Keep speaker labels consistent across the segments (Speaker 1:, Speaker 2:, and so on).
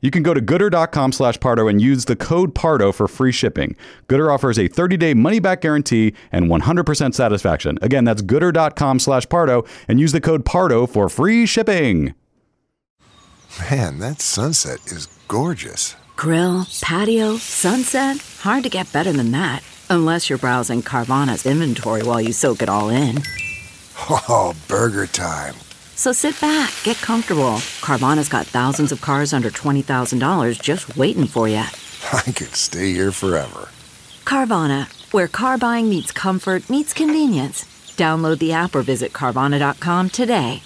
Speaker 1: You can go to gooder.com slash Pardo and use the code Pardo for free shipping. Gooder offers a 30-day money-back guarantee and 100% satisfaction. Again, that's gooder.com slash Pardo and use the code Pardo for free shipping.
Speaker 2: Man, that sunset is gorgeous.
Speaker 3: Grill, patio, sunset. Hard to get better than that. Unless you're browsing Carvana's inventory while you soak it all in.
Speaker 2: Oh, burger time.
Speaker 3: So sit back, get comfortable. Carvana's got thousands of cars under $20,000 just waiting for you.
Speaker 2: I could stay here forever.
Speaker 3: Carvana, where car buying meets comfort, meets convenience. Download the app or visit Carvana.com today.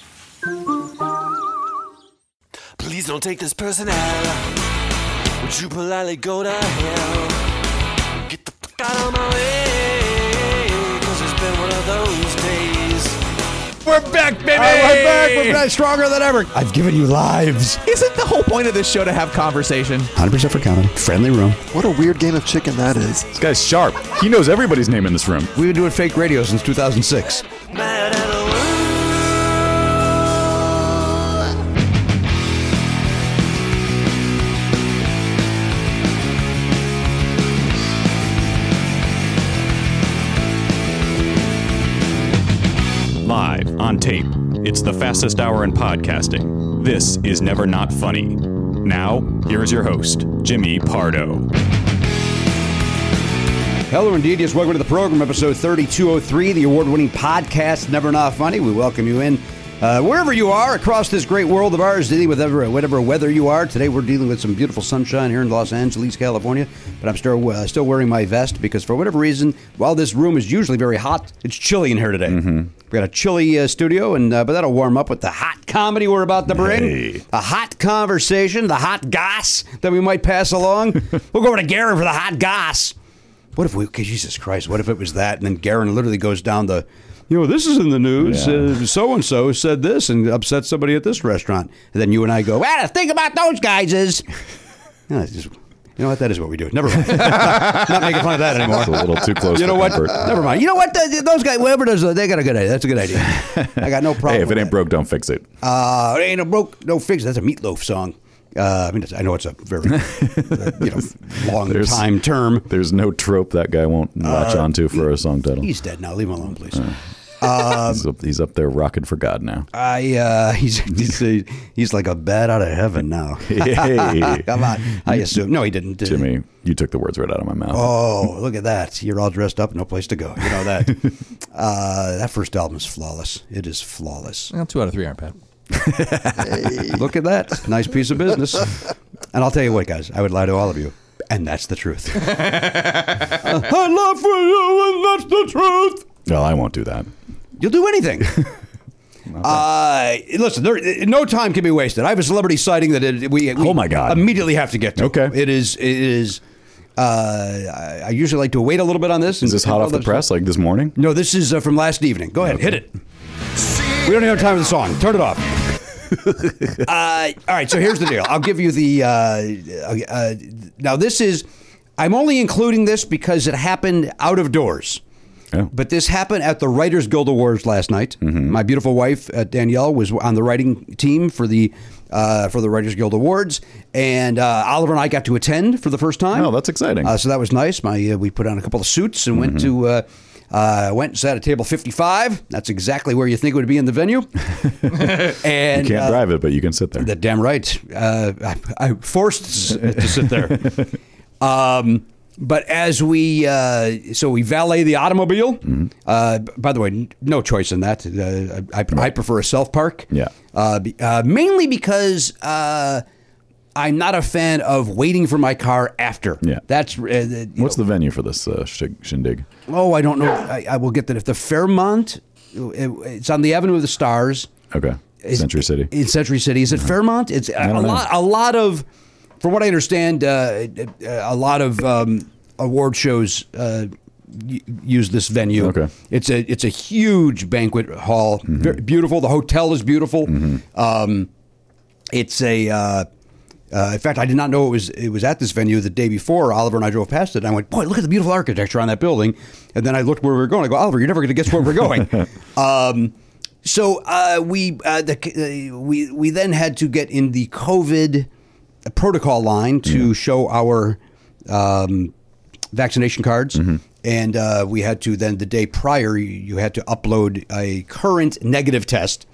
Speaker 4: Please don't take this person out. Would you politely go to hell? Get the fuck out of my way, cause it's been one of those days.
Speaker 5: We're back, baby.
Speaker 6: we're back. We're back.
Speaker 5: stronger than ever. I've given you lives.
Speaker 6: Isn't the whole point of this show to have conversation?
Speaker 5: 100% for comedy. Friendly room.
Speaker 7: What a weird game of chicken that is.
Speaker 1: This guy's sharp. He knows everybody's name in this room.
Speaker 5: We've been doing fake radio since 2006.
Speaker 4: Mad at the world.
Speaker 1: Live on tape. It's the fastest hour in podcasting. This is Never Not Funny. Now, here is your host, Jimmy Pardo.
Speaker 5: Hello, indeed. Yes, welcome to the program, episode 3203, the award winning podcast, Never Not Funny. We welcome you in uh, wherever you are across this great world of ours, dealing with whatever, whatever weather you are. Today, we're dealing with some beautiful sunshine here in Los Angeles, California, but I'm still, uh, still wearing my vest because, for whatever reason, while this room is usually very hot, it's chilly in here today. We've got a chilly uh, studio, and uh, but that'll warm up with the hot comedy we're about to bring, a hot conversation, the hot goss that we might pass along. we'll go over to Garen for the hot goss. What if we, okay, Jesus Christ, what if it was that? And then Garen literally goes down the, you know, this is in the news. So and so said this and upset somebody at this restaurant. And then you and I go, well, the thing about those guys is. No, it's just- you know what? That is what we do. Never mind. Not making fun of that anymore.
Speaker 1: It's a little too close
Speaker 5: You
Speaker 1: for
Speaker 5: know what?
Speaker 1: comfort.
Speaker 5: Never mind. You know what? Th- Those guys, whoever does, that, they got a good idea. That's a good idea. I got no problem.
Speaker 1: Hey, if
Speaker 5: with
Speaker 1: it
Speaker 5: that.
Speaker 1: ain't broke, don't fix it.
Speaker 5: Uh, it ain't a broke, no fix. That's a meatloaf song. Uh, I mean, it's- I know it's a very uh, you know, long
Speaker 1: There's-
Speaker 5: time term. uh,
Speaker 1: There's no trope that guy won't latch onto for a song title. Uh.
Speaker 5: He's dead now. Leave him alone, please. um,
Speaker 1: he's, up, he's up there rocking for God now.
Speaker 5: I uh, he's he's, he's like a bat out of heaven now.
Speaker 1: Hey,
Speaker 5: Come on, I assume. No, he didn't. did he?
Speaker 1: Jimmy, you took the words right out of my mouth.
Speaker 5: Oh, look at that! You're all dressed up, no place to go. You know that. uh, that first album is flawless. It is flawless.
Speaker 6: Well, two out of three aren't bad.
Speaker 5: Look at that! Nice piece of business. And I'll tell you what, guys, I would lie to all of you, and that's the truth. I love for you, and that's the truth.
Speaker 1: Well, I won't do that.
Speaker 5: You'll do anything. Uh, listen, there, no time can be wasted. I have a celebrity sighting that it, we, we
Speaker 1: Oh, my God.
Speaker 5: immediately have to get to.
Speaker 1: Okay.
Speaker 5: it is it is. Uh, I, I usually like to wait a little bit on this.
Speaker 1: Is this hot off the press, like this morning?
Speaker 5: No, this is uh, from last evening. Go ahead, hit it. We don't even have time for the song. Turn it off. uh, all right, so here's the deal. I'll give you the. Uh, uh, uh, now, this is. I'm only including this because it happened out of doors.
Speaker 1: Oh.
Speaker 5: But this happened at the Writers Guild Awards last night.
Speaker 1: Mm-hmm.
Speaker 5: My beautiful wife uh, Danielle was on the writing team for the uh, for the Writers Guild Awards, and uh, Oliver and I got to attend for the first time.
Speaker 1: Oh, that's exciting.
Speaker 5: Uh, so that was nice. My uh, we put on a couple of suits and went
Speaker 1: Mm-hmm.
Speaker 5: to. Uh, uh, went and sat at table 55. That's exactly where you think it would be in the venue. and
Speaker 1: you can't
Speaker 5: uh,
Speaker 1: drive it, but you can sit there.
Speaker 5: that damn right. Uh, I, I forced s- to sit there. um, but as we uh, so we valet the automobile. Uh, b- by the way, n- no choice in that. Uh, I, I prefer a self park.
Speaker 1: Yeah.
Speaker 5: Uh, be, uh, mainly because uh, I'm not a fan of waiting for my car after.
Speaker 1: Yeah.
Speaker 5: That's uh, the- you
Speaker 1: What's the venue for this uh, shig- shindig?
Speaker 5: Oh, I don't know. I, I will get that if the Fairmont. it- it's on the Avenue of the Stars.
Speaker 1: Okay,
Speaker 5: Is-
Speaker 1: Century City. Mm-hmm.
Speaker 5: In Century City, is it Fairmont? It's a,
Speaker 1: don't
Speaker 5: a
Speaker 1: know.
Speaker 5: lot. A lot of, from what I understand, uh, a lot of um, award shows uh, y- use this venue.
Speaker 1: Okay. Mm-hmm.
Speaker 5: it's a it's a huge banquet hall. Very beautiful. The hotel is beautiful. Um, it's a. Uh, uh, in fact, I did not know it was it was at this venue the day before. Oliver and I drove past it, and I went, "Boy, look at the beautiful architecture on that building." And then I looked where we were going. I go, "Oliver, you're never going to guess where we're going." um, so uh, we uh, the, uh, we we then had to get in the COVID protocol line to show our um, vaccination cards. And uh, we had to then the day prior, you- you had to upload a current negative test.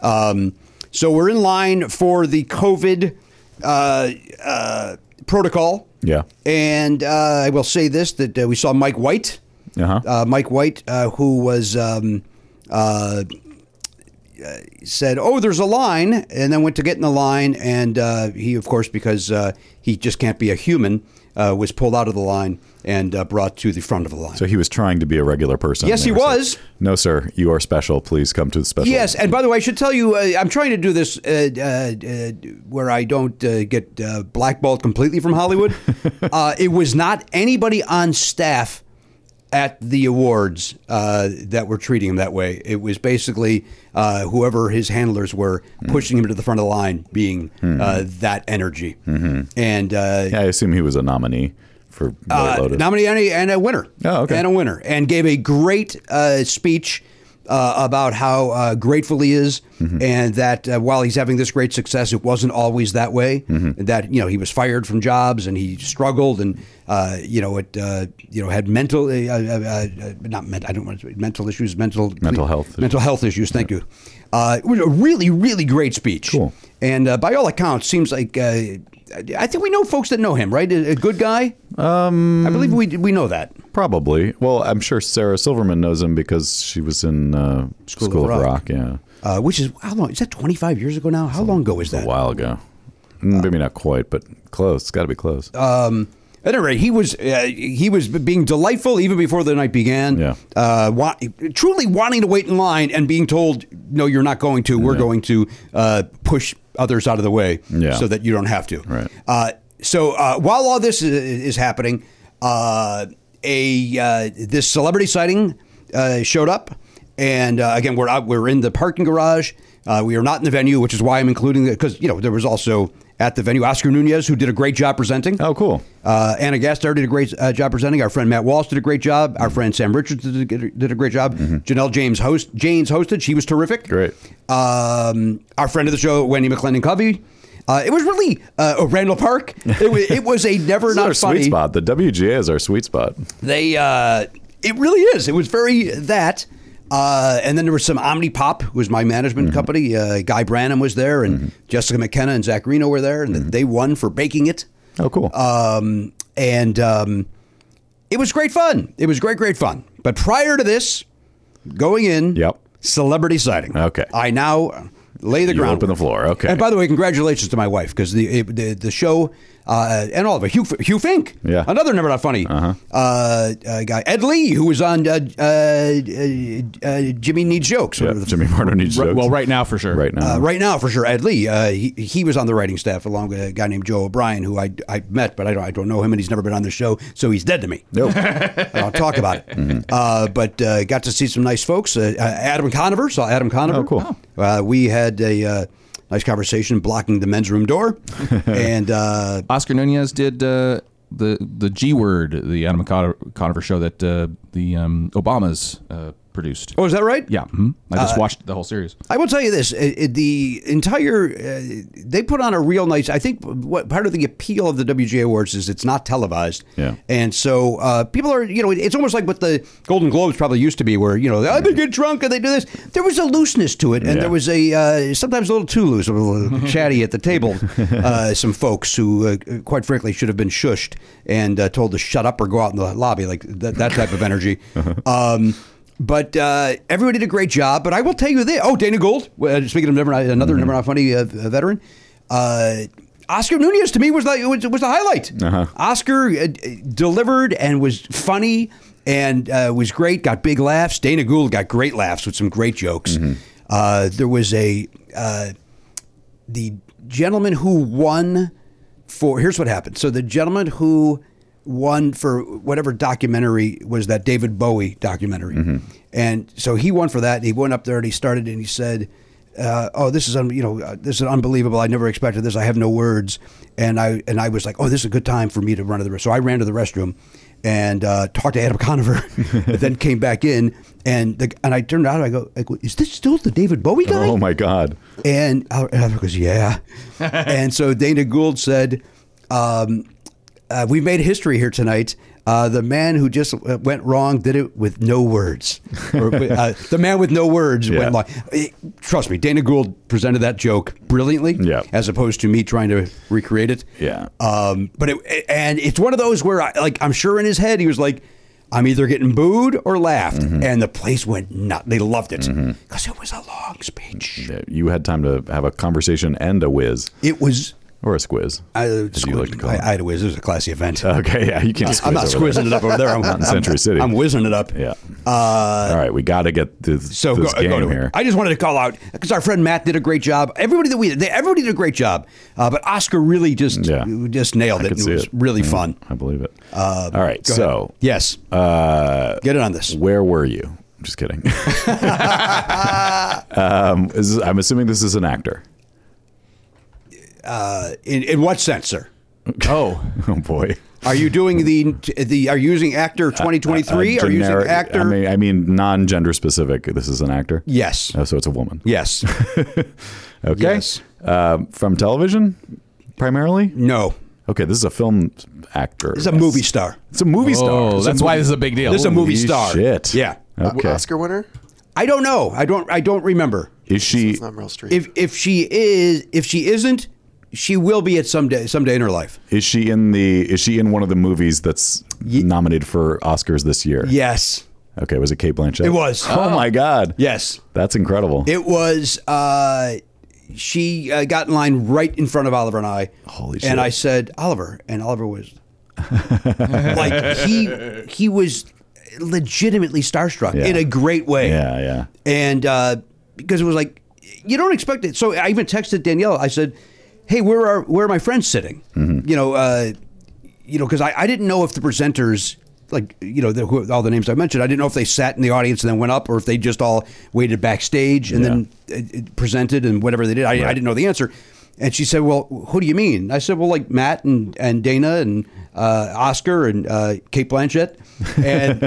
Speaker 5: Um, so we're in line for the COVID uh, uh, protocol.
Speaker 1: Yeah.
Speaker 5: And uh, I will say this that uh, we saw Mike White,
Speaker 1: Uh-huh.
Speaker 5: uh, Mike White, uh, who was. Um, uh, said, "Oh, there's a line," and then went to get in the line, and uh, he, of course, because uh, he just can't be a human, uh, was pulled out of the line and uh, brought to the front of the line.
Speaker 1: So he was trying to be a regular person.
Speaker 5: Yes,
Speaker 1: They
Speaker 5: he
Speaker 1: were saying,
Speaker 5: was.
Speaker 1: no, sir, you are special. Please come to the special.
Speaker 5: Yes, and by the way, I should tell you, uh, I'm trying to do this uh, uh, uh, where I don't uh, get uh, blackballed completely from Hollywood. uh, it was not anybody on staff at the awards uh, that were treating him that way. It was basically uh, whoever his handlers were pushing him to the front of the line, being uh, that energy. And uh,
Speaker 1: Yeah, I assume he was a nominee for
Speaker 5: uh,
Speaker 1: Vote Lotus.
Speaker 5: nominee and a, and a winner.
Speaker 1: Oh, okay.
Speaker 5: And a winner. And gave a great uh, speech uh, about how uh, grateful he is
Speaker 1: Mm-hmm.
Speaker 5: and that uh, while he's having this great success, it wasn't always that way.
Speaker 1: Mm-hmm.
Speaker 5: That, you know, he was fired from jobs and he struggled and, uh, you know, it, uh, you know, had mental, uh, uh, uh, uh, not mental, I don't want to say mental issues, mental,
Speaker 1: Mental health
Speaker 5: mental health issues. Thank you. Uh, it was a really, really great speech.
Speaker 1: Cool.
Speaker 5: And uh, by all accounts, seems like uh, I think we know folks that know him, right? A, a good guy. Um, I believe we we know that.
Speaker 1: Probably. Well, I'm sure Sarah Silverman knows him because she was in uh, School, of, Rock. Yeah,
Speaker 5: Uh, which is how long? Is that twenty five years ago now? How long ago is
Speaker 1: a
Speaker 5: that?
Speaker 1: while ago. Mm, Maybe not quite, but close. It's got to be close.
Speaker 5: Uh, At any rate, he was uh, he was being delightful even before the night began.
Speaker 1: Yeah.
Speaker 5: Uh, wa- truly wanting to wait in line and being told, "No, you're not going to. We're going to uh, push others out of the way
Speaker 1: Yeah.
Speaker 5: so that you don't have to."
Speaker 1: Right.
Speaker 5: Uh, so uh, while all this is, is happening, uh, a uh, this celebrity sighting uh, showed up, and uh, again we're out, we're in the parking garage. Uh, we are not in the venue, which is why I'm including it because you know there was also at the venue Oscar Nunez who did a great job presenting.
Speaker 1: oh, cool.
Speaker 5: Uh, Anna Gastar did a great uh, job presenting. Our friend Matt Walsh did a great job.
Speaker 1: Mm-hmm.
Speaker 5: Our friend Sam Richards did a, did a great job. Janelle James host James hosted. She was terrific.
Speaker 1: Great.
Speaker 5: Um, our friend of the show, Wendy McClendon Covey. Uh, it was really uh, oh, Randall Park. It was, it was a never
Speaker 1: This is our
Speaker 5: not funny.
Speaker 1: sweet spot. The WGA is our sweet spot.
Speaker 5: They uh, it really is. It was very that. Uh, and then there was some Omnipop, who was my management
Speaker 1: Mm-hmm.
Speaker 5: company. Uh, Guy Branham was there, and Jessica McKenna and Zach Reno were there,
Speaker 1: Mm-hmm.
Speaker 5: and they won for baking it.
Speaker 1: Oh, cool.
Speaker 5: Um, and um, it was great fun. It was great, great fun. But prior to this, going in,
Speaker 1: Yep.
Speaker 5: celebrity sighting.
Speaker 1: Okay.
Speaker 5: I now uh, lay the
Speaker 1: You
Speaker 5: ground.
Speaker 1: open the floor. Okay.
Speaker 5: And by the way, congratulations to my wife because the, it- the the show uh, and all of it. Hugh, Hugh Fink,
Speaker 1: Yeah. Uh-huh.
Speaker 5: another never not funny uh uh, guy. Ed Lee, who was on uh, uh, uh, uh, Jimmy Needs Jokes.
Speaker 1: Yeah,
Speaker 5: whatever the
Speaker 1: Jimmy Bardo needs
Speaker 6: Right-
Speaker 1: jokes.
Speaker 6: well, right now for sure.
Speaker 1: Right now.
Speaker 5: uh, right now for sure. Ed Lee, uh, he, he was on the writing staff along with a guy named Joe O'Brien, who I, I met, but I don't I don't know him, and he's never been on the show, so he's dead to me. No, I'll talk about it.
Speaker 1: Mm-hmm.
Speaker 5: Uh, but uh, got to see some nice folks. Uh, uh, Adam Conover saw Adam Conover.
Speaker 1: Oh, cool.
Speaker 5: Uh, we had a. Uh, Nice conversation blocking the men's room door, and uh,
Speaker 6: Oscar Nunez did uh, the the G word, the Adam Conover Conover show that uh, the um, Obamas uh, produced.
Speaker 5: oh, is that right?
Speaker 6: Yeah, hmm I just watched the whole series.
Speaker 5: I will tell you this: it, it- the entire uh, they put on a real nice. I think what part of the appeal of the WGA Awards is it's not televised,
Speaker 1: Yeah.
Speaker 5: And so uh, people are, you know, it- it's almost like what the Golden Globes probably used to be, where you know oh, they get drunk and they do this. There was a looseness to it, and
Speaker 1: Yeah.
Speaker 5: there was a uh, sometimes a little too loose, a little chatty at the table. Uh, some folks who, uh, quite frankly, should have been shushed and uh, told to shut up or go out in the lobby, like that, that type of energy. Um, but uh, everybody did a great job. But I will tell you this: oh, Dana Gould. Uh, speaking of never, Not- another never not funny uh, uh, veteran. Uh, Oscar Nunez to me was like was, was the highlight. Oscar uh, d- delivered and was funny and uh, was great. Got big laughs. Dana Gould got great laughs with some great jokes. Uh, there was a uh, the gentleman who won for here's what happened. So the gentleman who won for whatever documentary was that David Bowie documentary,
Speaker 1: Mm-hmm.
Speaker 5: and so he won for that. He went up there and he started and he said. Uh, oh, this is un- you know uh, this is unbelievable. I never expected this. I have no words, and I and I was like, oh, this is a good time for me to run to the restroom. So I ran to the restroom, and uh, talked to Adam Conover, and then came back in, and the, and I turned out. I go, I go, is this still the David Bowie guy?
Speaker 1: oh my God.
Speaker 5: And Al- Albert goes, yeah. and so Dana Gould said, um, uh, we've made history here tonight. Uh, the man who just uh, went wrong did it with no words. Or, uh, the man with no words
Speaker 1: Yeah.
Speaker 5: went wrong. Eh, Trust me, Dana Gould presented that joke brilliantly,
Speaker 1: Yeah.
Speaker 5: as opposed to me trying to recreate it.
Speaker 1: Yeah.
Speaker 5: Um, but it, and it's one of those where, I, like, I'm sure in his head he was like, "I'm either getting booed or laughed,"
Speaker 1: Mm-hmm.
Speaker 5: and the place went nuts. They loved it because it was a long speech.
Speaker 1: Yeah, You had time to have a conversation and a whiz
Speaker 5: It was.
Speaker 1: or a squiz.
Speaker 5: I,
Speaker 1: as you like to call
Speaker 5: I,
Speaker 1: it.
Speaker 5: I had a whiz. It was a classy event.
Speaker 1: okay. Yeah. You can't. squiz
Speaker 5: I'm not
Speaker 1: over
Speaker 5: squizzing
Speaker 1: there.
Speaker 5: it up over there. I'm,
Speaker 1: Not in Century
Speaker 5: I'm,
Speaker 1: City.
Speaker 5: I'm whizzing it up.
Speaker 1: Yeah. All right. We got to get this,
Speaker 5: So
Speaker 1: this
Speaker 5: go,
Speaker 1: game
Speaker 5: go to it.
Speaker 1: here.
Speaker 5: I just wanted to call out because our friend Matt did a great job. Everybody that we they, everybody did a great job, uh, but Oscar really just
Speaker 1: Yeah.
Speaker 5: just nailed
Speaker 1: I
Speaker 5: it.
Speaker 1: could
Speaker 5: It
Speaker 1: see
Speaker 5: was really
Speaker 1: Yeah,
Speaker 5: fun. Uh,
Speaker 1: I believe it. All right. So,
Speaker 5: Yes,
Speaker 1: uh,
Speaker 5: get it on this.
Speaker 1: where were you? I'm just kidding. um, is, I'm assuming this is an actor.
Speaker 5: In, in what sense, sir?
Speaker 6: Oh,
Speaker 1: Oh boy.
Speaker 5: Are you doing the the? Are you using actor 2023?
Speaker 1: A
Speaker 5: Are you using
Speaker 1: Uh, generic-
Speaker 5: actor?
Speaker 1: I mean, I mean, non-gender specific. This is an actor.
Speaker 5: yes,
Speaker 1: Oh, so it's a woman.
Speaker 5: yes,
Speaker 1: Okay.
Speaker 5: yes.
Speaker 1: Um, from television, primarily.
Speaker 5: no.
Speaker 1: Okay, this is a film actor.
Speaker 5: It's a movie star.
Speaker 1: It's a movie star.
Speaker 6: oh,
Speaker 1: It's
Speaker 6: that's
Speaker 1: a
Speaker 6: why
Speaker 1: movie-
Speaker 6: this is a big deal.
Speaker 5: This is a movie
Speaker 1: Holy
Speaker 5: star.
Speaker 1: Shit.
Speaker 5: Yeah.
Speaker 1: Okay.
Speaker 7: Oscar winner?
Speaker 5: I don't know. I don't. I don't remember.
Speaker 1: Is she?
Speaker 7: It's not Meryl Streep.
Speaker 5: If if she is, if she isn't, she will be at some day, someday in her life.
Speaker 1: Is she in the? Is she in one of the movies that's nominated for Oscars this year?
Speaker 5: Yes,
Speaker 1: Okay, was it Kate Blanchett?
Speaker 5: It was.
Speaker 1: Oh, my God.
Speaker 5: yes.
Speaker 1: That's incredible.
Speaker 5: It was. Uh, she uh, got in line right in front of Oliver and I.
Speaker 1: Holy shit.
Speaker 5: And I said Oliver, and Oliver was like he he was legitimately starstruck
Speaker 1: Yeah.
Speaker 5: in a great way.
Speaker 1: yeah, yeah.
Speaker 5: and uh, because it was like you don't expect it. So I even texted Danielle. I said, "Hey, where are where are my friends sitting?"
Speaker 1: Mm-hmm.
Speaker 5: You know, uh, you know, because I, I didn't know if the presenters like you know the, who, all the names I mentioned. I didn't know if they sat in the audience and then went up, or if they just all waited backstage and then uh, uh, presented and whatever they did. I, I didn't know the answer. And she said, "Well, who do you mean?" I said, "Well, like Matt and, and Dana and uh, Oscar and uh, Kate Blanchett," and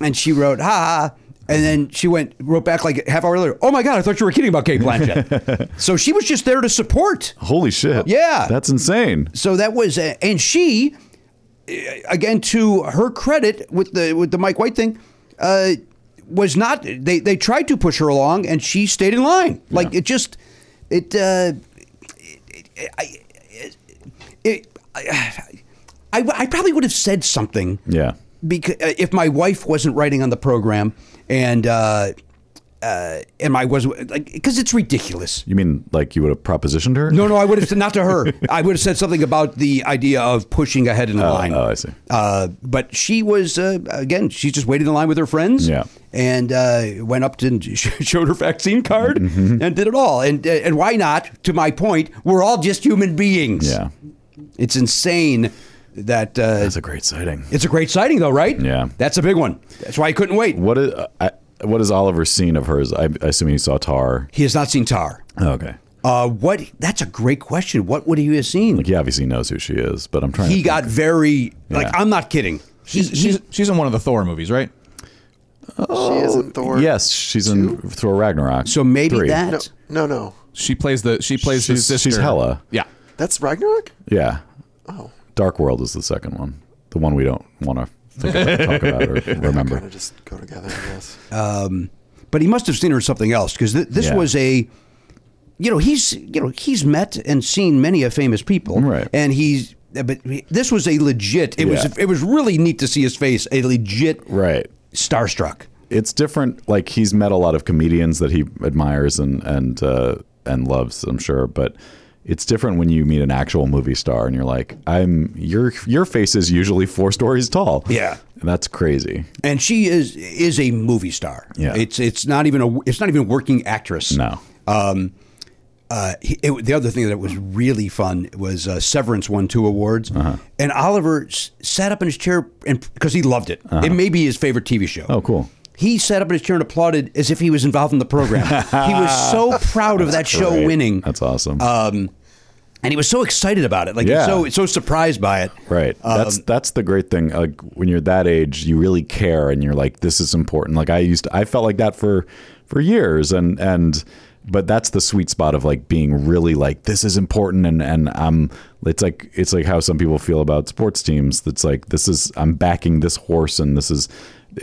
Speaker 5: and she wrote, "Ha." ha." And then she went, wrote back like a half hour later. Oh my God, I thought you were kidding about Kate Blanchett. so she was just there to support.
Speaker 1: Holy shit.
Speaker 5: Yeah.
Speaker 1: That's insane.
Speaker 5: So that was, and she, uh, again, to her credit with the with the Mike White thing, uh, was not. They they tried to push her along, and she stayed in line. Like it just it. Uh, it, I, it I, I probably would have said something
Speaker 1: Yeah.
Speaker 5: because if my wife wasn't writing on the program and uh, uh, and I was like because it's ridiculous.
Speaker 1: You mean like you would have propositioned her?
Speaker 5: No, no, I would have said not to her. I would have said something about the idea of pushing ahead in the line.
Speaker 1: oh, I see.
Speaker 5: Uh, but she was uh, again. She just waited in line with her friends.
Speaker 1: Yeah.
Speaker 5: and uh, went up to- and showed her vaccine card
Speaker 1: Mm-hmm.
Speaker 5: and did it all. And uh, and why not? To my point, we're all just human beings.
Speaker 1: Yeah.
Speaker 5: it's insane that uh,
Speaker 1: That's a great sighting.
Speaker 5: it's a great sighting, though, right?
Speaker 1: Yeah.
Speaker 5: that's a big one. That's why I couldn't wait.
Speaker 1: What is I, what has Oliver seen of hers? I, I assume he saw Tar. Oh,
Speaker 5: He has not seen Tar.
Speaker 1: Okay.
Speaker 5: Uh, what? That's a great question. What would he have seen?
Speaker 1: He obviously knows who she is, but I'm trying.
Speaker 5: he
Speaker 1: to
Speaker 5: got very like
Speaker 1: Yeah.
Speaker 5: I'm not kidding. He,
Speaker 6: She's, she's, she's in one of the Thor movies, right?
Speaker 7: she isn't Thor.
Speaker 1: Yes, she's in Thor Ragnarok.
Speaker 5: so maybe
Speaker 1: Three.
Speaker 5: that
Speaker 7: No, no, no.
Speaker 6: She plays the she plays his
Speaker 1: She's-
Speaker 6: sister.
Speaker 1: she's Hela.
Speaker 6: Yeah.
Speaker 7: That's Ragnarok.
Speaker 1: Yeah. Oh. Dark World is the second one. The one we don't want to think about, talk about or
Speaker 7: Kind
Speaker 1: remember.
Speaker 7: of just go together, I guess.
Speaker 1: Uh,
Speaker 5: but he must have seen her in something else because th- this
Speaker 1: Yeah.
Speaker 5: was a you know he's you know he's met and seen many a famous people
Speaker 1: Right.
Speaker 5: and he's but he- this was a legit it was
Speaker 1: Yeah.
Speaker 5: it was really neat to see his face a legit
Speaker 1: Right.
Speaker 5: starstruck
Speaker 1: It's different. Like he's met a lot of comedians that he admires and and uh, and loves. I'm sure, but it's different when you meet an actual movie star and you're like, I'm your your face is usually four stories tall.
Speaker 5: Yeah.
Speaker 1: And that's crazy.
Speaker 5: and she is is a movie star
Speaker 1: Yeah.
Speaker 5: it's it's not even a it's not even a working actress
Speaker 1: No.
Speaker 5: Um, uh, he- it, the other thing that was really fun was uh, Severance won two awards,
Speaker 1: Uh-huh.
Speaker 5: and Oliver s- sat up in his chair and because he loved it. It may be his favorite TV show.
Speaker 1: Uh-huh. Oh, cool.
Speaker 5: He sat up in his chair and applauded as if he was involved in the program. he was so proud of that show
Speaker 1: Great.
Speaker 5: winning, Uh, um,
Speaker 1: That's awesome.
Speaker 5: and he was so excited about it. Like he was so
Speaker 1: Yeah.
Speaker 5: so surprised by it. Um,
Speaker 1: Right. that's that's the great thing. Like when you're that age, you really care, and you're like, this is important. Like I used, to, I felt like that for for years, and and but that's the sweet spot of like being really like this is important, and and I'm. It's like it's like how some people feel about sports teams. That's like this is I'm backing this horse, and this is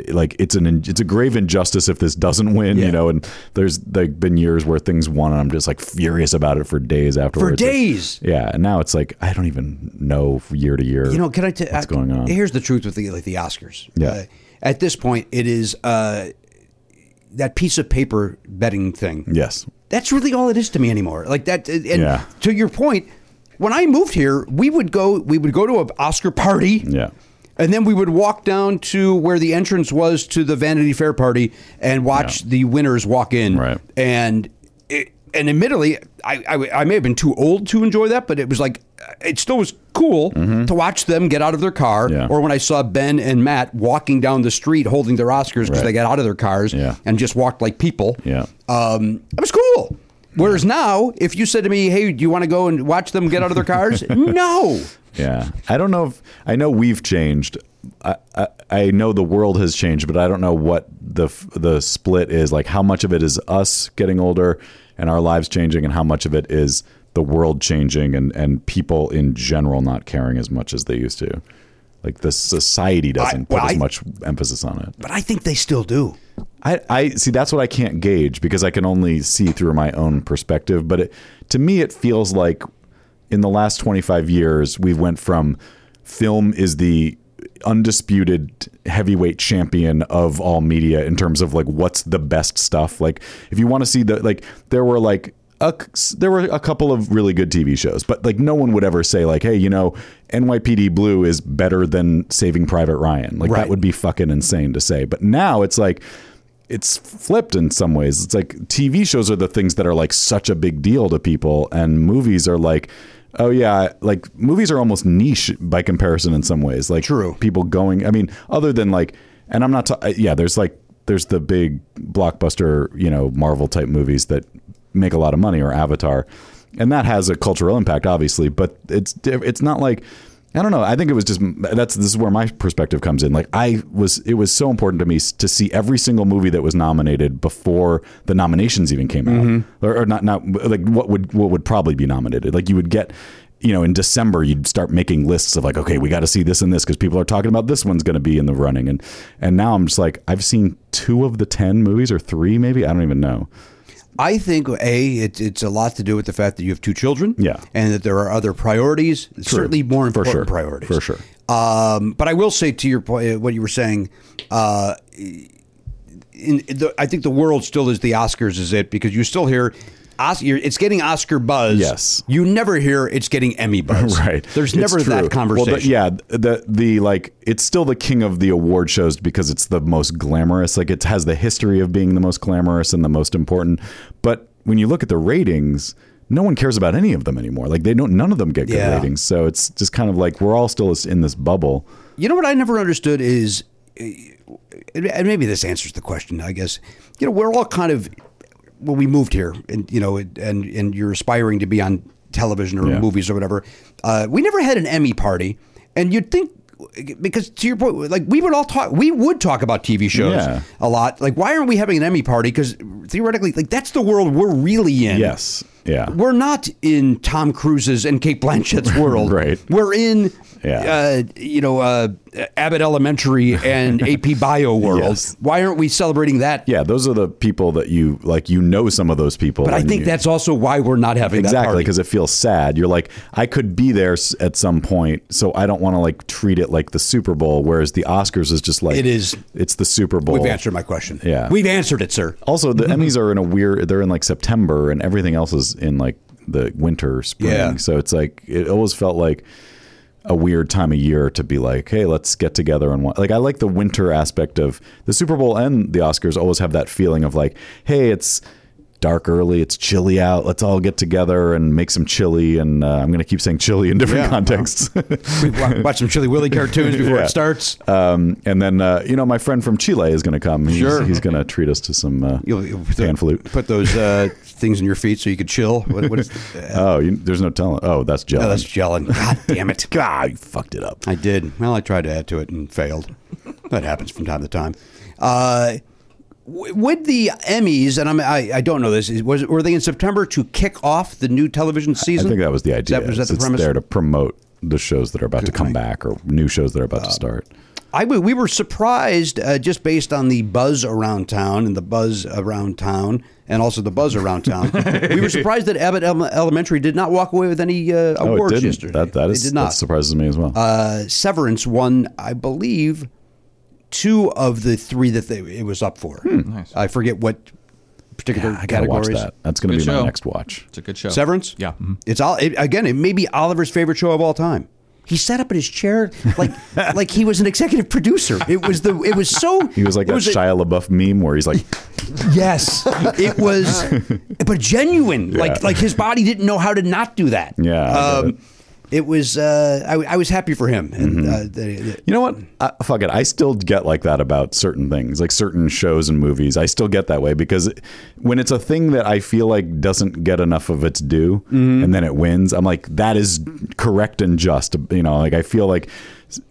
Speaker 1: like it's an it's a grave injustice if this doesn't win, you know. And there's like been years where things won, and I'm just like furious about it for days afterwards. Like,
Speaker 5: days.
Speaker 1: yeah, and now it's like I don't even know year to year.
Speaker 5: You know, can I tell
Speaker 1: what's going on?
Speaker 5: Here's the truth with the like the Oscars. Uh,
Speaker 1: Yeah.
Speaker 5: at this point, it is uh, that piece of paper betting thing.
Speaker 1: Yes,
Speaker 5: That's really all it is to me anymore. Like that. uh, And
Speaker 1: Yeah.
Speaker 5: to your point, when I moved here, we would go. We would go to an Oscar party.
Speaker 1: Yeah.
Speaker 5: And then we would walk down to where the entrance was to the Vanity Fair party and watch the winners walk in.
Speaker 1: Right.
Speaker 5: And it, and admittedly, I, I I may have been too old to enjoy that, but it was like it still was cool to watch them get out of their car.
Speaker 1: Mm-hmm. Yeah.
Speaker 5: Or when I saw Ben and Matt walking down the street holding their Oscars because
Speaker 1: Right.
Speaker 5: they got out of their cars
Speaker 1: Yeah.
Speaker 5: and just walked like people
Speaker 1: yeah,
Speaker 5: um, it was cool. Whereas now, if you said to me, "Hey, do you want to go and watch them get out of their cars?" no,
Speaker 1: yeah. I don't know if I know we've changed. I, I I know the world has changed, but I don't know what the f- the split is. Like how much of it is us getting older and our lives changing, and how much of it is the world changing and and people in general not caring as much as they used to. Like the society doesn't
Speaker 5: well,
Speaker 1: put as
Speaker 5: I-
Speaker 1: much emphasis on it.
Speaker 5: but I think they still do.
Speaker 1: I, I see that's what I can't gauge because I can only see through my own perspective. But it, to me, it feels like in the last 25 years, we went from film is the undisputed heavyweight champion of all media in terms of like what's the best stuff. Like if you want to see the like, there were like a, c- there were a couple of really good TV shows, but like no one would ever say like, hey, you know, NYPD Blue is better than Saving Private Ryan. Like
Speaker 5: Right.
Speaker 1: that would be fucking insane to say. But now it's like it's flipped in some ways. It's like TV shows are the things that are like such a big deal to people, and movies are like, oh yeah, like movies are almost niche by comparison in some ways. Like
Speaker 5: True.
Speaker 1: people going. I mean, other than like, and I'm not. Ta- yeah, there's like there's the big blockbuster, you know, Marvel type movies that make a lot of money or Avatar, and that has a cultural impact, obviously. But it's di- it's not like. I don't know. I think it was just that's this is where my perspective comes in. Like I was, it was so important to me s- to see every single movie that was nominated before the nominations even came out, or, or not, not like what would what would probably be nominated. Like you would get you know, in December, you'd start making lists of like, okay, we got to see this and this because people are talking about this one's going to be in the running, and and now I'm just like, I've seen two of the ten movies or three, maybe I don't even know.
Speaker 5: I think a it, it's a lot to do with the fact that you have two children,
Speaker 1: Yeah.
Speaker 5: and that there are other priorities, certainly more
Speaker 1: For
Speaker 5: important
Speaker 1: sure.
Speaker 5: priorities,
Speaker 1: For sure.
Speaker 5: Um, but I will say to your point, what you were saying, uh, in the, I think the world still is the Oscars, is it? Because you still hear. Os- you're- It's getting Oscar buzz.
Speaker 1: Yes.
Speaker 5: you never hear it's getting Emmy buzz.
Speaker 1: right.
Speaker 5: There's
Speaker 1: It's
Speaker 5: never
Speaker 1: true.
Speaker 5: that conversation.
Speaker 1: Well, the, yeah, the the like it's still the king of the award shows because it's the most glamorous. Like it has the history of being the most glamorous and the most important. But when you look at the ratings, no one cares about any of them anymore. Like they don't. None of them get good
Speaker 5: Yeah.
Speaker 1: ratings. So it's just kind of like we're all still in this bubble.
Speaker 5: You know what I never understood is, uh, and maybe this answers the question. I guess you know we're all kind of when we moved here, and you know, and and you're aspiring to be on television or
Speaker 1: Yeah.
Speaker 5: movies or whatever. Uh, we never had an Emmy party, and you'd think because to your point, like we would all talk, we would talk about TV shows
Speaker 1: Yeah.
Speaker 5: a lot. Like, why aren't we having an Emmy party? Because theoretically, like that's the world we're really in.
Speaker 1: Yes. Yeah.
Speaker 5: We're not in Tom Cruise's and Kate Blanchett's world.
Speaker 1: Right.
Speaker 5: We're in,
Speaker 1: Yeah.
Speaker 5: uh, you know, uh, Abbott Elementary and AP Bio world.
Speaker 1: Yes.
Speaker 5: Why aren't we celebrating that?
Speaker 1: yeah, those are the people that you like. You know some of those people,
Speaker 5: But I
Speaker 1: and
Speaker 5: think
Speaker 1: you-
Speaker 5: that's also why we're not having that
Speaker 1: exactly
Speaker 5: party.
Speaker 1: because it feels sad you're like i could be there s- at some point so i don't want to like treat it like the super bowl whereas the oscars is just like
Speaker 5: It is.
Speaker 1: it's the super bowl
Speaker 5: We've answered my question.
Speaker 1: Yeah.
Speaker 5: We've answered it, sir.
Speaker 1: also the emmys are in a weird they're in like september and everything else is in like the winter spring
Speaker 5: Yeah.
Speaker 1: so it's like it always felt like a weird time of year to be like hey let's get together and wa-. like i like the winter aspect of the super bowl and the oscars always have that feeling of like hey it's dark early it's chilly out let's all get together and make some chili and uh, i'm going to keep saying chili in different contexts
Speaker 5: We've wa- watched some Chili Willy cartoons before
Speaker 1: Yeah.
Speaker 5: it starts.
Speaker 1: um, and then uh, you know my friend from chile is going to come he's,
Speaker 5: Sure.
Speaker 1: he's going to treat us to some uh,
Speaker 5: You'll, you'll put-
Speaker 1: pan flute
Speaker 5: Put those uh, things in your feet so you could chill. What, what is, uh,
Speaker 1: Oh, you, there's no telling. Oh, that's John.
Speaker 5: no, that's gelling. God damn it.
Speaker 1: God, you fucked it up.
Speaker 5: I did. Well, I tried to add to it and failed. that happens from time to time. Uh, w- would the Emmys, and I'm, I, I don't know this, is- was were they in September to kick off the new television
Speaker 1: I
Speaker 5: season?
Speaker 1: think that was the idea.
Speaker 5: That, was that the
Speaker 1: it's
Speaker 5: premise?
Speaker 1: there to promote the shows that are about to come back or new shows that are
Speaker 5: Uh,
Speaker 1: about to start.
Speaker 5: I w- we were surprised uh, just based on the buzz around town and the buzz around town and also the buzz around town. we were surprised that Abbott Ele- Elementary did not walk away with any uh,
Speaker 1: Oh, it
Speaker 5: awards
Speaker 1: didn't.
Speaker 5: yesterday.
Speaker 1: That that
Speaker 5: They
Speaker 1: is
Speaker 5: did not.
Speaker 1: that surprises me as well.
Speaker 5: uh, Severance won, I believe, two of the three that they, it was up for. Nice. I forget what particular
Speaker 1: Hmm, I gotta watch
Speaker 5: categories.
Speaker 1: that. mm-hmm. That's gonna
Speaker 6: Good
Speaker 1: be my
Speaker 6: show.
Speaker 1: next watch.
Speaker 6: It's a good show.
Speaker 5: Severance.
Speaker 6: Yeah. Mm-hmm.
Speaker 5: It's all it, again. It may be Oliver's favorite show of all time. He sat up in his chair like like he was an executive producer. It was the it was so
Speaker 1: He was like
Speaker 5: it
Speaker 1: that
Speaker 5: a-
Speaker 1: Shia LaBeouf meme where he's like,
Speaker 5: Yes, it was, but genuine. Like
Speaker 1: Yeah.
Speaker 5: like his body didn't know how to not do that.
Speaker 1: Yeah, I get
Speaker 5: Um,
Speaker 1: it. Mm-hmm.
Speaker 5: it. was. Uh, I, I was happy for him. And uh, the, the-
Speaker 1: you know what? I, fuck it. I still get like that about certain things, like certain shows and movies. I still get that way because when it's a thing that I feel like doesn't get enough of its due, and then it wins, I'm like, that is correct and just. You know, like I feel like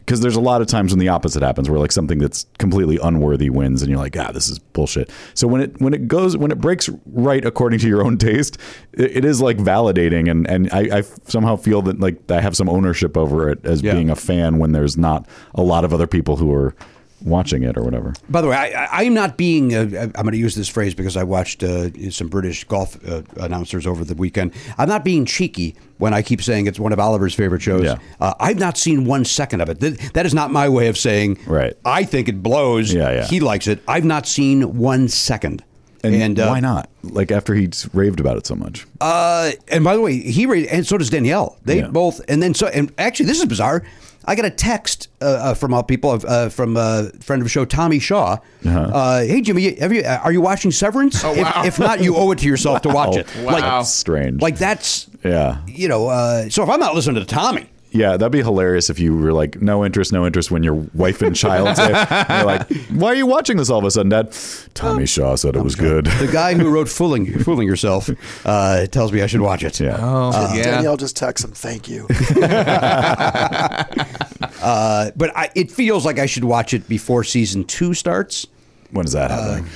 Speaker 1: because there's a lot of times when the opposite happens, where like something that's completely unworthy wins, and you're like, ah, this is bullshit. So when it when it goes when it breaks right according to your own taste, it, it is like validating, and and I, I somehow feel that like I have some ownership over it as
Speaker 5: Yeah.
Speaker 1: being a fan when there's not a lot of other people who are watching it or whatever.
Speaker 5: by the way, I, I, I'm not being. Uh, I'm going to use this phrase because I watched uh, some British golf uh, announcers over the weekend. I'm not being cheeky when I keep saying it's one of Oliver's favorite shows.
Speaker 1: Yeah.
Speaker 5: Uh, I've not seen one second of it. Th- that is not my way of saying.
Speaker 1: Right.
Speaker 5: I think it blows.
Speaker 1: Yeah, yeah.
Speaker 5: He likes it. I've not seen one second.
Speaker 1: And,
Speaker 5: uh,
Speaker 1: why not? Like after he's raved about it so much.
Speaker 5: Uh, and by the way, he raised, and so does Danielle. They
Speaker 1: Yeah.
Speaker 5: both, and then so, and actually, this is bizarre. I got a text uh, uh, from all people of, uh, from a friend of the show, Tommy Shaw. uh
Speaker 1: Uh-huh.
Speaker 5: hey, Jimmy, have you, uh, are you watching Severance? Oh, wow. if, if not, you owe it to yourself to watch it.
Speaker 1: That's
Speaker 5: Like,
Speaker 1: strange.
Speaker 5: like that's
Speaker 1: yeah.
Speaker 5: you know. Uh, so if I'm not listening to Tommy,
Speaker 1: Yeah, that'd be hilarious if you were like, no interest, no interest when your wife and child say, you're like, why are you watching this all of a sudden, Dad?
Speaker 6: Um,
Speaker 1: Tommy Shaw said it was good.
Speaker 5: the guy who wrote "Fooling Fooling Yourself" uh, tells me I should watch it.
Speaker 1: Yeah.
Speaker 6: Oh, yeah.
Speaker 7: Danielle just texts him, thank you.
Speaker 5: Uh, but I, it feels like I should watch it before season two starts.
Speaker 6: Uh,
Speaker 1: When is that happening?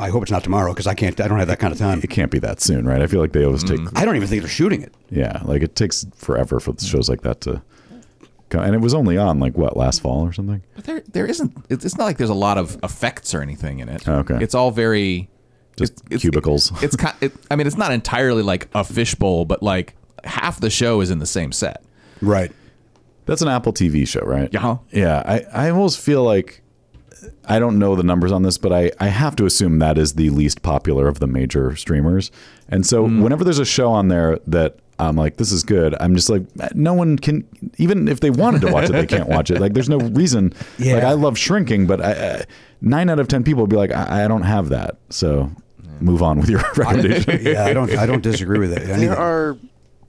Speaker 5: I hope it's not tomorrow because I can't. I don't have that kind of time.
Speaker 1: It can't be that soon, right? I feel like they always take
Speaker 6: mm.
Speaker 5: I don't even think they're shooting it.
Speaker 1: Yeah, like it takes forever for shows like that to come. And it was only on like what last fall or something.
Speaker 6: But there, there isn't. It's it's not like there's a lot of effects or anything in it.
Speaker 1: Oh, Okay.
Speaker 6: It's all very
Speaker 1: Just
Speaker 6: it's- it's-
Speaker 1: cubicles.
Speaker 6: It's, kind. It, I mean, it's not entirely like a fishbowl, but like half the show is in the same set.
Speaker 5: Right.
Speaker 1: That's an Apple TV show, right?
Speaker 6: Yeah.
Speaker 1: Yeah. I, I almost feel like I don't know the numbers on this, but I, I have to assume that is the least popular of the major streamers. And so whenever there's a show on there that I'm like, this is good, I'm just like, "Eh, no one can, even if they wanted to watch it, they can't watch it. Like, there's no reason.
Speaker 5: Yeah.
Speaker 1: Like, I love shrinking, but I, I, nine out of 10 people would be like, I, I don't have that. So move on with your recommendation.
Speaker 5: Yeah, I don't. I don't disagree with it.
Speaker 7: There are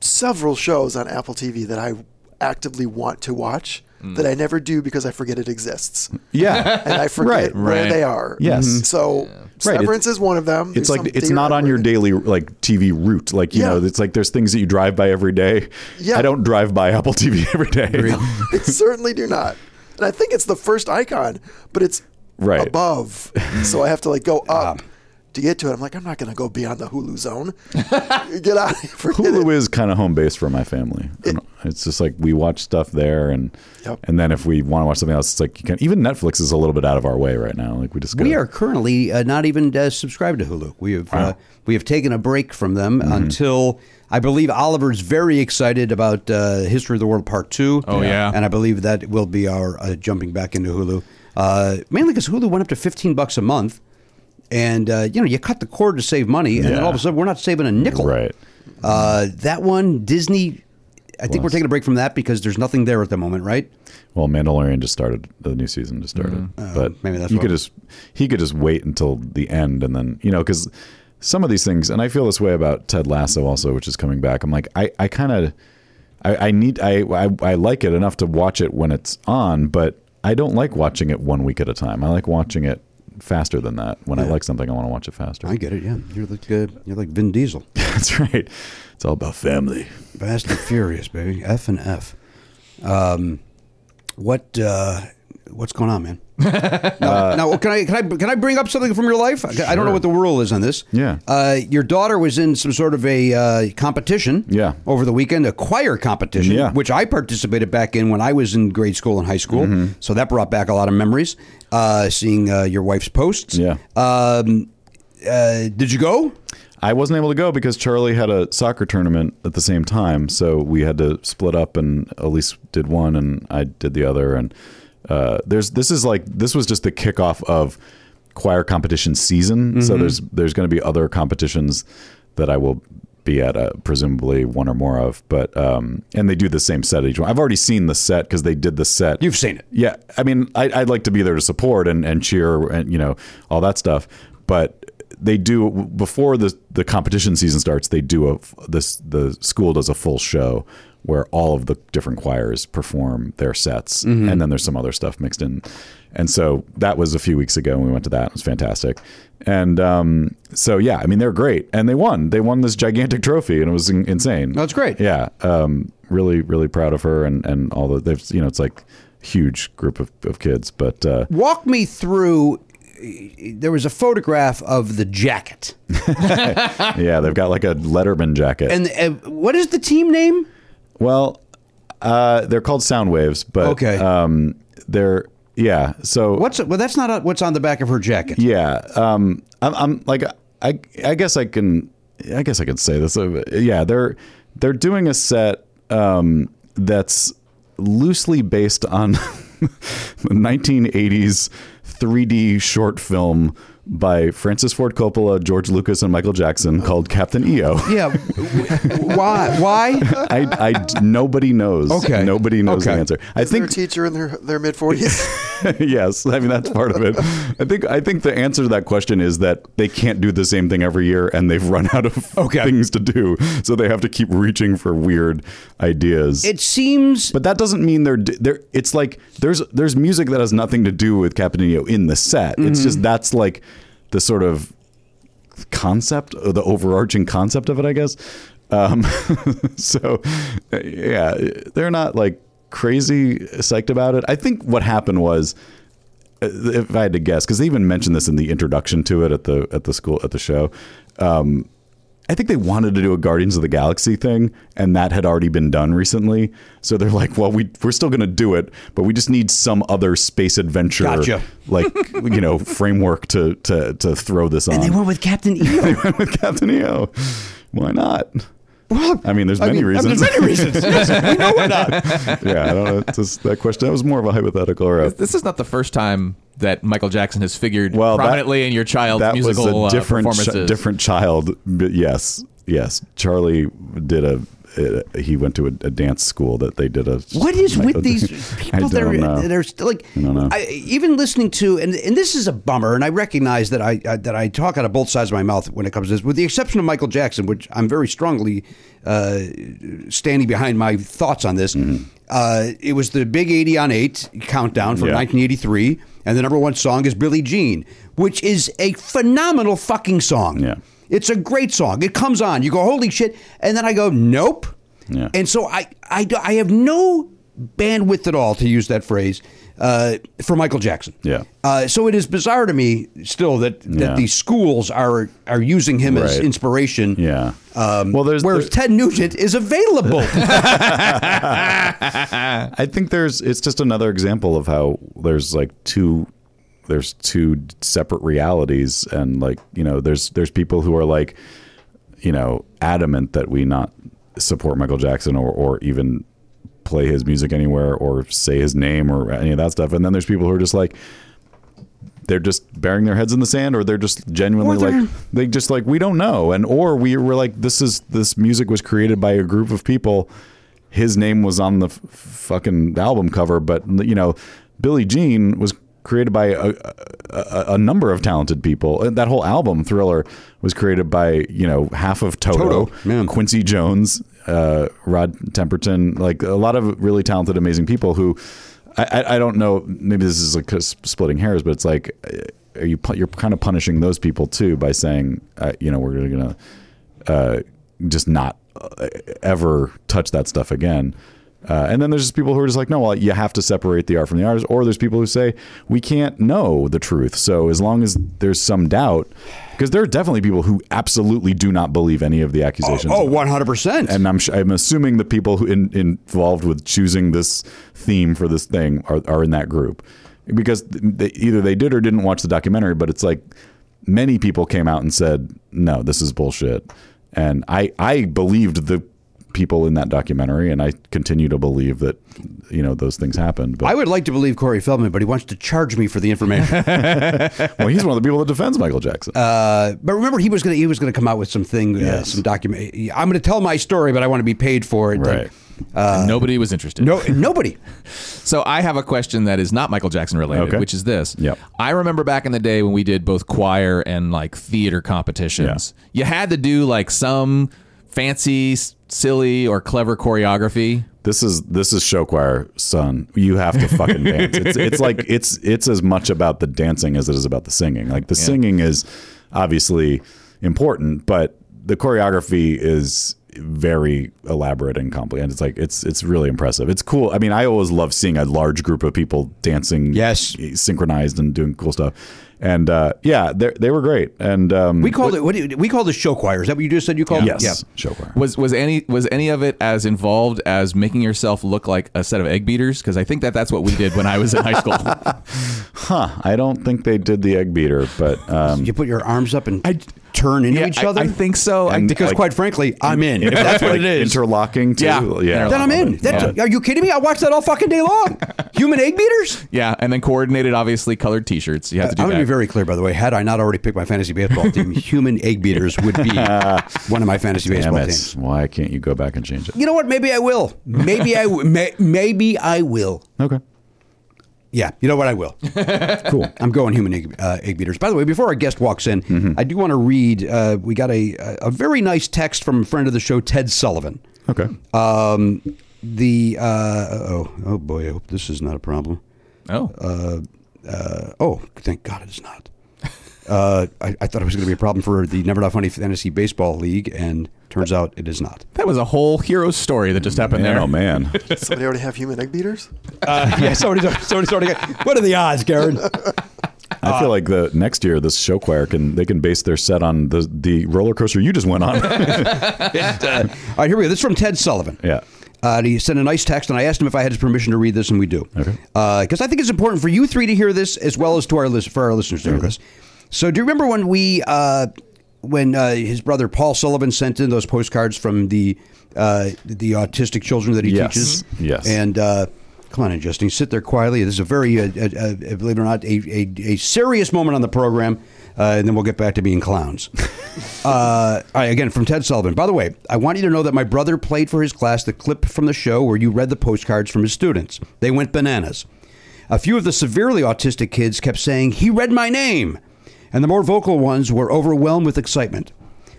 Speaker 7: several shows on Apple TV that I actively want to watch that I never do because I forget it exists.
Speaker 1: yeah.
Speaker 7: And I forget
Speaker 1: Mm. Right.
Speaker 7: where
Speaker 6: Right.
Speaker 7: they are.
Speaker 1: Yes. Mhm.
Speaker 7: So Severance is one of them.
Speaker 1: it's
Speaker 7: There's
Speaker 1: like
Speaker 7: some
Speaker 1: it's not on your
Speaker 7: theory-
Speaker 1: daily like TV route. Like you
Speaker 7: Yeah.
Speaker 1: know, it's like there's things that you drive by every day.
Speaker 7: Yeah.
Speaker 1: I don't drive by Apple TV every day.
Speaker 7: They certainly do not. And I think it's the first icon, but it's
Speaker 1: Right. Ah.
Speaker 7: above. So I have to like go up to get to it. I'm like, I'm not going to go beyond the Hulu zone. get out of here. Forget
Speaker 1: Hulu
Speaker 7: it.
Speaker 1: is kind of home base for my family. I don't- it's just like we watch stuff there, and
Speaker 7: Yep.
Speaker 1: and then if we want to watch something else, it's like you can. Even Netflix is a little bit out of our way right now. Like we just
Speaker 5: We
Speaker 1: gotta-
Speaker 5: are currently uh, not even uh, subscribed to Hulu. We have uh, we have taken a break from them until I believe Oliver's very excited about uh, History of the World Part Two.
Speaker 6: Oh, yeah.
Speaker 5: and I believe that will be our uh, jumping back into Hulu, uh, mainly because Hulu went up to fifteen bucks a month, and uh, you know you cut the cord to save money, and then
Speaker 1: Yeah.
Speaker 5: all of a sudden we're not saving a nickel.
Speaker 1: right.
Speaker 5: Uh, that one Disney. I think we're taking a break from that because there's nothing there at the moment, right?
Speaker 1: Well, Mandalorian just started. The new season just started, but
Speaker 5: Oh, maybe that's
Speaker 1: you
Speaker 5: why.
Speaker 1: could just he could just wait until the end, and then you know because some of these things, and I feel this way about Ted Lasso also, which is coming back. I'm like I I kind of I, I need I, I I like it enough to watch it when it's on, but I don't like watching it one week at a time. I like watching it faster than that. When I like something, I want to watch it faster.
Speaker 5: I get it. Yeah, you're like uh, you're like Vin Diesel.
Speaker 1: that's right. It's all about family.
Speaker 5: Fast and Furious, baby. F and F. Um, what uh, what's going on, man? now, now, can I can I can I bring up something from your life? I- I don't know what the rule is on this.
Speaker 1: Yeah.
Speaker 5: Uh, your daughter was in some sort of a uh, competition.
Speaker 1: Yeah.
Speaker 5: Over the weekend, a choir competition.
Speaker 1: Yeah.
Speaker 5: Which I participated back in when I was in grade school and high school.
Speaker 1: Mm-hmm.
Speaker 5: So that brought back a lot of memories. Uh, seeing uh, your wife's posts.
Speaker 1: Yeah.
Speaker 5: Um, uh, did you go?
Speaker 1: I wasn't able to go because Charlie had a soccer tournament at the same time, so we had to split up, and Elise did one, and I did the other. And uh, there's this is like this was just the kickoff of choir competition season, so there's there's going to be other competitions that I will be at uh, presumably one or more of, but um, and they do the same set each one. I've already seen the set because they did the set.
Speaker 5: You've seen it.
Speaker 1: Yeah, I mean, I, I'd like to be there to support and, and cheer and you know all that stuff, but they do before the the competition season starts. They do a this the school does a full show where all of the different choirs perform their sets, and then there's some other stuff mixed in, and so that was a few weeks ago, and we went to that. It was fantastic, and um, so yeah, I mean they're great, and they won. They won this gigantic trophy, and it was in- insane.
Speaker 5: That's great.
Speaker 1: Yeah, um, really, really proud of her and and all the they've you know it's like huge group of, of kids, but uh,
Speaker 5: Walk me through. There was a photograph of the jacket,
Speaker 1: yeah, they've got like a Letterman jacket.
Speaker 5: and uh, what is the team name?
Speaker 1: well, uh, they're called sound waves, but
Speaker 5: Okay.
Speaker 1: um, they're yeah. So
Speaker 5: What's well? That's not what's on the back of her jacket.
Speaker 1: Yeah. Um. I'm. I'm like. I. I guess I can. I guess I can say this. Uh, Yeah. They're. They're doing a set. Um. That's loosely based on 1980s 3D short film by Francis Ford Coppola, George Lucas, and Michael Jackson called Captain E EO.
Speaker 5: Yeah. w- why? Why?
Speaker 1: I, I nobody knows.
Speaker 5: Okay.
Speaker 1: Nobody knows
Speaker 5: Okay.
Speaker 1: the answer. I
Speaker 7: Their
Speaker 1: think
Speaker 7: teacher in their, their mid 40s.
Speaker 1: yes, I mean that's part of it. I think I think the answer to that question is that they can't do the same thing every year, and they've run out of
Speaker 5: Okay.
Speaker 1: things to do, so they have to keep reaching for weird ideas.
Speaker 5: It seems.
Speaker 1: but that doesn't mean they're d- they're. It's like there's there's music that has nothing to do with Caponeo in the set. It's just that's like the sort of concept, or the overarching concept of it, I guess. Um, so, uh, yeah, they're not like crazy psyched about it. I think what happened was uh, if I had to guess, because they even mentioned this in the introduction to it at the at the school at the show. Um, I think they wanted to do a Guardians of the Galaxy thing, and that had already been done recently. So they're like, "Well, we we're still going to do it, but we just need some other space adventure,
Speaker 5: Gotcha.
Speaker 1: like you know, framework to to to throw this on."
Speaker 5: And they went with Captain EO.
Speaker 1: with Captain EO. Why not?
Speaker 5: Well,
Speaker 1: I mean, there's
Speaker 5: I
Speaker 1: many
Speaker 5: mean- I mean,
Speaker 1: reasons.
Speaker 5: there's many reasons. Yes, we know why not.
Speaker 1: yeah, I don't know. It's just that question. That was more of a hypothetical. Or a,
Speaker 6: This is not the first time that Michael Jackson has figured
Speaker 1: Well, that-
Speaker 6: prominently in your child's
Speaker 1: that
Speaker 6: musical
Speaker 1: was a different
Speaker 6: uh,
Speaker 1: chi-
Speaker 6: performances.
Speaker 1: different child. But yes, yes. Charlie did a. uh, he went to a, a dance school that they did a.
Speaker 5: What is
Speaker 1: like,
Speaker 5: with
Speaker 1: a-
Speaker 5: these
Speaker 1: I
Speaker 5: people
Speaker 1: don't
Speaker 5: that are,
Speaker 1: know.
Speaker 5: that are still like, I
Speaker 1: don't know.
Speaker 5: even listening to, and, and this is a bummer, and I recognize that I, I that I talk out of both sides of my mouth when it comes to this, with the exception of Michael Jackson, which I'm very strongly uh, standing behind my thoughts on this.
Speaker 1: Mm-hmm.
Speaker 5: Uh, it was the big 80 on 8 countdown from
Speaker 1: Yeah.
Speaker 5: 1983, and the number one song is Billie Jean, which is a phenomenal fucking song.
Speaker 1: Yeah.
Speaker 5: It's a great song. It comes on. You go, holy shit. And then I go, nope.
Speaker 1: Yeah.
Speaker 5: And so I, I, do- I have no bandwidth at all to use that phrase uh, for Michael Jackson.
Speaker 1: Yeah.
Speaker 5: Uh, so it is bizarre to me still that, that
Speaker 1: Yeah.
Speaker 5: these schools are are using him as
Speaker 1: Right.
Speaker 5: inspiration.
Speaker 1: Yeah.
Speaker 5: Um,
Speaker 1: Well, there's-
Speaker 5: whereas Ted Nugent is available.
Speaker 1: I think there's it's just another example of how there's like two there's two separate realities and like you know there's there's people who are like you know adamant that we not support Michael Jackson or or even play his music anywhere or say his name or any of that stuff and then there's people who are just like they're just burying their heads in the sand or they're just genuinely
Speaker 5: Or they're-
Speaker 1: like they just like we don't know and or we were like this is this music was created by a group of people his name was on the f- fucking album cover but you know billie jean was created by a, a, a- a number of talented people And that whole album thriller was created by you know half of toto,
Speaker 5: Toto, man.
Speaker 1: quincy jones uh, rod temperton like a lot of really talented amazing people who I, I- I don't know. Maybe this is like s- splitting hairs, but it's like, uh, are you pu- you're kind of punishing those people too by saying, uh, you know, we're gonna uh, just not uh, ever touch that stuff again. Uh, and then there's just people who are just like, no, well, you have to separate the art from the artist. Or there's people who say we can't know the truth. So as long as there's some doubt, because there are definitely people who absolutely do not believe any of the accusations.
Speaker 5: oh, 100%.
Speaker 1: And I'm sh- I'm assuming the people who in, involved with choosing this theme for this thing are, are in that group because they, either they did or didn't watch the documentary. But it's like many people came out and said, "No, this is bullshit," and I I believed the people in that documentary, and I continue to believe that you know those things happened. But
Speaker 5: I would like to believe Corey Feldman, but he wants to charge me for the information.
Speaker 1: well, he's one of the people that defends Michael Jackson.
Speaker 5: But remember, he was gonna he was gonna come out with something, uh,
Speaker 1: Yes.
Speaker 5: some document. I'm gonna tell my story, but I want to be paid for it.
Speaker 1: right.
Speaker 6: And Nobody was interested.
Speaker 5: No, nobody.
Speaker 6: So I have a question that is not Michael Jackson related,
Speaker 1: Okay.
Speaker 6: which is this.
Speaker 1: Yep.
Speaker 6: I remember back in the day when we did both choir and like theater competitions. You had to do like some fancy, s- silly, or clever choreography.
Speaker 1: this is this is show choir son you have to fucking dance it's, it's like it's it's as much about the dancing as it is about the singing like the singing is obviously important but the choreography is very elaborate and complicated it's like it's it's really impressive it's cool i mean i always love seeing a large group of people dancing
Speaker 5: Yes.
Speaker 1: synchronized and doing cool stuff and uh yeah they they were great and um
Speaker 5: We called it. What do you, we called it show choir. Is that what you just said? You called
Speaker 1: yes Mm-hmm.
Speaker 5: it?
Speaker 1: show choir
Speaker 6: Was was any was any of it as involved as making yourself look like a set of egg beaters? Because I think that that's what we did when I was in high school.
Speaker 1: huh i don't think they did the egg beater but um
Speaker 5: You put your arms up and turn into
Speaker 6: Yeah,
Speaker 5: each
Speaker 6: I-
Speaker 5: other.
Speaker 6: I think so. I
Speaker 1: And
Speaker 6: think-
Speaker 5: because,
Speaker 1: like-
Speaker 5: quite frankly, I'm in. If that's what
Speaker 1: Like
Speaker 5: it is.
Speaker 1: Interlocking too.
Speaker 6: Yeah.
Speaker 5: then I'm in. That's, Are you kidding me? I watched that all fucking day long. Human egg beaters.
Speaker 6: yeah, and then coordinated, obviously, colored T-shirts. You have to do
Speaker 5: I'm
Speaker 6: that.
Speaker 5: to be very clear, by the way. Had I not already picked my fantasy baseball team, human egg beaters would be one of my fantasy
Speaker 1: Damn
Speaker 5: baseball
Speaker 1: it.
Speaker 5: teams.
Speaker 1: Why can't you go back and change it?
Speaker 5: You know what? Maybe I will. Maybe I. w- May, maybe I will.
Speaker 1: Okay.
Speaker 5: Yeah, you know what? I will.
Speaker 1: Cool.
Speaker 5: I'm going human egg, uh, egg beaters. By the way, before our guest walks in, I do want to read. Uh, we got a a very nice text from a friend of the show, Ted Sullivan.
Speaker 1: Okay.
Speaker 5: Um, the uh, oh oh boy, I hope this is not a problem.
Speaker 6: oh,
Speaker 5: Uh, oh, thank God it is not. Uh, I, I thought it was going to be a problem for the Never Not Funny Fantasy Baseball League, and Turns out it is not.
Speaker 6: That was a whole hero story that just happened
Speaker 1: Man,
Speaker 6: there.
Speaker 1: oh man.
Speaker 7: Somebody already have human egg beaters?
Speaker 5: yeah, somebody's, somebody's already got. What are the odds, Garen?
Speaker 1: I feel like the next year this show choir can they can base their set on the the roller coaster you just went on.
Speaker 5: All right, here we go. This is from Ted Sullivan.
Speaker 1: yeah.
Speaker 5: Uh, he sent a nice text, and I asked him if I had his permission to read this, and we do. Okay. Because I think it's important for you three to hear this, as well as to our list for our listeners to hear this. So, do you remember when we, uh, when uh, his brother Paul Sullivan sent in those postcards from the uh, the autistic children that he
Speaker 1: Yes.
Speaker 5: teaches?
Speaker 1: Mhm. Yes.
Speaker 5: And uh, come on, in, Justin, sit there quietly. This is a very, uh, uh, uh, believe it or not, a, a, a serious moment on the program. Uh, and then we'll get back to being clowns. Uh, all right, again, from Ted Sullivan. By the way, I want you to know that my brother played for his class the clip from the show where you read the postcards from his students. They went bananas. A few of the severely autistic kids kept saying, He read my name. And the more vocal ones were overwhelmed with excitement.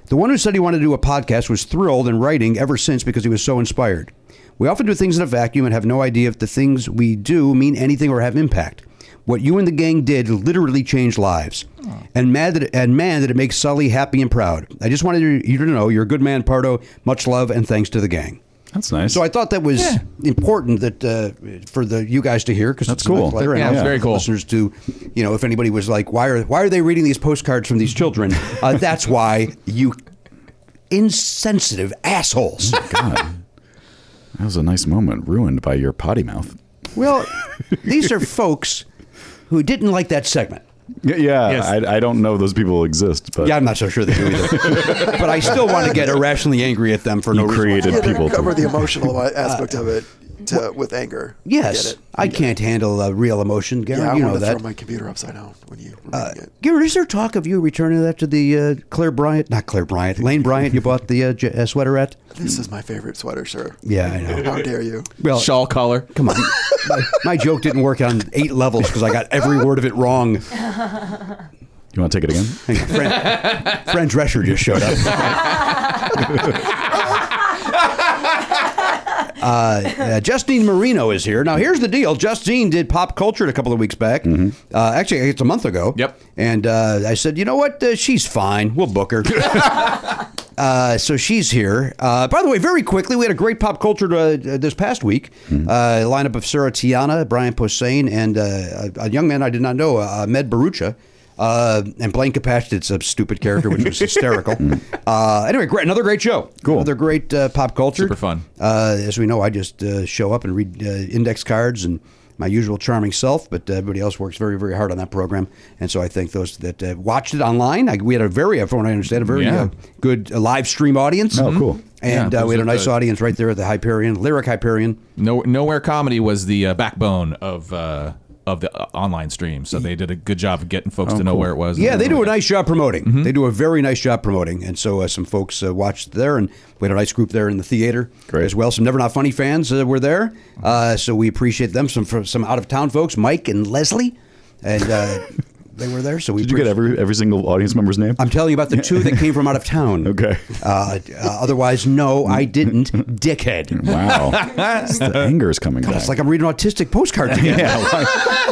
Speaker 5: The one who said he wanted to do a podcast was thrilled in writing ever since because he was so inspired. We often do things in a vacuum and have no idea if the things we do mean anything or have impact. What you and the gang did literally changed lives. And mad that and man that it makes Sully happy and proud. I just wanted you- you to know you're a good man, Pardo. Much love and thanks to the gang.
Speaker 1: That's nice.
Speaker 5: So I thought that was important that uh, for the you guys to hear because
Speaker 1: That's
Speaker 5: it's a nice
Speaker 1: cool.
Speaker 5: letter, and
Speaker 6: Yeah,
Speaker 5: also
Speaker 6: it's very
Speaker 5: for
Speaker 6: cool.
Speaker 5: Listeners to, you know, if anybody was like, why are why are they reading these postcards from these children? Uh, that's why you insensitive assholes.
Speaker 1: God. That was a nice moment ruined by your potty mouth.
Speaker 5: well, these are folks who didn't like that segment.
Speaker 1: Yeah, yeah I, I don't know if those people exist, but
Speaker 5: Yeah, I'm not so sure they do either. but I still want to get irrationally angry at them for no
Speaker 1: You
Speaker 5: reason.
Speaker 1: created-
Speaker 7: Yeah, they
Speaker 1: people to-
Speaker 7: cover the emotional aspect of it to, with anger. I
Speaker 5: Yes, I,
Speaker 7: get it.
Speaker 5: can't handle uh, real emotion, Gary.
Speaker 7: Yeah, I
Speaker 5: you know
Speaker 7: want to
Speaker 5: that. Uh,
Speaker 7: throw my computer upside down when you read it.
Speaker 5: Garrett, is there talk of you returning that to the uh, Claire Bryant? Not Claire Bryant, Lane Bryant. You bought the uh, j- uh, sweater at?
Speaker 7: This is my favorite sweater, sir.
Speaker 5: Yeah, I know.
Speaker 7: How dare you?
Speaker 5: Well,
Speaker 6: Shawl collar.
Speaker 5: come on. my, my joke didn't work on eight levels because I got every word of it wrong.
Speaker 1: you want to take it again?
Speaker 5: Hang on, Fran, Fran Drescher just showed up. uh, Justine Marino is here. Now, here's the deal. Justine did pop culture a couple of weeks back. Uh, actually, it's a month ago.
Speaker 6: Yep.
Speaker 5: And uh, I said, you know what? Uh, she's fine. We'll book her. uh, so she's here. Uh, by the way, very quickly, we had a great pop culture uh, this past week. Uh, lineup of Sarah Tiana, Brian Posehn, and uh, a, a young man I did not know, uh, Ahmed Barucha. Uh, and Blaine Capach did some stupid character, which was hysterical. uh, anyway, great, another great show.
Speaker 1: Cool.
Speaker 5: Another great uh, pop culture.
Speaker 6: Super fun.
Speaker 5: Uh, as we know, I just uh, show up and read uh, index cards and my usual charming self, but uh, everybody else works very, very hard on that program. And so I thank those that uh, watched it online. I, we had a very, from what I understand, a very
Speaker 6: Yeah.
Speaker 5: uh, good uh, live stream audience.
Speaker 1: Oh, cool.
Speaker 5: And
Speaker 6: Yeah,
Speaker 5: uh, we had a
Speaker 6: those are
Speaker 5: nice
Speaker 6: good.
Speaker 5: audience right there at the Hyperion, Lyric Hyperion.
Speaker 6: No, nowhere comedy was the uh, backbone of uh, of the uh, online stream, so they did a good job of getting folks to know where it was.
Speaker 5: Oh, Yeah, they do a nice job promoting.
Speaker 1: Mm-hmm.
Speaker 5: They do a very nice job promoting, and so uh, some folks uh, watched there, and we had a nice group there in the theater
Speaker 1: Great.
Speaker 5: as well. Some Never Not Funny fans uh, were there, uh, so we appreciate them. Some from some out of town folks, Mike and Leslie, and uh, they were there. So we
Speaker 1: Did you get
Speaker 5: appreci-
Speaker 1: every every single audience member's name?
Speaker 5: I'm telling you about the two that came from out of town.
Speaker 1: Okay.
Speaker 5: Uh, uh, otherwise, no, I didn't, dickhead.
Speaker 1: wow. the anger is coming back.
Speaker 5: It's like I'm reading an autistic postcard. again.
Speaker 1: yeah, why,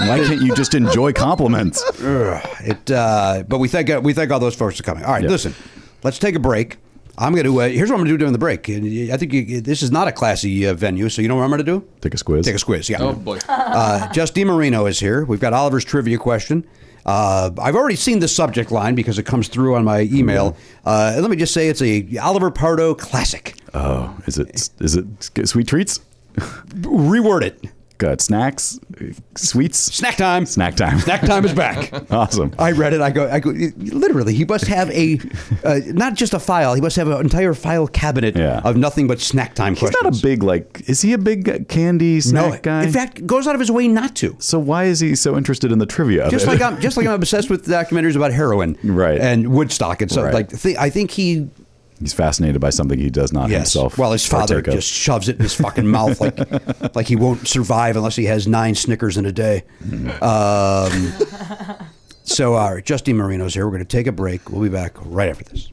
Speaker 1: why can't you just enjoy compliments?
Speaker 5: Ugh, it, uh, but we thank we thank all those folks for coming. All right,
Speaker 1: Yeah.
Speaker 5: listen, let's take a break. I'm going to uh, here's what I'm going to do during the break. And I think you, this is not a classy uh, venue, so you know what I'm going to do?
Speaker 1: Take a squiz.
Speaker 5: Take a squiz. Yeah.
Speaker 6: Oh boy.
Speaker 5: Uh, Justine Marino is here. We've got Oliver's trivia question. Uh, I've already seen the subject line because it comes through on my
Speaker 6: Mm-hmm.
Speaker 5: email. Uh, and let me just say it's a Oliver Pardo classic.
Speaker 1: Oh, is it is it sweet treats?
Speaker 5: Reword it.
Speaker 1: Good snacks, sweets,
Speaker 5: Snack time.
Speaker 1: snack time.
Speaker 5: Snack time is back.
Speaker 1: Awesome.
Speaker 5: I read it. I go. I go. Literally, he must have a uh, not just a file. He must have an entire file cabinet
Speaker 1: Yeah.
Speaker 5: of nothing but snack time
Speaker 1: He's
Speaker 5: questions.
Speaker 1: not a big like. Is he a big candy snack
Speaker 5: no
Speaker 1: guy?
Speaker 5: In fact, goes out of his way not to.
Speaker 1: so why is he so interested in the trivia? Of
Speaker 5: Just
Speaker 1: it?
Speaker 5: like I'm, just like I'm obsessed with documentaries about heroin,
Speaker 1: Right.
Speaker 5: and Woodstock and stuff.
Speaker 1: Right.
Speaker 5: Like th- I think he,
Speaker 1: he's fascinated by something he does not
Speaker 5: yes.
Speaker 1: himself.
Speaker 5: well, his father
Speaker 1: partake of.
Speaker 5: just shoves it in his fucking mouth, like like he won't survive unless he has nine Snickers in a day.
Speaker 1: Mm-hmm.
Speaker 5: Um, so, all right, Justine Marino's here. We're going to take a break. We'll be back right after this.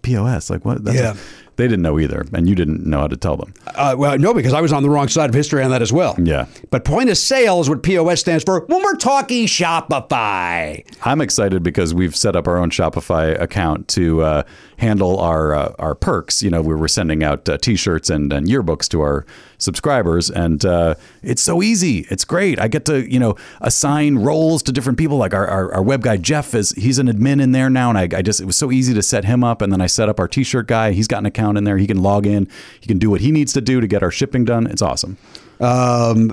Speaker 1: POS? Like what?" That's
Speaker 5: Yeah.
Speaker 1: they didn't know either, and you didn't know how to tell them.
Speaker 5: Uh, well, no, because I was on the wrong side of history on that as well.
Speaker 1: Yeah.
Speaker 5: But point of sale is what POS stands for when we're talking Shopify.
Speaker 1: I'm excited because we've set up our own Shopify account to uh, handle our uh, our perks. You know, we were sending out uh, T-shirts and, and yearbooks to our subscribers, and uh, it's so easy. It's great. I get to you know assign roles to different people. Like our, our, our web guy Jeff is he's an admin in there now, and I, I just it was so easy to set him up, and then I set up our T-shirt guy. He's got an account in there. He can log in. He can do what he needs to do to get our shipping done. It's awesome.
Speaker 5: Um,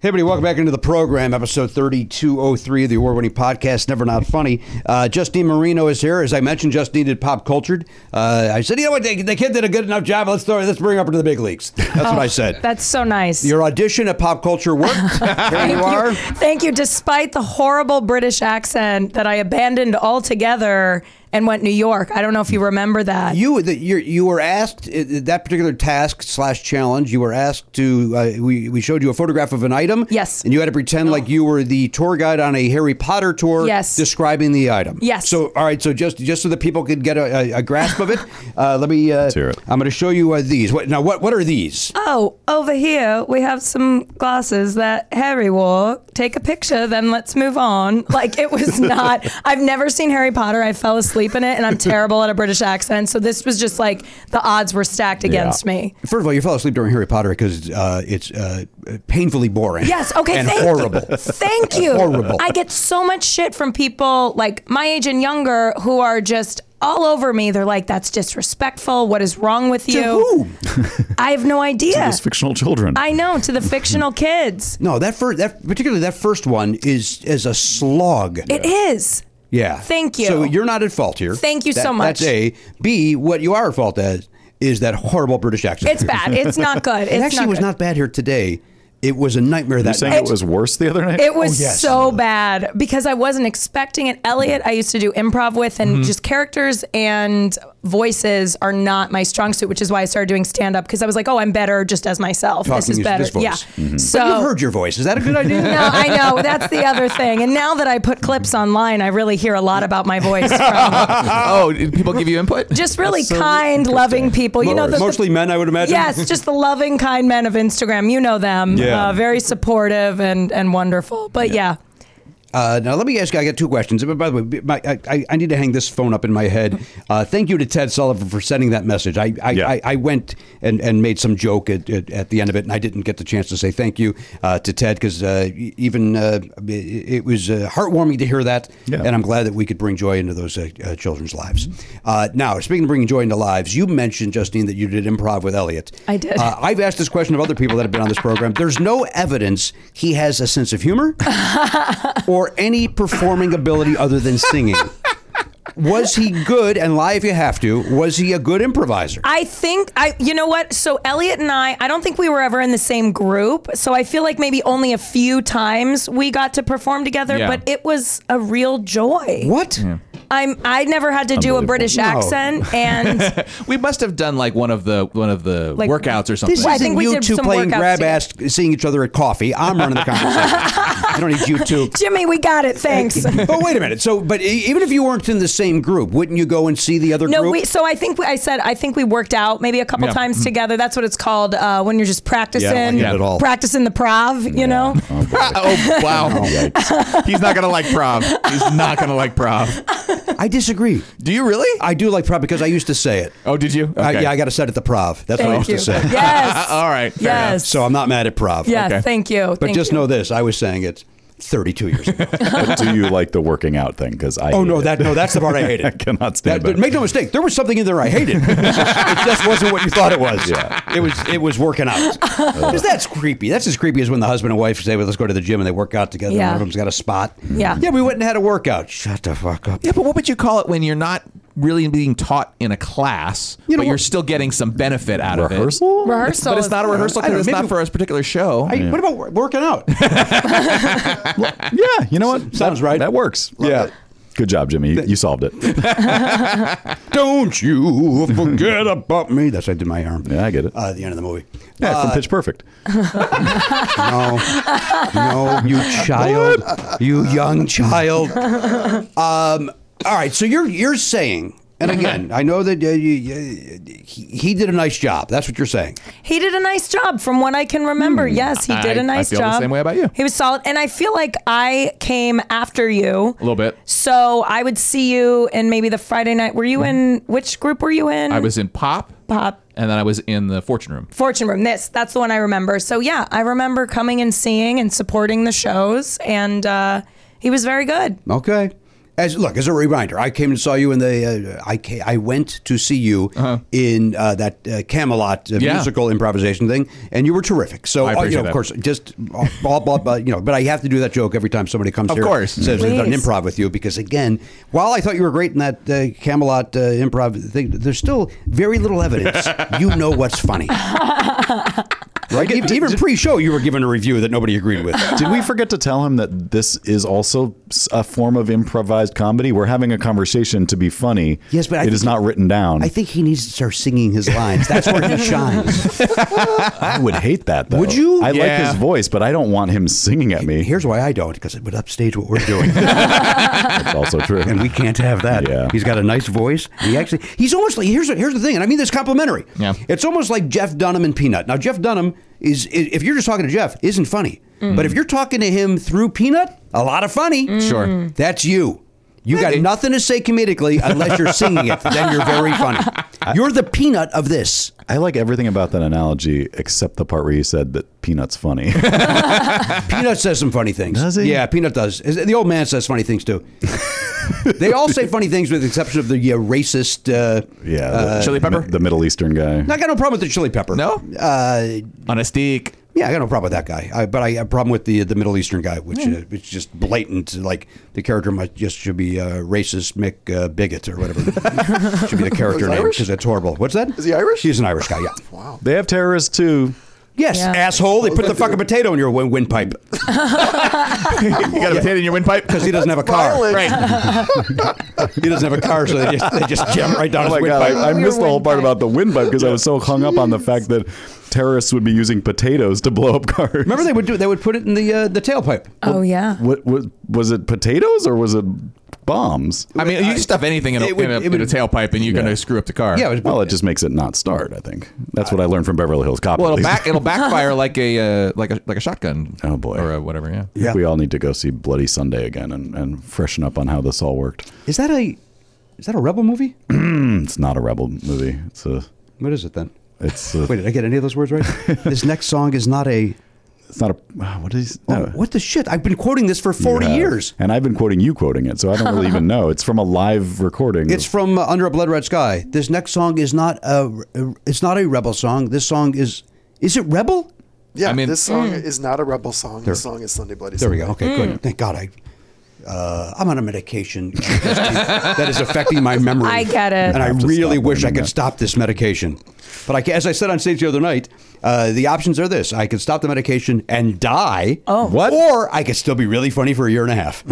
Speaker 5: Hey, everybody, welcome back into the program, episode 3203 of the award winning podcast, Never Not Funny. Uh, Justine Marino is here. As I mentioned, Justine did Pop Cultured. Uh, I said, you know what, the, the kid did a good enough job. Let's, throw, let's bring her up into the big leagues. That's what I said.
Speaker 8: That's so nice.
Speaker 5: Your audition at Pop Culture worked. Here you are.
Speaker 8: Thank you. Despite the horrible British accent that I abandoned altogether and went New York. I don't know if you remember that.
Speaker 5: You that you you were asked uh, that particular task slash challenge. You were asked to. Uh, we we showed you a photograph of an item.
Speaker 8: Yes.
Speaker 5: And you had to pretend like you were the tour guide on a Harry Potter tour.
Speaker 8: Yes.
Speaker 5: Describing the item.
Speaker 8: Yes.
Speaker 5: So all right. So just just so that people could get a, a, a grasp of it, uh, let me. Uh,
Speaker 1: hear it.
Speaker 5: I'm going to show you uh, these. What now? What what are these?
Speaker 8: oh, over here we have some glasses that Harry wore. Take a picture, then let's move on. Like it was not. I've never seen Harry Potter. I fell asleep in it, and I'm terrible at a British accent. So this was just like the odds were stacked against me.
Speaker 5: First of all, you fell asleep during Harry Potter because uh, it's uh, painfully boring.
Speaker 8: Yes. Okay.
Speaker 5: And
Speaker 8: thank,
Speaker 5: horrible.
Speaker 8: Thank you.
Speaker 5: Horrible.
Speaker 8: I get so much shit from people like my age and younger who are just all over me. They're like, "That's disrespectful. What is wrong with you?"
Speaker 5: Who?
Speaker 8: I have no idea.
Speaker 1: These fictional children.
Speaker 8: I know to the fictional kids.
Speaker 5: No, that first that particularly that first one is is a slog.
Speaker 8: It is.
Speaker 5: Yeah.
Speaker 8: Thank you.
Speaker 5: So you're not at fault here.
Speaker 8: Thank you
Speaker 5: That-
Speaker 8: so much.
Speaker 5: That's A. B, what you are at fault as is that horrible British accent.
Speaker 8: It's bad. It's not good. It's
Speaker 5: it actually
Speaker 8: not
Speaker 5: was
Speaker 8: good.
Speaker 5: not bad here today. It was a nightmare
Speaker 1: You're
Speaker 5: that
Speaker 1: saying
Speaker 5: night.
Speaker 1: it was worse the other night?
Speaker 8: It was
Speaker 5: Oh, yes.
Speaker 8: so bad because I wasn't expecting it. Elliot, I used to do improv with, and
Speaker 5: Mm-hmm.
Speaker 8: just characters and voices are not my strong suit, which is why I started doing stand up because I was like, oh, I'm better just as myself.
Speaker 5: Talking
Speaker 8: this is
Speaker 5: is
Speaker 8: better.
Speaker 5: this voice. Mm-hmm.
Speaker 8: Yeah. So
Speaker 5: You've heard your voice. Is that a good idea?
Speaker 8: No, I know. That's the other thing. And now that I put clips online, I really hear a lot about my voice from
Speaker 6: oh, did people give you input?
Speaker 8: just really kind, loving people. You know, the, the-
Speaker 5: Mostly men, I would imagine.
Speaker 8: Yes, just the loving, kind men of Instagram. You know them.
Speaker 1: Yeah.
Speaker 8: Uh, very supportive and, and wonderful. But yeah.
Speaker 5: Uh, now let me ask you. I got two questions. But by the way, my, I- I, I need to hang this phone up in my head. Uh, thank you to Ted Sullivan for sending that message. I I,
Speaker 1: Yeah.
Speaker 5: I, I went and, and made some joke at, at, at the end of it, and I didn't get the chance to say thank you uh, to Ted because uh, e- even uh, it- it was uh, heartwarming to hear that,
Speaker 1: Yeah.
Speaker 5: and I'm glad that we could bring joy into those uh, uh, children's lives. Uh, now, speaking of bringing joy into lives, you mentioned Justine that you did improv with Elliot.
Speaker 8: I did.
Speaker 5: Uh, I've asked this question of other people that have been on this program. There's no evidence he has a sense of humor or any performing ability other than singing. Was he good? And lie if you have to. Was he a good improviser?
Speaker 8: I think I you know what? So Elliot and I, I don't think we were ever in the same group. So I feel like maybe only a few times we got to perform together,
Speaker 6: Yeah.
Speaker 8: but it was a real joy.
Speaker 5: what?
Speaker 8: I'm I never had to do a
Speaker 1: Unbelievable.
Speaker 8: British
Speaker 5: No.
Speaker 8: accent and
Speaker 6: We must have done like one of the one of the
Speaker 8: Like,
Speaker 6: workouts or something.
Speaker 5: This
Speaker 8: Well, I
Speaker 5: isn't
Speaker 8: think we
Speaker 5: you
Speaker 8: did
Speaker 5: two
Speaker 8: some
Speaker 5: playing
Speaker 8: workouts
Speaker 5: grab ass, seeing each other at coffee. I'm running the conversation. I don't need you two.
Speaker 8: Jimmy, we got it. Thanks.
Speaker 5: But wait a minute. So, but e- even if you weren't in the same group, wouldn't you go and see the other
Speaker 8: No,
Speaker 5: group? Mm-hmm.
Speaker 8: we. So I think we, I said I think we worked out maybe a couple
Speaker 6: Yeah.
Speaker 8: times together. That's what it's called uh, when you're just practicing.
Speaker 5: like it at all.
Speaker 8: Practicing the prov, you know.
Speaker 1: Oh, boy.
Speaker 6: oh wow, he's not gonna like prov. He's not gonna like prov.
Speaker 5: I disagree.
Speaker 6: Do you really?
Speaker 5: I do like prov because I used to say it.
Speaker 6: oh, did you?
Speaker 5: I, yeah, I got to set at the prov. That's what I
Speaker 8: Thank
Speaker 5: used
Speaker 8: you.
Speaker 5: to say.
Speaker 8: Yes.
Speaker 6: All right. fair enough.
Speaker 8: Yes.
Speaker 5: So I'm not mad at prov.
Speaker 8: yeah.
Speaker 6: okay.
Speaker 8: Thank you.
Speaker 5: But
Speaker 8: thank
Speaker 5: just
Speaker 8: you.
Speaker 5: know this: I was saying it 32 years ago.
Speaker 1: But do you like the working out thing? Because I.
Speaker 5: Oh
Speaker 1: hate
Speaker 5: no,
Speaker 1: it.
Speaker 5: that no, that's the part I hated.
Speaker 1: I cannot stand
Speaker 5: that.
Speaker 1: it.
Speaker 5: Make no mistake, there was something in there I hated. it just wasn't what you thought it was.
Speaker 1: Yeah. Uh.
Speaker 5: it was. It was working out. Because that's creepy. That's as creepy as when the husband and wife say, well, "Let's go to the gym," and they work out together. and
Speaker 8: Yeah.
Speaker 5: One of them's got a spot.
Speaker 8: Yeah.
Speaker 5: Yeah, we went and had a workout. Shut the fuck up.
Speaker 6: Yeah, but what would you call it when you're not really being taught in a class,
Speaker 5: You know
Speaker 6: but you're
Speaker 5: what-
Speaker 6: still getting some benefit out of
Speaker 1: Rehearsal?
Speaker 6: it?
Speaker 8: Rehearsal
Speaker 6: But it's
Speaker 8: is-
Speaker 6: not a rehearsal
Speaker 5: I don't
Speaker 6: because
Speaker 5: know,
Speaker 6: it's
Speaker 5: maybe-
Speaker 6: not for a particular show.
Speaker 5: Hey, What about wor- working out?
Speaker 1: Yeah, you know what?
Speaker 5: sounds
Speaker 1: That-
Speaker 5: right.
Speaker 1: That works.
Speaker 5: Yeah.
Speaker 1: Good job, Jimmy. You, you solved it.
Speaker 5: Don't you forget about me? That's what I did my arm.
Speaker 1: Yeah, I get it.
Speaker 5: Uh, the end of the movie.
Speaker 1: Yeah,
Speaker 5: uh,
Speaker 1: from Pitch Perfect.
Speaker 5: No, no, you child, you young child. Um, all right, so you're you're saying, and again, I know that uh, you, you, he, he did a nice job. That's what you're saying.
Speaker 8: He did a nice job from what I can remember. Yes, he did
Speaker 6: Hmm. I-
Speaker 8: a nice
Speaker 6: I feel the
Speaker 8: job.
Speaker 6: same way about you.
Speaker 8: He was solid. And I feel like I came after you.
Speaker 6: A little bit.
Speaker 8: So I would see you in maybe the Friday night. Were you in which group were you in?
Speaker 6: Hmm. I was in pop,
Speaker 8: Pop.
Speaker 6: and then I was in the fortune room.
Speaker 8: Fortune Room. This, that's the one I remember. So yeah, I remember coming and seeing and supporting the shows, and uh, he was very good.
Speaker 5: Okay. As look, as a reminder, I came and saw you in the. Uh, I ca I went to see you in uh, that uh, Camelot uh,
Speaker 6: Uh-huh. Yeah.
Speaker 5: musical improvisation thing, and you were terrific. So
Speaker 6: I
Speaker 5: uh, you
Speaker 6: appreciate
Speaker 5: know, of
Speaker 6: that.
Speaker 5: course, just uh, all, all, all, but, you know, but I have to do that joke every time somebody comes
Speaker 6: Of
Speaker 5: here.
Speaker 6: course.
Speaker 5: says they've done
Speaker 8: Please.
Speaker 5: improv with you because again, while I thought you were great in that uh, Camelot uh, improv thing, there's still very little evidence you know what's funny. right? Even, even pre-show, you were given a review that nobody agreed with.
Speaker 1: Did we forget to tell him that this is also s- a form of improvised comedy? We're having a conversation to be funny.
Speaker 5: Yes, but I
Speaker 1: it is
Speaker 5: think-
Speaker 1: not written down.
Speaker 5: I think he needs to start singing his lines. That's where he shines.
Speaker 1: I would hate that though.
Speaker 5: Would you?
Speaker 1: I like
Speaker 6: Yeah.
Speaker 1: his voice, but I don't want him singing at me.
Speaker 5: Here's why I don't, because it would upstage what we're doing,
Speaker 1: That's also true.
Speaker 5: and we can't have that.
Speaker 1: Yeah.
Speaker 5: He's got a nice voice. He actually, he's almost like here's here's the thing, and I mean this complimentary.
Speaker 6: Yeah.
Speaker 5: It's almost like Jeff Dunham and Peanut. Now Jeff Dunham is, i- if you're just talking to Jeff, isn't funny,
Speaker 6: Mm.
Speaker 5: but if you're talking to him through Peanut, a lot of funny.
Speaker 6: Sure.
Speaker 5: That's you. You got nothing to say comedically unless you're singing it. Then you're very funny. You're the peanut of this.
Speaker 1: I like everything about that analogy except the part where you said that Peanut's funny.
Speaker 5: Peanut says some funny things.
Speaker 1: Does he?
Speaker 5: Yeah, Peanut does. Is- The old man says funny things too. they all say funny things with the exception of the uh, racist. Uh,
Speaker 1: yeah,
Speaker 5: uh,
Speaker 1: the,
Speaker 6: Chili Pepper?
Speaker 1: the Middle Eastern guy.
Speaker 5: I got no problem with the chili pepper.
Speaker 6: No?
Speaker 5: Uh,
Speaker 6: on a stick.
Speaker 5: yeah, I got no problem with that guy. I, but I have a problem with the the Middle Eastern guy, which uh, which is just blatant. Like the character might just should be uh, racist Mick uh, bigot or whatever. should be the character
Speaker 7: Is he
Speaker 5: name
Speaker 7: Irish?
Speaker 5: because it's horrible. What's that?
Speaker 7: Is he Irish?
Speaker 5: He's an Irish guy. Yeah.
Speaker 7: Wow.
Speaker 1: They have terrorists too.
Speaker 5: Yes,
Speaker 8: Yeah.
Speaker 5: asshole. They put the fucking potato in your win- windpipe
Speaker 6: you got a pin in your windpipe
Speaker 5: because he doesn't have a car.
Speaker 7: Violent.
Speaker 5: He doesn't have a car, so they just, they just jump right down
Speaker 1: Oh
Speaker 5: his
Speaker 1: my god,
Speaker 5: windpipe.
Speaker 1: I, I missed the whole part about the windpipe because I was so hung up on the fact that terrorists would be using potatoes to blow up cars.
Speaker 5: Remember, they would do. They would put it in the uh, the tailpipe.
Speaker 8: Oh yeah.
Speaker 1: What, what was it? Potatoes or was it bombs?
Speaker 6: I mean, you can stuff anything in a,
Speaker 5: It would-
Speaker 6: in a,
Speaker 5: it would-
Speaker 6: in a tailpipe, and you're going to screw up the car.
Speaker 5: Yeah, it was,
Speaker 1: Well, it just makes it not start. I think that's what I learned from Beverly Hills Cop. at
Speaker 6: well, it'll
Speaker 1: least.
Speaker 6: back it'll backfire like a uh, like a like a shotgun.
Speaker 1: Oh, boy.
Speaker 6: or a whatever. Yeah.
Speaker 1: I think
Speaker 5: Yeah.
Speaker 1: We all need to go see Bloody Sunday again and, and freshen up on how this all worked.
Speaker 5: is that a is that a rebel movie?
Speaker 1: It's not a rebel movie. It's a.
Speaker 5: What is it then?
Speaker 1: It's a,
Speaker 5: Wait, did I get any of those words right? this next song is not a.
Speaker 1: It's not a. uh, What is?
Speaker 5: Oh,
Speaker 1: no.
Speaker 5: what the shit? I've been quoting this for forty
Speaker 1: You have.
Speaker 5: years.
Speaker 1: and I've been quoting you quoting it, so I don't really even know. It's from a live recording.
Speaker 5: It's from uh, Under a Blood Red Sky. This next song is not a. It's not a rebel song. This song is. Is it rebel?
Speaker 7: Yeah,
Speaker 6: I mean-
Speaker 7: this song is not a rebel song. This song is Sunday Bloody
Speaker 5: There we
Speaker 7: Sunday.
Speaker 5: go. Okay,
Speaker 8: Mm.
Speaker 5: good. Thank God I. Uh, I'm on a medication that is affecting my memory.
Speaker 8: I get it.
Speaker 5: And I
Speaker 1: have to
Speaker 5: really
Speaker 1: stop
Speaker 5: wish I
Speaker 1: learning
Speaker 5: could
Speaker 1: that.
Speaker 5: stop this medication. But I, ca- as I said on stage the other night, uh, the options are this I could stop the medication and die. Oh.
Speaker 1: What?
Speaker 5: Or I could still be really funny for a year and a half.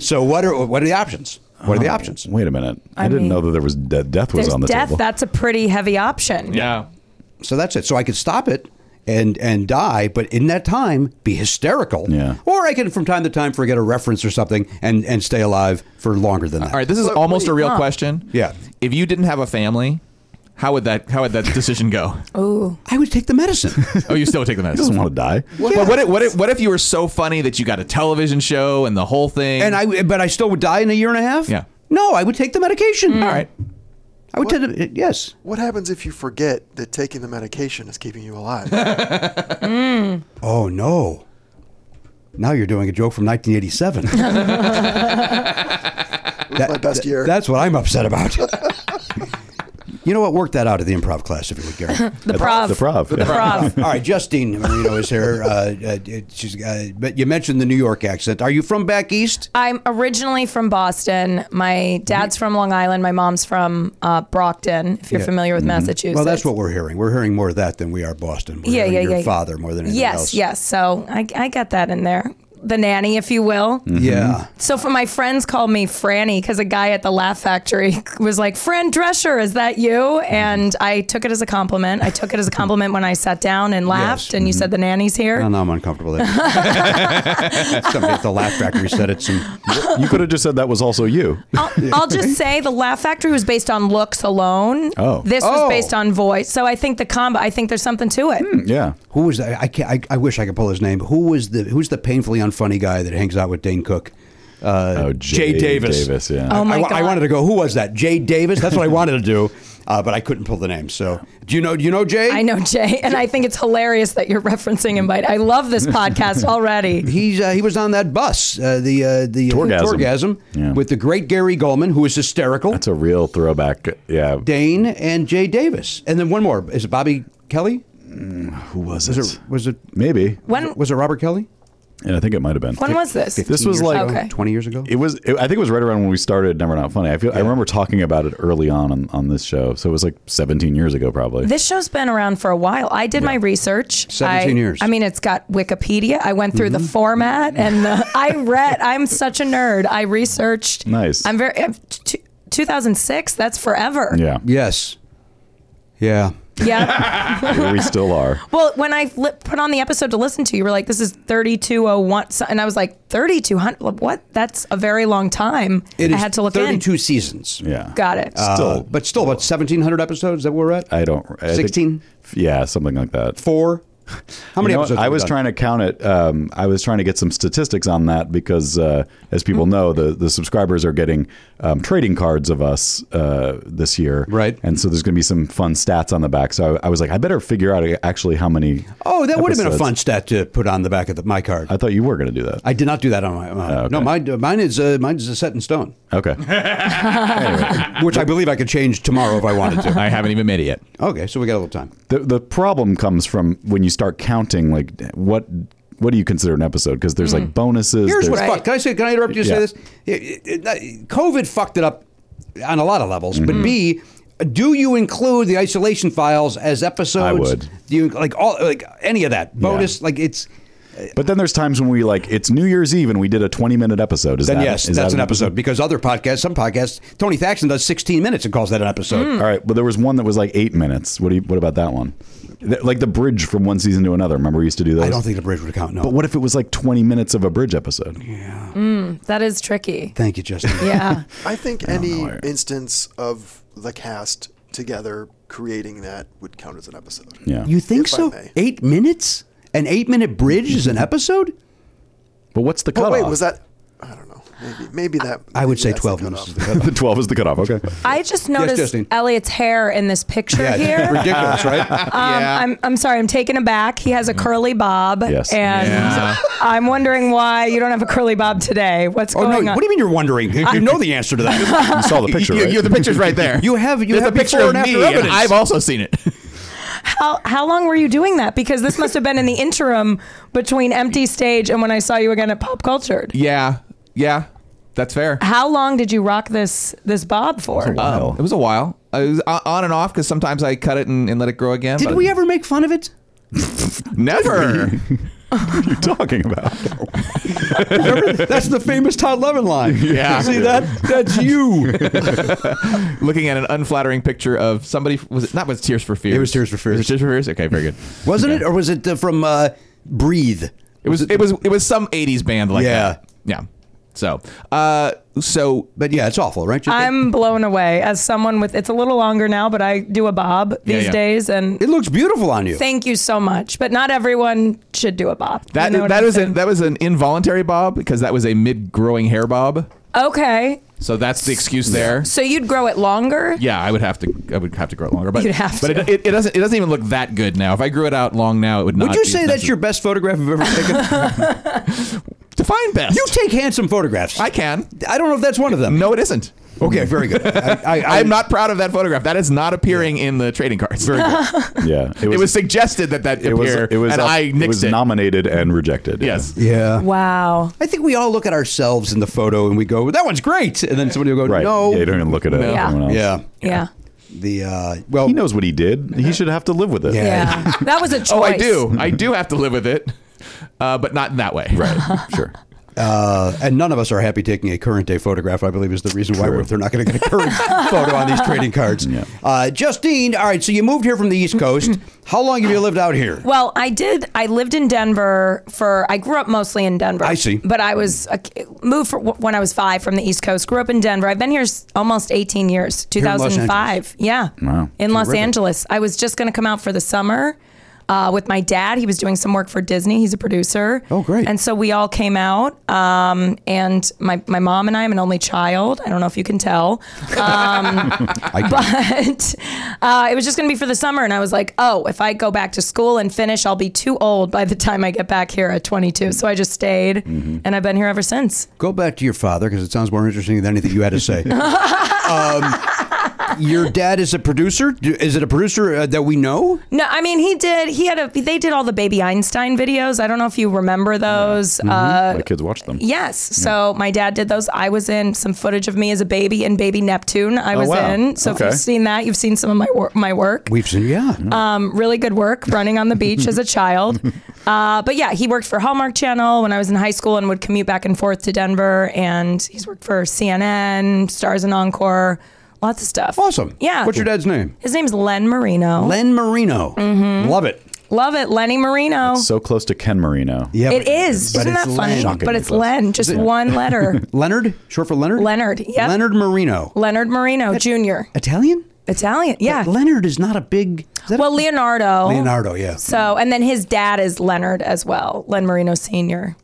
Speaker 5: so, what are, what are the options? What
Speaker 1: Oh.
Speaker 5: are the options?
Speaker 1: Wait a minute. I, didn't
Speaker 8: mean,
Speaker 1: know that there was de- death was
Speaker 8: There's
Speaker 1: on the
Speaker 8: death.
Speaker 1: table.
Speaker 8: That's a pretty heavy option.
Speaker 6: Yeah.
Speaker 5: So that's it. So I could stop it and and die, but in that time be hysterical.
Speaker 1: Yeah.
Speaker 5: Or I can from time to time forget a reference or something and and stay alive for longer than that.
Speaker 6: All right. This is almost a real question.
Speaker 5: Yeah.
Speaker 6: If you didn't have a family, how would that how would that decision go?
Speaker 5: I would take the medicine.
Speaker 6: oh, you still would take the medicine.
Speaker 1: doesn't want to die.
Speaker 6: But what if, what if what if you were so funny that you got a television show and the whole thing?
Speaker 5: and I but I still would die in a year and a half?
Speaker 6: Yeah.
Speaker 5: No, I would take the medication.
Speaker 6: all right.
Speaker 5: I would take the, yes.
Speaker 7: What happens if you forget that taking the medication is keeping you alive?
Speaker 5: Oh no. Now you're doing a joke from 1987.
Speaker 7: My best year.
Speaker 5: That's what I'm upset about. you know what? Work that out at the improv class if you would, Gary. Uh,
Speaker 8: The
Speaker 1: At
Speaker 8: prov.
Speaker 1: The prov.
Speaker 8: The
Speaker 1: yeah.
Speaker 8: prov.
Speaker 5: All right, Justine Marino is here. Uh, uh, it- she's, uh, but you mentioned the New York accent. Are you from back east?
Speaker 8: I'm originally from Boston. My dad's from Long Island. My mom's from uh, Brockton. If you're familiar with Massachusetts.
Speaker 5: Mm-hmm. Well, that's what we're hearing. We're hearing more of that than we are Boston. We're
Speaker 8: Yeah,
Speaker 5: hearing
Speaker 8: yeah,
Speaker 5: your
Speaker 8: yeah.
Speaker 5: father more than anything
Speaker 8: Yes,
Speaker 5: else.
Speaker 8: yes. So I, I got that in there. The nanny, if you will.
Speaker 5: Mm. Yeah.
Speaker 8: So for my friends called me Franny because a guy at the Laugh Factory was like, "Fran Drescher, is that you?"
Speaker 5: Mm-hmm.
Speaker 8: And I took it as a compliment. I took it as a compliment when I sat down and laughed, and you said the nanny's here.
Speaker 5: Oh, now I'm uncomfortable. there. Somebody at the Laugh Factory said it's some.
Speaker 1: You could have just said that was also you.
Speaker 8: I'll, I'll just say the Laugh Factory was based on looks alone.
Speaker 1: Oh. Hmm.
Speaker 8: This
Speaker 5: Oh.
Speaker 8: was based on voice. So I think the combo, I think there's something to it.
Speaker 1: Yeah.
Speaker 5: Who was that? I can't. I, I wish I could pull his name. Who was the Who's the painfully unfunny guy that hangs out with Dane Cook?
Speaker 1: oh,
Speaker 5: Jay Davis.
Speaker 1: Davis. Yeah.
Speaker 8: Oh, my
Speaker 5: I, wa- I
Speaker 8: God.
Speaker 5: wanted to go. Who was that? Jay Davis. That's what I wanted to do, uh, but I couldn't pull the name. So do you know? Do you know Jay?
Speaker 8: I know, Jay. And I think it's hilarious that you're referencing Invite. I love this podcast already.
Speaker 5: He's uh, he was on that bus, uh, the uh, the
Speaker 1: Tourgasm. Yeah.
Speaker 5: with the great Gary Goldman, who is hysterical.
Speaker 1: That's a real throwback. Yeah.
Speaker 5: Dane and Jay Davis, and then one more is it Bobby Kelly?
Speaker 1: Who was,
Speaker 5: Was
Speaker 1: it?
Speaker 5: it was it
Speaker 1: Maybe.
Speaker 8: When
Speaker 5: was it Robert Kelly?
Speaker 1: And I think it might have been.
Speaker 8: When was this?
Speaker 1: This was like
Speaker 8: ago? Okay.
Speaker 5: 20 years ago.
Speaker 1: it was. It, I think it was right around when we started Never Not Funny. I feel. I remember talking about it early on, on on this show. So it was like 17 years ago, probably.
Speaker 8: This show's been around for a while. I did my research.
Speaker 5: 17
Speaker 8: I,
Speaker 5: years.
Speaker 8: I mean, it's got Wikipedia. I went through the format and the, I read. I'm such a nerd. I researched.
Speaker 1: Nice.
Speaker 8: I'm very. I'm t- 2006. That's forever.
Speaker 1: yeah,
Speaker 5: yes. Yeah.
Speaker 8: Yeah.
Speaker 1: Here we still are.
Speaker 8: well, when I li- put on the episode to listen to, you were like, "This is 3201," so- and I was like, "3200? What? That's a very long time."
Speaker 5: It
Speaker 8: I
Speaker 5: is
Speaker 8: had to look
Speaker 5: 32
Speaker 8: in.
Speaker 5: seasons. Uh,
Speaker 1: Yeah.
Speaker 8: Got it.
Speaker 1: Still,
Speaker 5: But still, about 1,700 episodes is that where we're at?
Speaker 1: I don't. I think-
Speaker 5: 16?
Speaker 1: yeah, something like that.
Speaker 5: Four? How many
Speaker 1: You know what?
Speaker 5: episodes?
Speaker 1: I
Speaker 5: have we
Speaker 1: was
Speaker 5: done?
Speaker 1: trying to count it. Um, I was trying to get some statistics on that because, uh, as people
Speaker 8: Mm-hmm.
Speaker 1: know, the the subscribers are getting um, trading cards of us uh, this year,
Speaker 5: Right.
Speaker 1: And so there's going to be some fun stats on the back. So I, I was like, I better figure out actually how many.
Speaker 5: Oh, that would have been a
Speaker 1: episodes.
Speaker 5: fun stat to put on the back of the, my card.
Speaker 1: I thought you were going to do that.
Speaker 5: I did not do that on my. my
Speaker 1: Oh, okay.
Speaker 5: No, mine, mine is uh, mine is set in stone,
Speaker 1: okay. Anyway.
Speaker 5: which I believe I could change tomorrow if I wanted to.
Speaker 6: I haven't even made it yet.
Speaker 5: Okay, so we got a little time.
Speaker 1: The the problem comes from when you start counting like what what do you consider an episode? Because there's like bonuses.
Speaker 5: Hmm. Here's
Speaker 1: there's-
Speaker 5: what fucked. Can I say? Can I interrupt you? to
Speaker 1: Yeah.
Speaker 5: Say this. It- it- it- COVID fucked it up on a lot of levels. But B, do you include the isolation files as episodes?
Speaker 1: I would.
Speaker 5: Do you like all like any of that bonus? Like it's
Speaker 1: But then there's times when we like it's New Year's Eve and we did a 20 minute episode. Is
Speaker 5: then
Speaker 1: that
Speaker 5: yes,
Speaker 1: is
Speaker 5: uh, that's
Speaker 1: that
Speaker 5: an episode because other podcasts, some podcasts, Tony Thaxton does 16 minutes and calls that an episode.
Speaker 1: All right, but there was one that was like eight minutes. What do you, what about that one? Th- Like the bridge from one season to another. Remember we used to do those.
Speaker 5: I don't think the bridge would count. No.
Speaker 1: But what if it was like 20 minutes of a bridge episode?
Speaker 8: that is tricky.
Speaker 5: Thank you, Justin.
Speaker 8: Yeah.
Speaker 7: I think any instance of the cast together creating that would count as an episode.
Speaker 1: Yeah.
Speaker 5: You think
Speaker 7: If I
Speaker 5: so?
Speaker 7: may.
Speaker 5: Eight minutes? An eight minute bridge is an episode?
Speaker 1: but what's the
Speaker 7: But
Speaker 1: cutoff?
Speaker 7: wait, was that? I don't know. Maybe maybe that.
Speaker 5: I would
Speaker 7: maybe
Speaker 5: say
Speaker 7: that's the
Speaker 5: 12 minutes is
Speaker 7: cutoff.
Speaker 5: the cutoff.
Speaker 1: the 12 is the cutoff? Okay.
Speaker 8: I just noticed
Speaker 5: Justine.
Speaker 8: Elliot's hair in this picture
Speaker 5: Yeah,
Speaker 8: here.
Speaker 5: it's ridiculous, right? Mm-hmm.
Speaker 8: Um, I'm, I'm sorry, I'm taken aback. He has a curly bob.
Speaker 1: Yes.
Speaker 8: And
Speaker 6: Yeah.
Speaker 8: I'm wondering why you don't have a curly bob today. What's
Speaker 5: Oh,
Speaker 8: going
Speaker 5: no.
Speaker 8: on?
Speaker 5: What do you mean you're wondering? You know the answer to that.
Speaker 1: You saw the picture.
Speaker 6: You-
Speaker 1: right?
Speaker 6: you- the picture's right there.
Speaker 5: You have- you
Speaker 6: There's
Speaker 5: have
Speaker 6: a picture
Speaker 5: before
Speaker 6: of
Speaker 5: and after
Speaker 6: me, and
Speaker 5: evidence.
Speaker 6: I've also seen it.
Speaker 8: how, how long were you doing that? Because this must have been in the interim between Empty Stage and when I saw you again at Pop Cultured.
Speaker 6: yeah, yeah, that's fair.
Speaker 8: How long did you rock this this bob for?
Speaker 1: Wow.
Speaker 6: It was a while. I was o- on and off because sometimes I cut it and, and let it grow again.
Speaker 5: Did
Speaker 6: but-
Speaker 5: we ever make fun of it?
Speaker 6: Never.
Speaker 1: what are you talking about?
Speaker 5: Remember? That's the famous Todd Levin line.
Speaker 6: Yeah.
Speaker 5: See that? That's you.
Speaker 6: Looking at an unflattering picture of somebody was it not was Tears for Fears?
Speaker 5: It was Tears for Fears.
Speaker 6: It was Tears for Fears. Okay, very good.
Speaker 5: Wasn't it? Or was it uh, from uh, Breathe?
Speaker 6: It was it was it was some '80s band like
Speaker 5: Yeah.
Speaker 6: that. Yeah. So, uh, so
Speaker 5: But yeah, it's awful, right? You think-
Speaker 8: I'm blown away as someone with it's a little longer now, but I do a bob these
Speaker 6: Yeah, yeah.
Speaker 8: days and
Speaker 5: it looks beautiful on you.
Speaker 8: thank you so much. But not everyone should do a bob. You
Speaker 6: that
Speaker 8: know what
Speaker 6: that
Speaker 8: I'm
Speaker 6: was
Speaker 8: saying?
Speaker 6: an, that was an involuntary bob because that was a mid-growing hair bob.
Speaker 8: Okay.
Speaker 6: So that's the excuse there.
Speaker 8: So you'd grow it longer?
Speaker 6: Yeah, I would have to. I would have to grow it longer, but
Speaker 8: You'd have
Speaker 6: but
Speaker 8: to.
Speaker 6: It, it, it doesn't. It doesn't even look that good now. If I grew it out long now, it would not.
Speaker 5: Would you
Speaker 6: be
Speaker 5: say that's
Speaker 6: necessary.
Speaker 5: your best photograph you've ever taken?
Speaker 6: define best?
Speaker 5: you take handsome photographs.
Speaker 6: I can.
Speaker 5: I don't know if that's one of them.
Speaker 6: No, it isn't.
Speaker 5: Okay, very good. I, I, I,
Speaker 6: I'm not proud of that photograph. That is not appearing in the trading cards.
Speaker 1: Yeah.
Speaker 6: it was suggested that that
Speaker 1: it was,
Speaker 6: appear,
Speaker 1: it was
Speaker 6: and
Speaker 1: up-
Speaker 6: I nixed
Speaker 1: it
Speaker 6: it.
Speaker 1: was nominated and rejected.
Speaker 6: yes.
Speaker 5: Yeah.
Speaker 8: Wow.
Speaker 5: I think we all look at ourselves in the photo and we go, "That one's great," and then somebody will go,
Speaker 1: Right.
Speaker 5: "No."
Speaker 1: Yeah, you don't even look at it.
Speaker 8: Yeah.
Speaker 1: Everyone else.
Speaker 5: Yeah.
Speaker 8: Yeah.
Speaker 5: The uh, well,
Speaker 1: He knows what he did. He should have to live with it.
Speaker 5: Yeah.
Speaker 8: Yeah. that was a choice.
Speaker 6: Oh, I do. I do have to live with it, uh, but not in that way.
Speaker 1: Right. Sure.
Speaker 5: uh, and none of us are happy taking a current day photograph. I believe is the reason why
Speaker 1: True.
Speaker 5: we're, they're not going to get a current photo on these trading cards. Uh, Justine, all right. So you moved here from the East Coast. How long have you lived out here?
Speaker 8: Well, I did. I lived in Denver for. I grew up mostly in Denver.
Speaker 5: I see.
Speaker 8: But I was a, ki- moved for, when I was five from the East Coast. Grew up in Denver. I've been here s- almost 18 years.
Speaker 5: in Los Angeles.
Speaker 8: 2005. Yeah.
Speaker 1: Wow.
Speaker 8: In Los
Speaker 5: Terrific.
Speaker 8: Angeles. I was just going to come out for the summer. Uh, with my dad, he was doing some work for Disney. He's a producer.
Speaker 5: Oh, great.
Speaker 8: And so we all came out, um, and my, my mom and I. I'm an only child. I don't know if you can tell. Um, but uh, it was just going to be for the summer. And I was like, oh, if I go back to school and finish, I'll be too old by the time I get back here at 22. So I just stayed
Speaker 5: Mm-hmm.
Speaker 8: and I've been here ever since.
Speaker 5: Go back to your father because it sounds more interesting than anything you had to say. um, your dad is a producer. Do- Is it a producer uh, that we know?
Speaker 8: No, I mean he did. He had a. They did all the Baby Einstein videos. I don't know if you remember those.
Speaker 5: Mm-hmm.
Speaker 8: Uh,
Speaker 1: My kids watch them.
Speaker 8: yes. So my dad did those. I was in some footage of me as a baby in Baby Neptune.
Speaker 5: Oh,
Speaker 8: I was
Speaker 1: wow.
Speaker 8: in. So if
Speaker 1: Okay.
Speaker 8: you've seen that, you've seen some of my wor- my work.
Speaker 5: We've seen, yeah.
Speaker 8: Um, really good work running on the beach as a child. Uh, but yeah, he worked for Hallmark Channel when I was in high school and would commute back and forth to Denver. And he's worked for CNN, Stars and Encore, lots of stuff.
Speaker 5: awesome.
Speaker 8: Yeah. Mm-hmm.
Speaker 5: What's your dad's name?
Speaker 8: His name's Len Marino.
Speaker 5: Len Marino.
Speaker 8: Mm-hmm.
Speaker 5: Love it.
Speaker 8: Love it, Lenny Marino.
Speaker 1: So close to Ken Marino.
Speaker 5: Yeah,
Speaker 8: It is.
Speaker 5: but
Speaker 8: Isn't
Speaker 5: it's
Speaker 8: that funny?
Speaker 5: Len.
Speaker 8: But it's Len, just one letter.
Speaker 5: Leonard, short for Leonard.
Speaker 8: Leonard, yep.
Speaker 5: Leonard Marino.
Speaker 8: Leonard Marino Jr.
Speaker 5: Italian?
Speaker 8: Italian, yeah.
Speaker 5: But Leonard is not a big. Is that a-
Speaker 8: Well, Leonardo.
Speaker 5: Leonardo, yeah,
Speaker 8: So, and then his dad is Leonard as well, Len Marino Sr.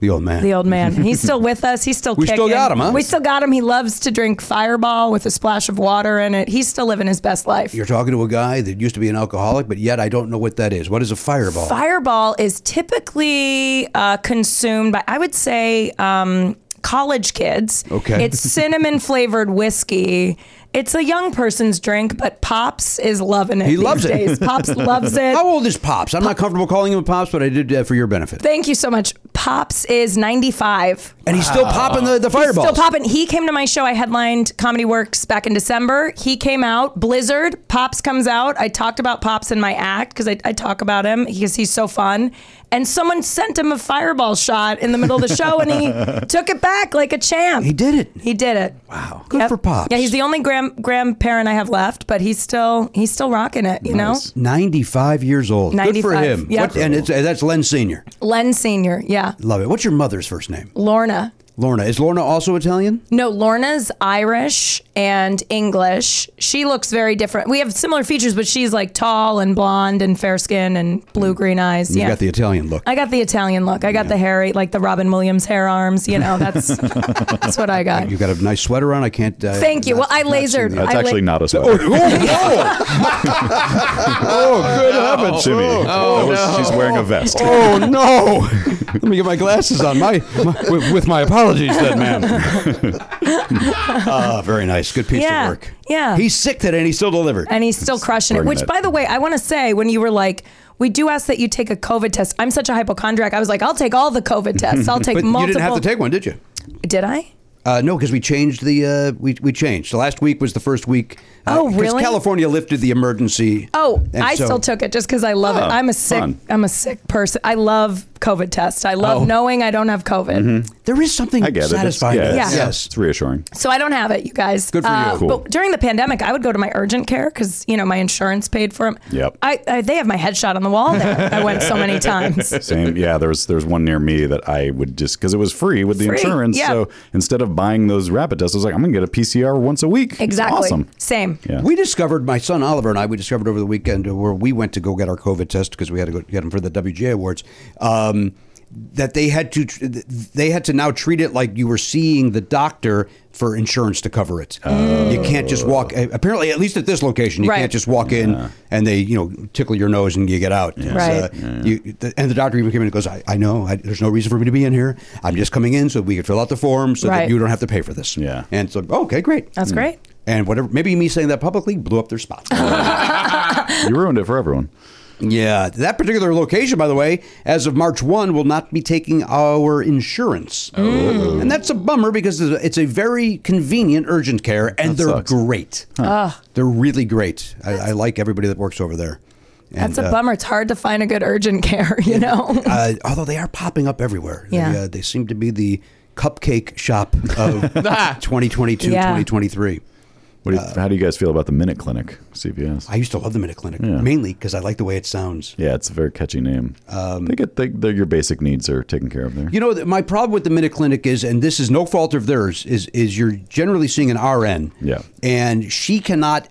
Speaker 5: the old man.
Speaker 8: The old man. He's still with us. He's still
Speaker 5: We still
Speaker 8: kicking.
Speaker 5: got him, huh?
Speaker 8: We still got him. He loves to drink Fireball with a splash of water in it. He's still living his best life.
Speaker 5: You're talking to a guy that used to be an alcoholic, but yet I don't know what that is. What is a fireball?
Speaker 8: Fireball is typically uh, consumed by, I would say, um, college kids.
Speaker 5: Okay.
Speaker 8: It's cinnamon flavored whiskey. It's a young person's drink, but Pops is loving it.
Speaker 5: He
Speaker 8: these
Speaker 5: loves it.
Speaker 8: days. Pops loves it.
Speaker 5: How old is Pops? I'm not comfortable calling him a Pops, but I did that for your benefit.
Speaker 8: Thank you so much. Pops is 95.
Speaker 5: And he's still popping the, the
Speaker 8: He's
Speaker 5: fireballs.
Speaker 8: Still popping. He came to my show. I headlined Comedy Works back in December. He came out. Blizzard. Pops comes out. I talked about Pops in my act because I, I talk about him because he's so fun. And someone sent him a fireball shot in the middle of the show, and he took it back like a champ.
Speaker 5: He did it.
Speaker 8: He did it.
Speaker 5: Wow. Good
Speaker 8: Yep.
Speaker 5: for Pops.
Speaker 8: Yeah, he's the only grand grandparent I have left, but he's still he's still rocking it. You know,
Speaker 5: 95 years old. Good for
Speaker 8: 95,
Speaker 5: him.
Speaker 8: yeah.
Speaker 5: What- and it's, uh, that's Len Sr.
Speaker 8: Len Senior. Yeah,
Speaker 5: Love it. What's your mother's first name?
Speaker 8: Lorna.
Speaker 5: Lorna. Is Lorna also Italian?
Speaker 8: No, Lorna's Irish and English. She looks very different. We have similar features, but she's like tall and blonde and fair skin and blue green eyes.
Speaker 5: You
Speaker 8: yeah.
Speaker 5: got the Italian look.
Speaker 8: I got the Italian look. I got the hairy, like the Robin Williams hair arms. You know, that's that's what I got.
Speaker 5: you got a nice sweater on. I can't. Uh,
Speaker 8: Thank you.
Speaker 5: not-
Speaker 8: Well, I
Speaker 5: not see
Speaker 8: lasered.
Speaker 5: the-
Speaker 1: That's
Speaker 8: I
Speaker 1: actually
Speaker 8: like-
Speaker 1: not a sweater. Oh,
Speaker 6: Oh,
Speaker 1: good heavens, Jimmy! That was- Oh, She's wearing a vest.
Speaker 5: Oh no! Let me get my glasses on. My, my with, with my apologies, then, ma'am. Ah, very nice. Good piece
Speaker 8: Yeah,
Speaker 5: of work.
Speaker 8: yeah.
Speaker 5: He's sick today, and he still delivered.
Speaker 8: and he's still crushing it.
Speaker 1: bringing
Speaker 8: Which,
Speaker 1: it.
Speaker 8: by the way, I want to say when you were like, we do ask that you take a COVID test. I'm such a hypochondriac. I was like, I'll take all the COVID tests. I'll take
Speaker 5: but
Speaker 8: multiple.
Speaker 5: you didn't have to take one, did you?
Speaker 8: Did I?
Speaker 5: Uh, no, because we changed the uh, we we changed. So last week was the first week. Uh,
Speaker 8: Oh,
Speaker 5: 'cause
Speaker 8: really?
Speaker 5: California lifted the emergency.
Speaker 8: Oh,
Speaker 5: And
Speaker 8: I
Speaker 5: so-
Speaker 8: still took it just because I love it.
Speaker 1: Oh,
Speaker 8: I'm a sick.
Speaker 1: fun.
Speaker 8: I'm a sick person. I love COVID tests. I love
Speaker 6: Oh.
Speaker 8: knowing I don't have COVID,
Speaker 5: There is something
Speaker 1: I get it. It's-
Speaker 5: satisfying.
Speaker 1: yeah,
Speaker 5: to
Speaker 8: it's-
Speaker 5: that.
Speaker 8: Yeah.
Speaker 5: Yes.
Speaker 1: It's reassuring.
Speaker 8: so I don't have it. You guys, Uh,
Speaker 5: Good for you. Cool.
Speaker 8: But during the pandemic, I would go to my urgent care because you know my insurance paid for it.
Speaker 1: Yep.
Speaker 8: I, I they have my headshot on the wall. There. I went so many times.
Speaker 1: Same. Yeah, there was there's one near me that I would just because it was free with the
Speaker 8: Free,
Speaker 1: insurance.
Speaker 8: yeah.
Speaker 1: So instead of buying those rapid tests, I was like, I'm gonna get a PCR once a week. It's
Speaker 8: Exactly.
Speaker 1: awesome.
Speaker 8: Same.
Speaker 1: Yeah.
Speaker 5: We discovered my son Oliver and I. We discovered over the weekend where we went to go get our COVID test because we had to go get them for the WGA awards. Um, that they had to they had to now treat it like you were seeing the doctor for insurance to cover it. You can't just walk.
Speaker 1: Oh.
Speaker 5: Apparently, at least at this location, you
Speaker 8: Right.
Speaker 5: can't just walk in and they you know tickle your nose and you get out. It's, uh,
Speaker 8: Right.
Speaker 5: you, the, and the doctor even came in and goes, "I, I know. I, there's no reason for me to be in here. I'm just coming in so we could fill out the form so
Speaker 8: Right.
Speaker 5: that you don't have to pay for this."
Speaker 1: Yeah.
Speaker 5: And so, okay, great.
Speaker 8: That's great.
Speaker 5: And whatever, maybe me saying that publicly blew up their spot.
Speaker 1: You ruined it for everyone.
Speaker 5: yeah, that particular location, by the way, as of March 1, will not be taking our insurance. And that's a bummer because it's a- it's a very convenient urgent care, and they're
Speaker 1: sucks.
Speaker 5: great. They're really great. I, I like everybody that works over there. And,
Speaker 8: That's a bummer. It's hard to find a good urgent care. You know.
Speaker 5: uh, although they are popping up everywhere. They,
Speaker 8: Yeah.
Speaker 5: uh, they seem to be the cupcake shop of 2022,
Speaker 8: Yeah.
Speaker 5: 2023.
Speaker 1: What do you, how do you guys feel about the Minute Clinic CVS?
Speaker 5: Uh, I used to love the Minute Clinic, mainly because I like the way it sounds.
Speaker 1: yeah, it's a very catchy name.
Speaker 5: Um,
Speaker 1: they get they, they're- your basic needs are taken care of there.
Speaker 5: You know, th- my problem with the Minute Clinic is, and this is no fault of theirs, is is you're generally seeing an RN.
Speaker 1: Yeah.
Speaker 5: And she cannot,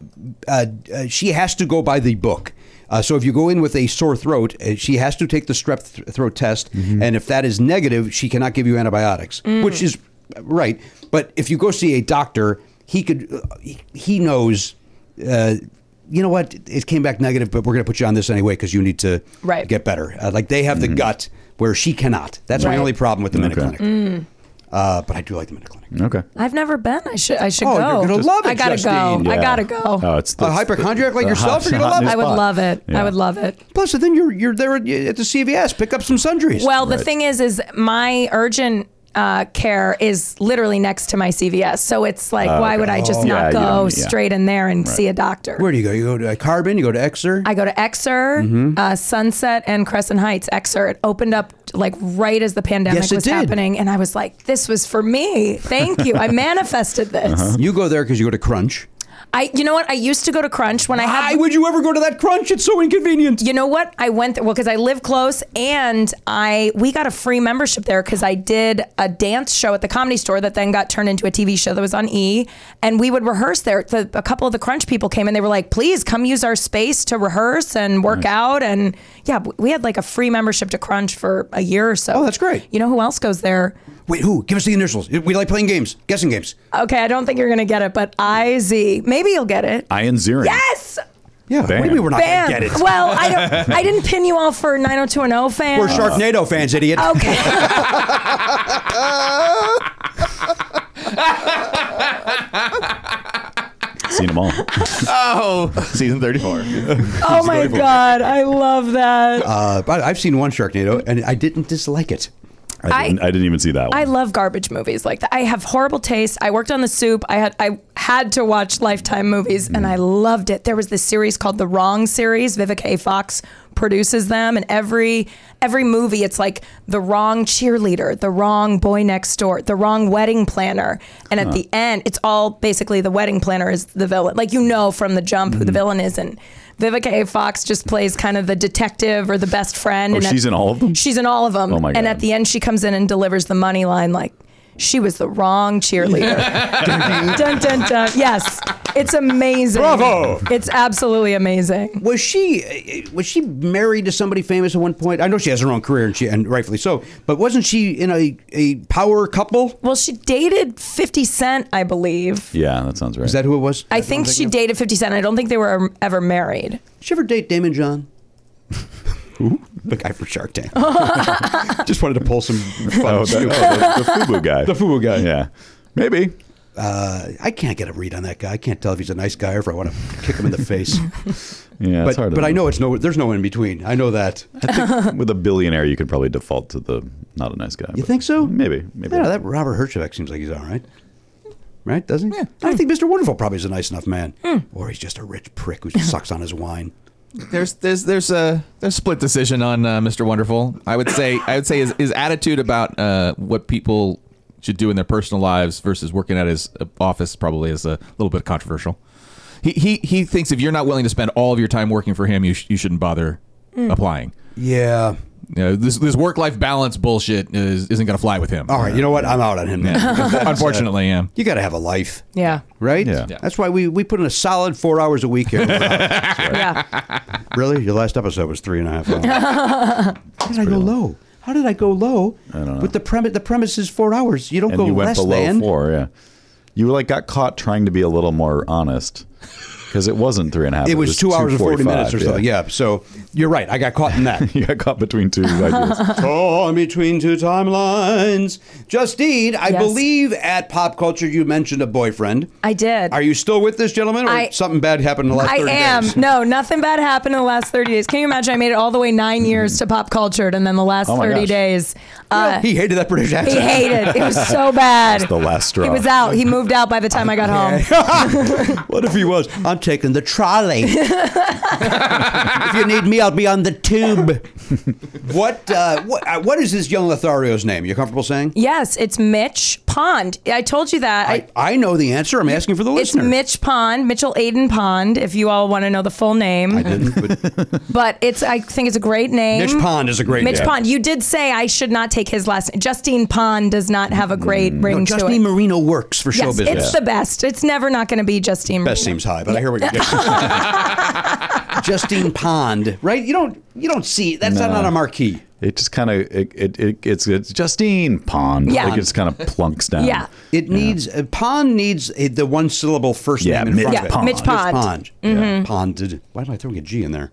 Speaker 5: uh, uh, she has to go by the book. Uh, so if you go in with a sore throat, uh, she has to take the strep th- throat test,
Speaker 1: Mm-hmm.
Speaker 5: and if that is negative, she cannot give you antibiotics, which is uh, right. But if you go see a doctor, he could, uh, he- he knows. Uh, you know what? It came back negative, but we're going to put you on this anyway because you need to
Speaker 8: Right.
Speaker 1: Mm-hmm.
Speaker 5: get better. Uh, like they have the gut where she cannot. That's my
Speaker 8: Right. Mm.
Speaker 5: only problem with the Minute
Speaker 1: Okay.
Speaker 5: Clinic. Uh, but I do like the Meta Clinic.
Speaker 1: Okay.
Speaker 8: I've never been. I should. I should
Speaker 5: Oh,
Speaker 8: go.
Speaker 5: you're gonna love it,
Speaker 8: I gotta
Speaker 5: Justine.
Speaker 8: go. I
Speaker 1: Yeah.
Speaker 8: gotta go.
Speaker 1: Oh, it's the,
Speaker 5: A hypochondriac like
Speaker 1: the
Speaker 5: yourself,
Speaker 1: hot-
Speaker 5: you're gonna
Speaker 1: hot
Speaker 5: love
Speaker 1: new
Speaker 5: it.
Speaker 8: I would
Speaker 1: spot.
Speaker 8: love it.
Speaker 1: Yeah.
Speaker 8: I would love it.
Speaker 5: Plus, then you're you're there at the CVS. Pick up some sundries.
Speaker 8: Well, the thing is, is my urgent uh, care is literally next to my CVS, so it's
Speaker 5: Oh,
Speaker 8: like, why would I just
Speaker 1: Yeah,
Speaker 8: not
Speaker 1: you
Speaker 8: go
Speaker 1: don't- yeah.
Speaker 8: straight in there and see a doctor?
Speaker 5: Where do you go? You go to uh, Carbon. You go to Exeter.
Speaker 8: I go to Exeter,
Speaker 5: Mm-hmm.
Speaker 8: uh, Sunset, and Crescent Heights. Exeter, it opened up like right as the pandemic
Speaker 5: Yes, it
Speaker 8: was
Speaker 5: did.
Speaker 8: happening, and I was like, "This was for me. Thank you. I manifested this.
Speaker 5: you go there because you go to Crunch.
Speaker 8: I, you know what? I used to go to Crunch when I had
Speaker 5: Why would you ever go to that Crunch? It's so inconvenient.
Speaker 8: You know what? I went there, well because I live close, and I we got a free membership there because I did a dance show at the comedy store that then got turned into a TV show that was on E, and we would rehearse there. The, a couple of the Crunch people came and they were like, "Please come use our space to rehearse and work out." And yeah, w- we had like a free membership to Crunch for a year or so.
Speaker 5: Oh, that's great.
Speaker 8: You know who else goes there?
Speaker 5: Wait, who? Give us the initials. We like playing games, guessing games.
Speaker 8: Okay, I don't think you're gonna get it, but I Z. Maybe you'll get it.
Speaker 1: Ian Ziering.
Speaker 8: Yes.
Speaker 5: Yeah,
Speaker 1: Bam.
Speaker 5: maybe we're not
Speaker 8: Bam.
Speaker 5: gonna get it.
Speaker 8: Well, I don't. I didn't pin you all for 90210 fans.
Speaker 5: we're Sharknado fans, idiot.
Speaker 8: Okay.
Speaker 1: Seen them all.
Speaker 6: Oh, season 34.
Speaker 8: Oh my god, I love that.
Speaker 5: Uh, but I've seen one Sharknado, and I didn't dislike it.
Speaker 1: I didn't, I, didn't even see that one.
Speaker 8: I love garbage movies like that. I have horrible taste. I worked on the soup. I had I had to watch Lifetime movies, and I loved it. There was this series called The Wrong Series. Vivica A. Fox produces them, and every every movie, it's like the wrong cheerleader, the wrong boy next door, the wrong wedding planner, and at the end, it's all basically the wedding planner is the villain. Like you know from the jump
Speaker 1: Mm-hmm.
Speaker 8: who the villain is, and Vivica A. Fox just plays kind of the detective or the best friend.
Speaker 1: Oh,
Speaker 8: and at-
Speaker 1: she's in all of them?
Speaker 8: She's in all of them.
Speaker 1: Oh, my
Speaker 8: And
Speaker 1: God.
Speaker 8: at the end, she comes in and delivers the money line like, she was the wrong cheerleader. dun, dun, dun. Yes, it's amazing.
Speaker 5: Bravo.
Speaker 8: It's absolutely amazing.
Speaker 5: Was she was she married to somebody famous at one point? I know she has her own career, and she and rightfully so. But wasn't she in a, a power couple?
Speaker 8: Well, she dated 50 Cent, I believe.
Speaker 1: yeah, that sounds right.
Speaker 5: Is that who it was?
Speaker 8: I think she
Speaker 5: did.
Speaker 8: dated 50 Cent. I don't think they were ever married.
Speaker 5: Did she ever date Damon John? the guy from Shark Tank. Just wanted to pull some fun.
Speaker 1: oh, that, oh, the, the Fubu guy. The
Speaker 5: Fubu guy.
Speaker 1: Yeah. Maybe.
Speaker 5: I can't get a read on that guy. I can't tell if he's a nice guy or if I want to kick him in the face.
Speaker 1: Yeah,
Speaker 5: but
Speaker 1: it's hard to
Speaker 5: but I
Speaker 1: know.
Speaker 5: know it's no. There's no in between. I know that.
Speaker 1: I think with a billionaire, you could probably default to the not a nice guy.
Speaker 5: You
Speaker 1: but
Speaker 5: think so?
Speaker 1: Maybe. Maybe.
Speaker 5: Yeah, that Robert Herjavec seems like he's all right. Right? Doesn't he? I think Mr. Wonderful probably is a nice enough man, or he's just a rich prick who just sucks on his wine.
Speaker 6: there's there's there's a there's split decision on uh, Mr. Wonderful. I would say I would say his, his attitude about uh, what people should do in their personal lives versus working at his uh, office probably is a little bit controversial. He he he thinks if you're not willing to spend all of your time working for him, you sh- you shouldn't bother applying.
Speaker 5: Yeah.
Speaker 6: You know, this this work life balance bullshit is, isn't going to fly with him.
Speaker 5: All right. You know what? I'm out on him. now.
Speaker 6: Unfortunately, yeah.
Speaker 5: You got to have a life.
Speaker 8: Yeah.
Speaker 5: Right?
Speaker 1: Yeah.
Speaker 6: Yeah.
Speaker 5: That's why we, we put in a solid four hours a week here.
Speaker 8: Yeah.
Speaker 5: really? Your last episode was three and a half hours. How did I go low? How did I go low? I don't know. With the premise, the premise is four hours. You don't
Speaker 1: and
Speaker 5: go
Speaker 1: you went
Speaker 5: less
Speaker 1: below
Speaker 5: than.
Speaker 1: four. Yeah, you like got caught trying to be a little more honest because it wasn't three and a half.
Speaker 5: It was two hours and forty
Speaker 1: 45,
Speaker 5: minutes or something. Yeah. So you're right. I got caught in that.
Speaker 1: you got caught between two ideas.
Speaker 5: Torn between two timelines. Justine, I
Speaker 8: Yes.
Speaker 5: believe at Pop Culture you mentioned a boyfriend.
Speaker 8: I did.
Speaker 5: Are you still with this gentleman, or
Speaker 8: I-
Speaker 5: something bad happened in the last
Speaker 8: I
Speaker 5: 30
Speaker 8: am.
Speaker 5: days?
Speaker 8: No, nothing bad happened in the last 30 days. Can you imagine? I made it all the way nine years to pop cultured, and then the last
Speaker 1: Oh my
Speaker 8: 30
Speaker 1: gosh.
Speaker 8: days. Uh,
Speaker 5: He hated that British
Speaker 8: He
Speaker 5: accent.
Speaker 8: hated. It was so bad.
Speaker 1: the last straw.
Speaker 8: He was out. He moved out by the time I got home.
Speaker 5: what if he was? I'm taking the trolley. if you need me, I'll be on the tube. what? Uh, what? Uh, what is this young Lothario's name? You comfortable saying?
Speaker 8: Yes, it's Mitch Pond. I told you that. I,
Speaker 5: I, I know the answer. I'm asking for the
Speaker 8: it's
Speaker 5: listener.
Speaker 8: Mitch Pond, Mitchell Aiden Pond, if you all want to know the full name.
Speaker 5: I didn't, but
Speaker 8: But it's I think it's a great name.
Speaker 5: Mitch Pond is a great
Speaker 8: Mitch
Speaker 5: name.
Speaker 8: Pond. You did say I should not take his last name. Justine Pond does not have a great ring
Speaker 5: No,
Speaker 8: to it.
Speaker 5: Justine Marino works for show
Speaker 8: yes,
Speaker 5: business.
Speaker 8: it's the best. It's never not going to be Justine.
Speaker 5: Best
Speaker 8: Marino.
Speaker 5: seems high, but I hear what you're getting. Justine Pond, right? You don't you don't see that's not on a marquee.
Speaker 1: It just kind of it, it, it it's it's Justine Pond.
Speaker 8: Yeah.
Speaker 1: Like it just kind of plunks down.
Speaker 8: Yeah.
Speaker 5: It needs uh, Pond needs a, the one syllable first
Speaker 1: Yeah,
Speaker 5: name in
Speaker 1: Mitch
Speaker 5: front
Speaker 8: Yeah,
Speaker 5: of it.
Speaker 8: Pond. Mitch Pond. Mm-hmm.
Speaker 5: Pond. Ponded. Why am I throwing a G in there?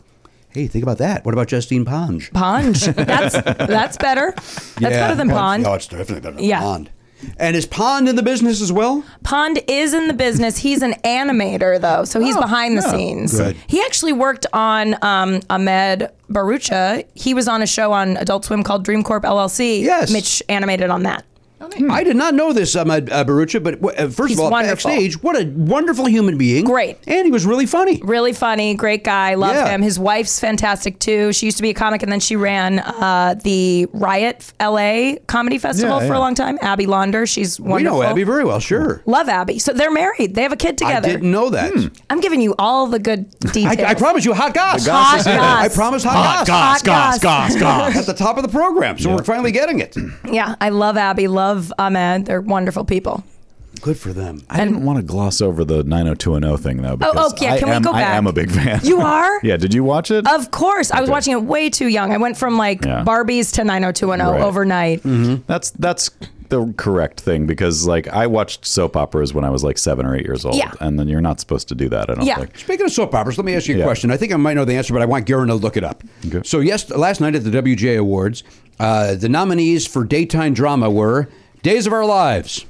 Speaker 5: Hey, think about that. What about Justine Pond?
Speaker 8: Pond. That's that's better. That's better than Pond.
Speaker 5: Oh, it's definitely better than
Speaker 8: Yeah.
Speaker 5: Pond. And is Pond in the business as well?
Speaker 8: Pond is in the business. He's an animator, though, so he's behind the scenes.
Speaker 5: Good.
Speaker 8: He actually worked on um, Ahmed Barucha. He was on a show on Adult Swim called Dream Corp LLC.
Speaker 5: Yes.
Speaker 8: Mitch animated on that.
Speaker 5: I did not know this, um, uh, Barucha, but uh, first
Speaker 8: Hmm. He's
Speaker 5: of all,
Speaker 8: wonderful.
Speaker 5: backstage, what a wonderful human being.
Speaker 8: Great.
Speaker 5: And he was really funny.
Speaker 8: Really funny, great guy. Love
Speaker 5: Yeah.
Speaker 8: him. His wife's fantastic too. She used to be a comic, and then she ran uh, the Riot LA Comedy Festival
Speaker 5: Yeah,
Speaker 8: for
Speaker 5: yeah.
Speaker 8: a long time. Abby Launder, she's
Speaker 5: We
Speaker 8: wonderful.
Speaker 5: know Abby very well, sure.
Speaker 8: Love Abby. So they're married. They have a kid
Speaker 5: I
Speaker 8: together.
Speaker 5: didn't know that.
Speaker 8: I'm giving you all the good
Speaker 5: I,
Speaker 8: details.
Speaker 5: I promise you, hot goss.
Speaker 8: Hot goss.
Speaker 5: I promise hot,
Speaker 8: Hot
Speaker 5: goss.
Speaker 8: goss, goss, goss,
Speaker 5: At the top of the program, so we're finally getting it.
Speaker 8: Yeah, I love Abby, love Ahmed. They're wonderful people.
Speaker 5: Good for them.
Speaker 1: I didn't want to gloss over the 90210 thing though.
Speaker 8: Oh,
Speaker 1: Because
Speaker 8: oh, yeah,
Speaker 1: I
Speaker 8: can we
Speaker 1: am,
Speaker 8: go back?
Speaker 1: I am a big fan.
Speaker 8: You are?
Speaker 1: yeah. Did you watch it?
Speaker 8: Of course, I was
Speaker 1: Okay.
Speaker 8: watching it way too young. I went from like
Speaker 1: Yeah.
Speaker 8: Barbies to 90210
Speaker 1: Right. Mm-hmm.
Speaker 8: overnight.
Speaker 1: That's that's the correct thing because like I watched soap operas when I was like seven or eight years old,
Speaker 8: Yeah.
Speaker 1: and then you're not supposed to do that. I don't
Speaker 8: Yeah.
Speaker 1: think.
Speaker 5: Speaking of soap operas, let me ask you a
Speaker 1: Yeah.
Speaker 5: question. I think I might know the answer, but I want Garen to look it up.
Speaker 1: Okay.
Speaker 5: So, yes, last night at the WJ Awards, uh, the nominees for daytime drama were Days of Our Lives,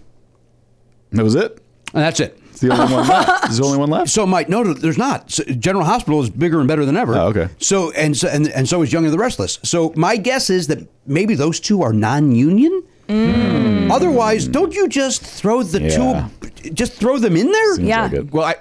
Speaker 1: That was it.
Speaker 5: and that's it.
Speaker 1: It's the only one left. It's the only one left.
Speaker 5: So, Mike, no, no, there's not. So General Hospital is bigger and better than ever.
Speaker 1: Oh, okay.
Speaker 5: So, and so, and, and so is Young and the Restless. So, my guess is that maybe those two are non-union.
Speaker 8: Mm.
Speaker 5: Otherwise, don't you just throw the
Speaker 1: Yeah.
Speaker 5: two, just throw them in there?
Speaker 1: Seems
Speaker 8: Yeah.
Speaker 1: like it.
Speaker 6: Well, I,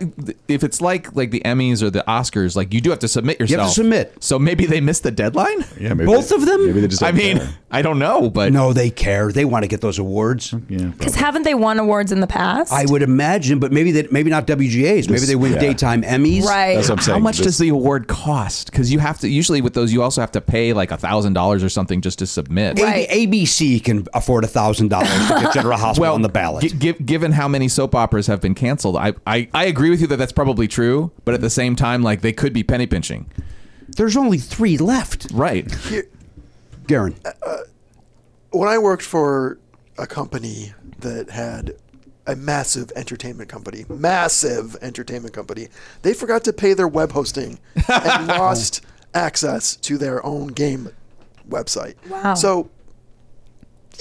Speaker 6: if it's like like the Emmys or the Oscars, like you do have to submit yourself.
Speaker 5: submit.
Speaker 6: So maybe they missed the deadline.
Speaker 1: Yeah, maybe
Speaker 5: Both
Speaker 1: they-
Speaker 5: of them?
Speaker 1: Maybe they just.
Speaker 6: I
Speaker 1: don't
Speaker 6: mean,
Speaker 1: care.
Speaker 6: I don't know, but
Speaker 5: No, they care. They want to get those awards.
Speaker 1: Mm, yeah.
Speaker 8: Because haven't they won awards in the past?
Speaker 5: I would imagine, but maybe they, maybe not WGA's. Maybe they win
Speaker 1: yeah.
Speaker 5: daytime Emmys.
Speaker 8: right.
Speaker 1: That's what I'm saying.
Speaker 6: how much
Speaker 1: This-
Speaker 6: does the award cost? Because you have to usually with those, you also have to pay like a thousand dollars or something just to submit.
Speaker 5: A-
Speaker 8: Right.
Speaker 5: ABC can afford a thousand dollars to get General Hospital on the ballot.
Speaker 6: gi- gi- given how many soap operas have been canceled, I, I I agree with you that that's probably true. But at the same time, like they could be penny pinching,
Speaker 5: There's only three left.
Speaker 6: right?
Speaker 5: Garen,
Speaker 7: when I worked for a company that had a massive entertainment company, massive entertainment company, they forgot to pay their web hosting and lost access to their own game website.
Speaker 8: Wow.
Speaker 7: So, eh,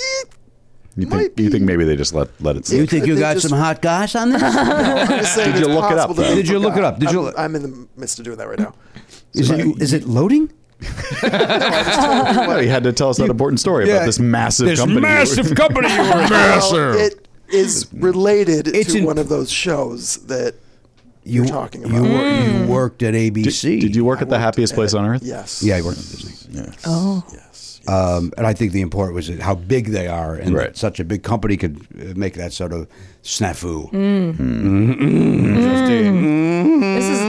Speaker 1: You
Speaker 7: might
Speaker 1: think, you
Speaker 7: be-
Speaker 1: think maybe they just let let it
Speaker 5: you
Speaker 1: slip?
Speaker 5: think
Speaker 7: I
Speaker 5: you
Speaker 7: think
Speaker 5: got
Speaker 7: just-
Speaker 5: some hot goss on this?
Speaker 7: I'm just saying
Speaker 1: Did you
Speaker 7: it's
Speaker 1: look it up,
Speaker 7: possible that
Speaker 1: though?
Speaker 7: they
Speaker 5: Did you look it
Speaker 7: forgot.
Speaker 5: up? Did you
Speaker 7: I'm-
Speaker 5: look-
Speaker 7: I'm in the midst of doing that right now.
Speaker 5: Is it, is it loading?
Speaker 1: No, you had to tell us that important story
Speaker 5: Yeah.
Speaker 1: about this massive
Speaker 5: This
Speaker 1: company.
Speaker 5: massive company you were in.
Speaker 7: Well, it is related
Speaker 5: It's
Speaker 7: to
Speaker 5: in-
Speaker 7: one of those shows that you're talking about.
Speaker 5: You, wor- you worked at ABC.
Speaker 1: Did, did you work at the happiest place on earth?
Speaker 7: yes.
Speaker 5: Yeah, I worked at Disney.
Speaker 8: oh.
Speaker 5: Um, and I think the import was how big they are, and
Speaker 1: Right.
Speaker 5: that such a big company could uh, make that sort of snafu.
Speaker 1: Mm-hmm.
Speaker 8: This
Speaker 5: Mm-hmm.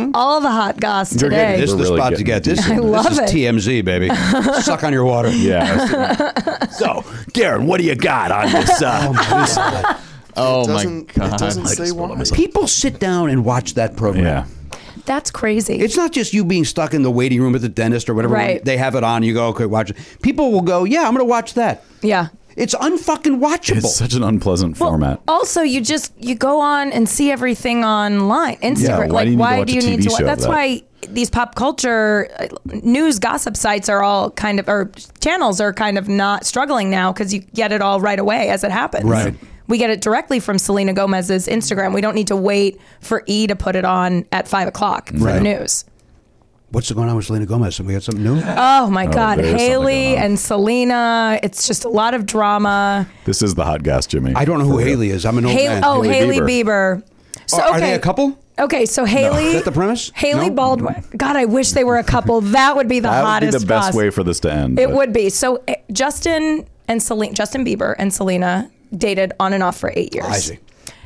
Speaker 8: is all the hot goss
Speaker 1: You're getting
Speaker 8: today.
Speaker 5: This is
Speaker 1: We're
Speaker 5: the
Speaker 1: really
Speaker 5: spot to
Speaker 1: getting
Speaker 5: get this.
Speaker 1: deep into
Speaker 8: I love
Speaker 5: this is
Speaker 8: it.
Speaker 5: TMZ, baby. Suck on your water.
Speaker 1: Yeah. so, Garen, what do you got on this? Uh,
Speaker 6: Oh
Speaker 7: It doesn't, It doesn't say
Speaker 1: hold on
Speaker 7: why.
Speaker 1: a
Speaker 5: People sit down and watch that program.
Speaker 1: yeah.
Speaker 8: That's crazy.
Speaker 5: It's not just you being stuck in the waiting room at the dentist or whatever.
Speaker 8: Right.
Speaker 5: They have it on. You go, okay, watch it. People will go, yeah, I'm going to watch that.
Speaker 8: yeah.
Speaker 5: It's unfucking watchable.
Speaker 1: It's such an unpleasant
Speaker 8: Well, oh.
Speaker 1: format.
Speaker 8: Also, you just you go on and see everything online. Instagram.
Speaker 1: Yeah, why
Speaker 8: like,
Speaker 1: do you need to watch
Speaker 8: why do
Speaker 1: a
Speaker 8: you need
Speaker 1: TV
Speaker 8: to? wa-
Speaker 1: show
Speaker 8: That's
Speaker 1: that?
Speaker 8: why these pop culture uh, news gossip sites are all kind of or channels are kind of not struggling now because you get it all right away as it happens.
Speaker 5: Right.
Speaker 8: We get it directly from Selena Gomez's Instagram. We don't need to wait for E to put it on at five o'clock for the
Speaker 5: Right.
Speaker 8: news.
Speaker 5: What's going on with Selena Gomez? We got something new?
Speaker 8: Oh my God,
Speaker 1: there's something
Speaker 8: Haley
Speaker 1: going on.
Speaker 8: and Selena. It's just a lot of drama.
Speaker 1: This is the hot gas, Jimmy.
Speaker 5: I don't know who
Speaker 1: For real.
Speaker 5: Haley is. I'm an old
Speaker 8: Haley,
Speaker 5: man.
Speaker 8: Uh, oh,
Speaker 1: Haley
Speaker 8: Haley Bieber. So,
Speaker 5: Are- are they a couple?
Speaker 8: Okay, so Haley.
Speaker 5: Is that the premise?
Speaker 8: Haley
Speaker 5: No?
Speaker 8: Baldwin. God, I wish they were a couple. That would be the
Speaker 1: That would be
Speaker 8: hottest.
Speaker 1: the best
Speaker 8: goss.
Speaker 1: way for this to end.
Speaker 8: It
Speaker 1: but-
Speaker 8: would be. So eh, Justin and Selena, Justin Bieber and Selena dated on and off for eight years.
Speaker 5: I see.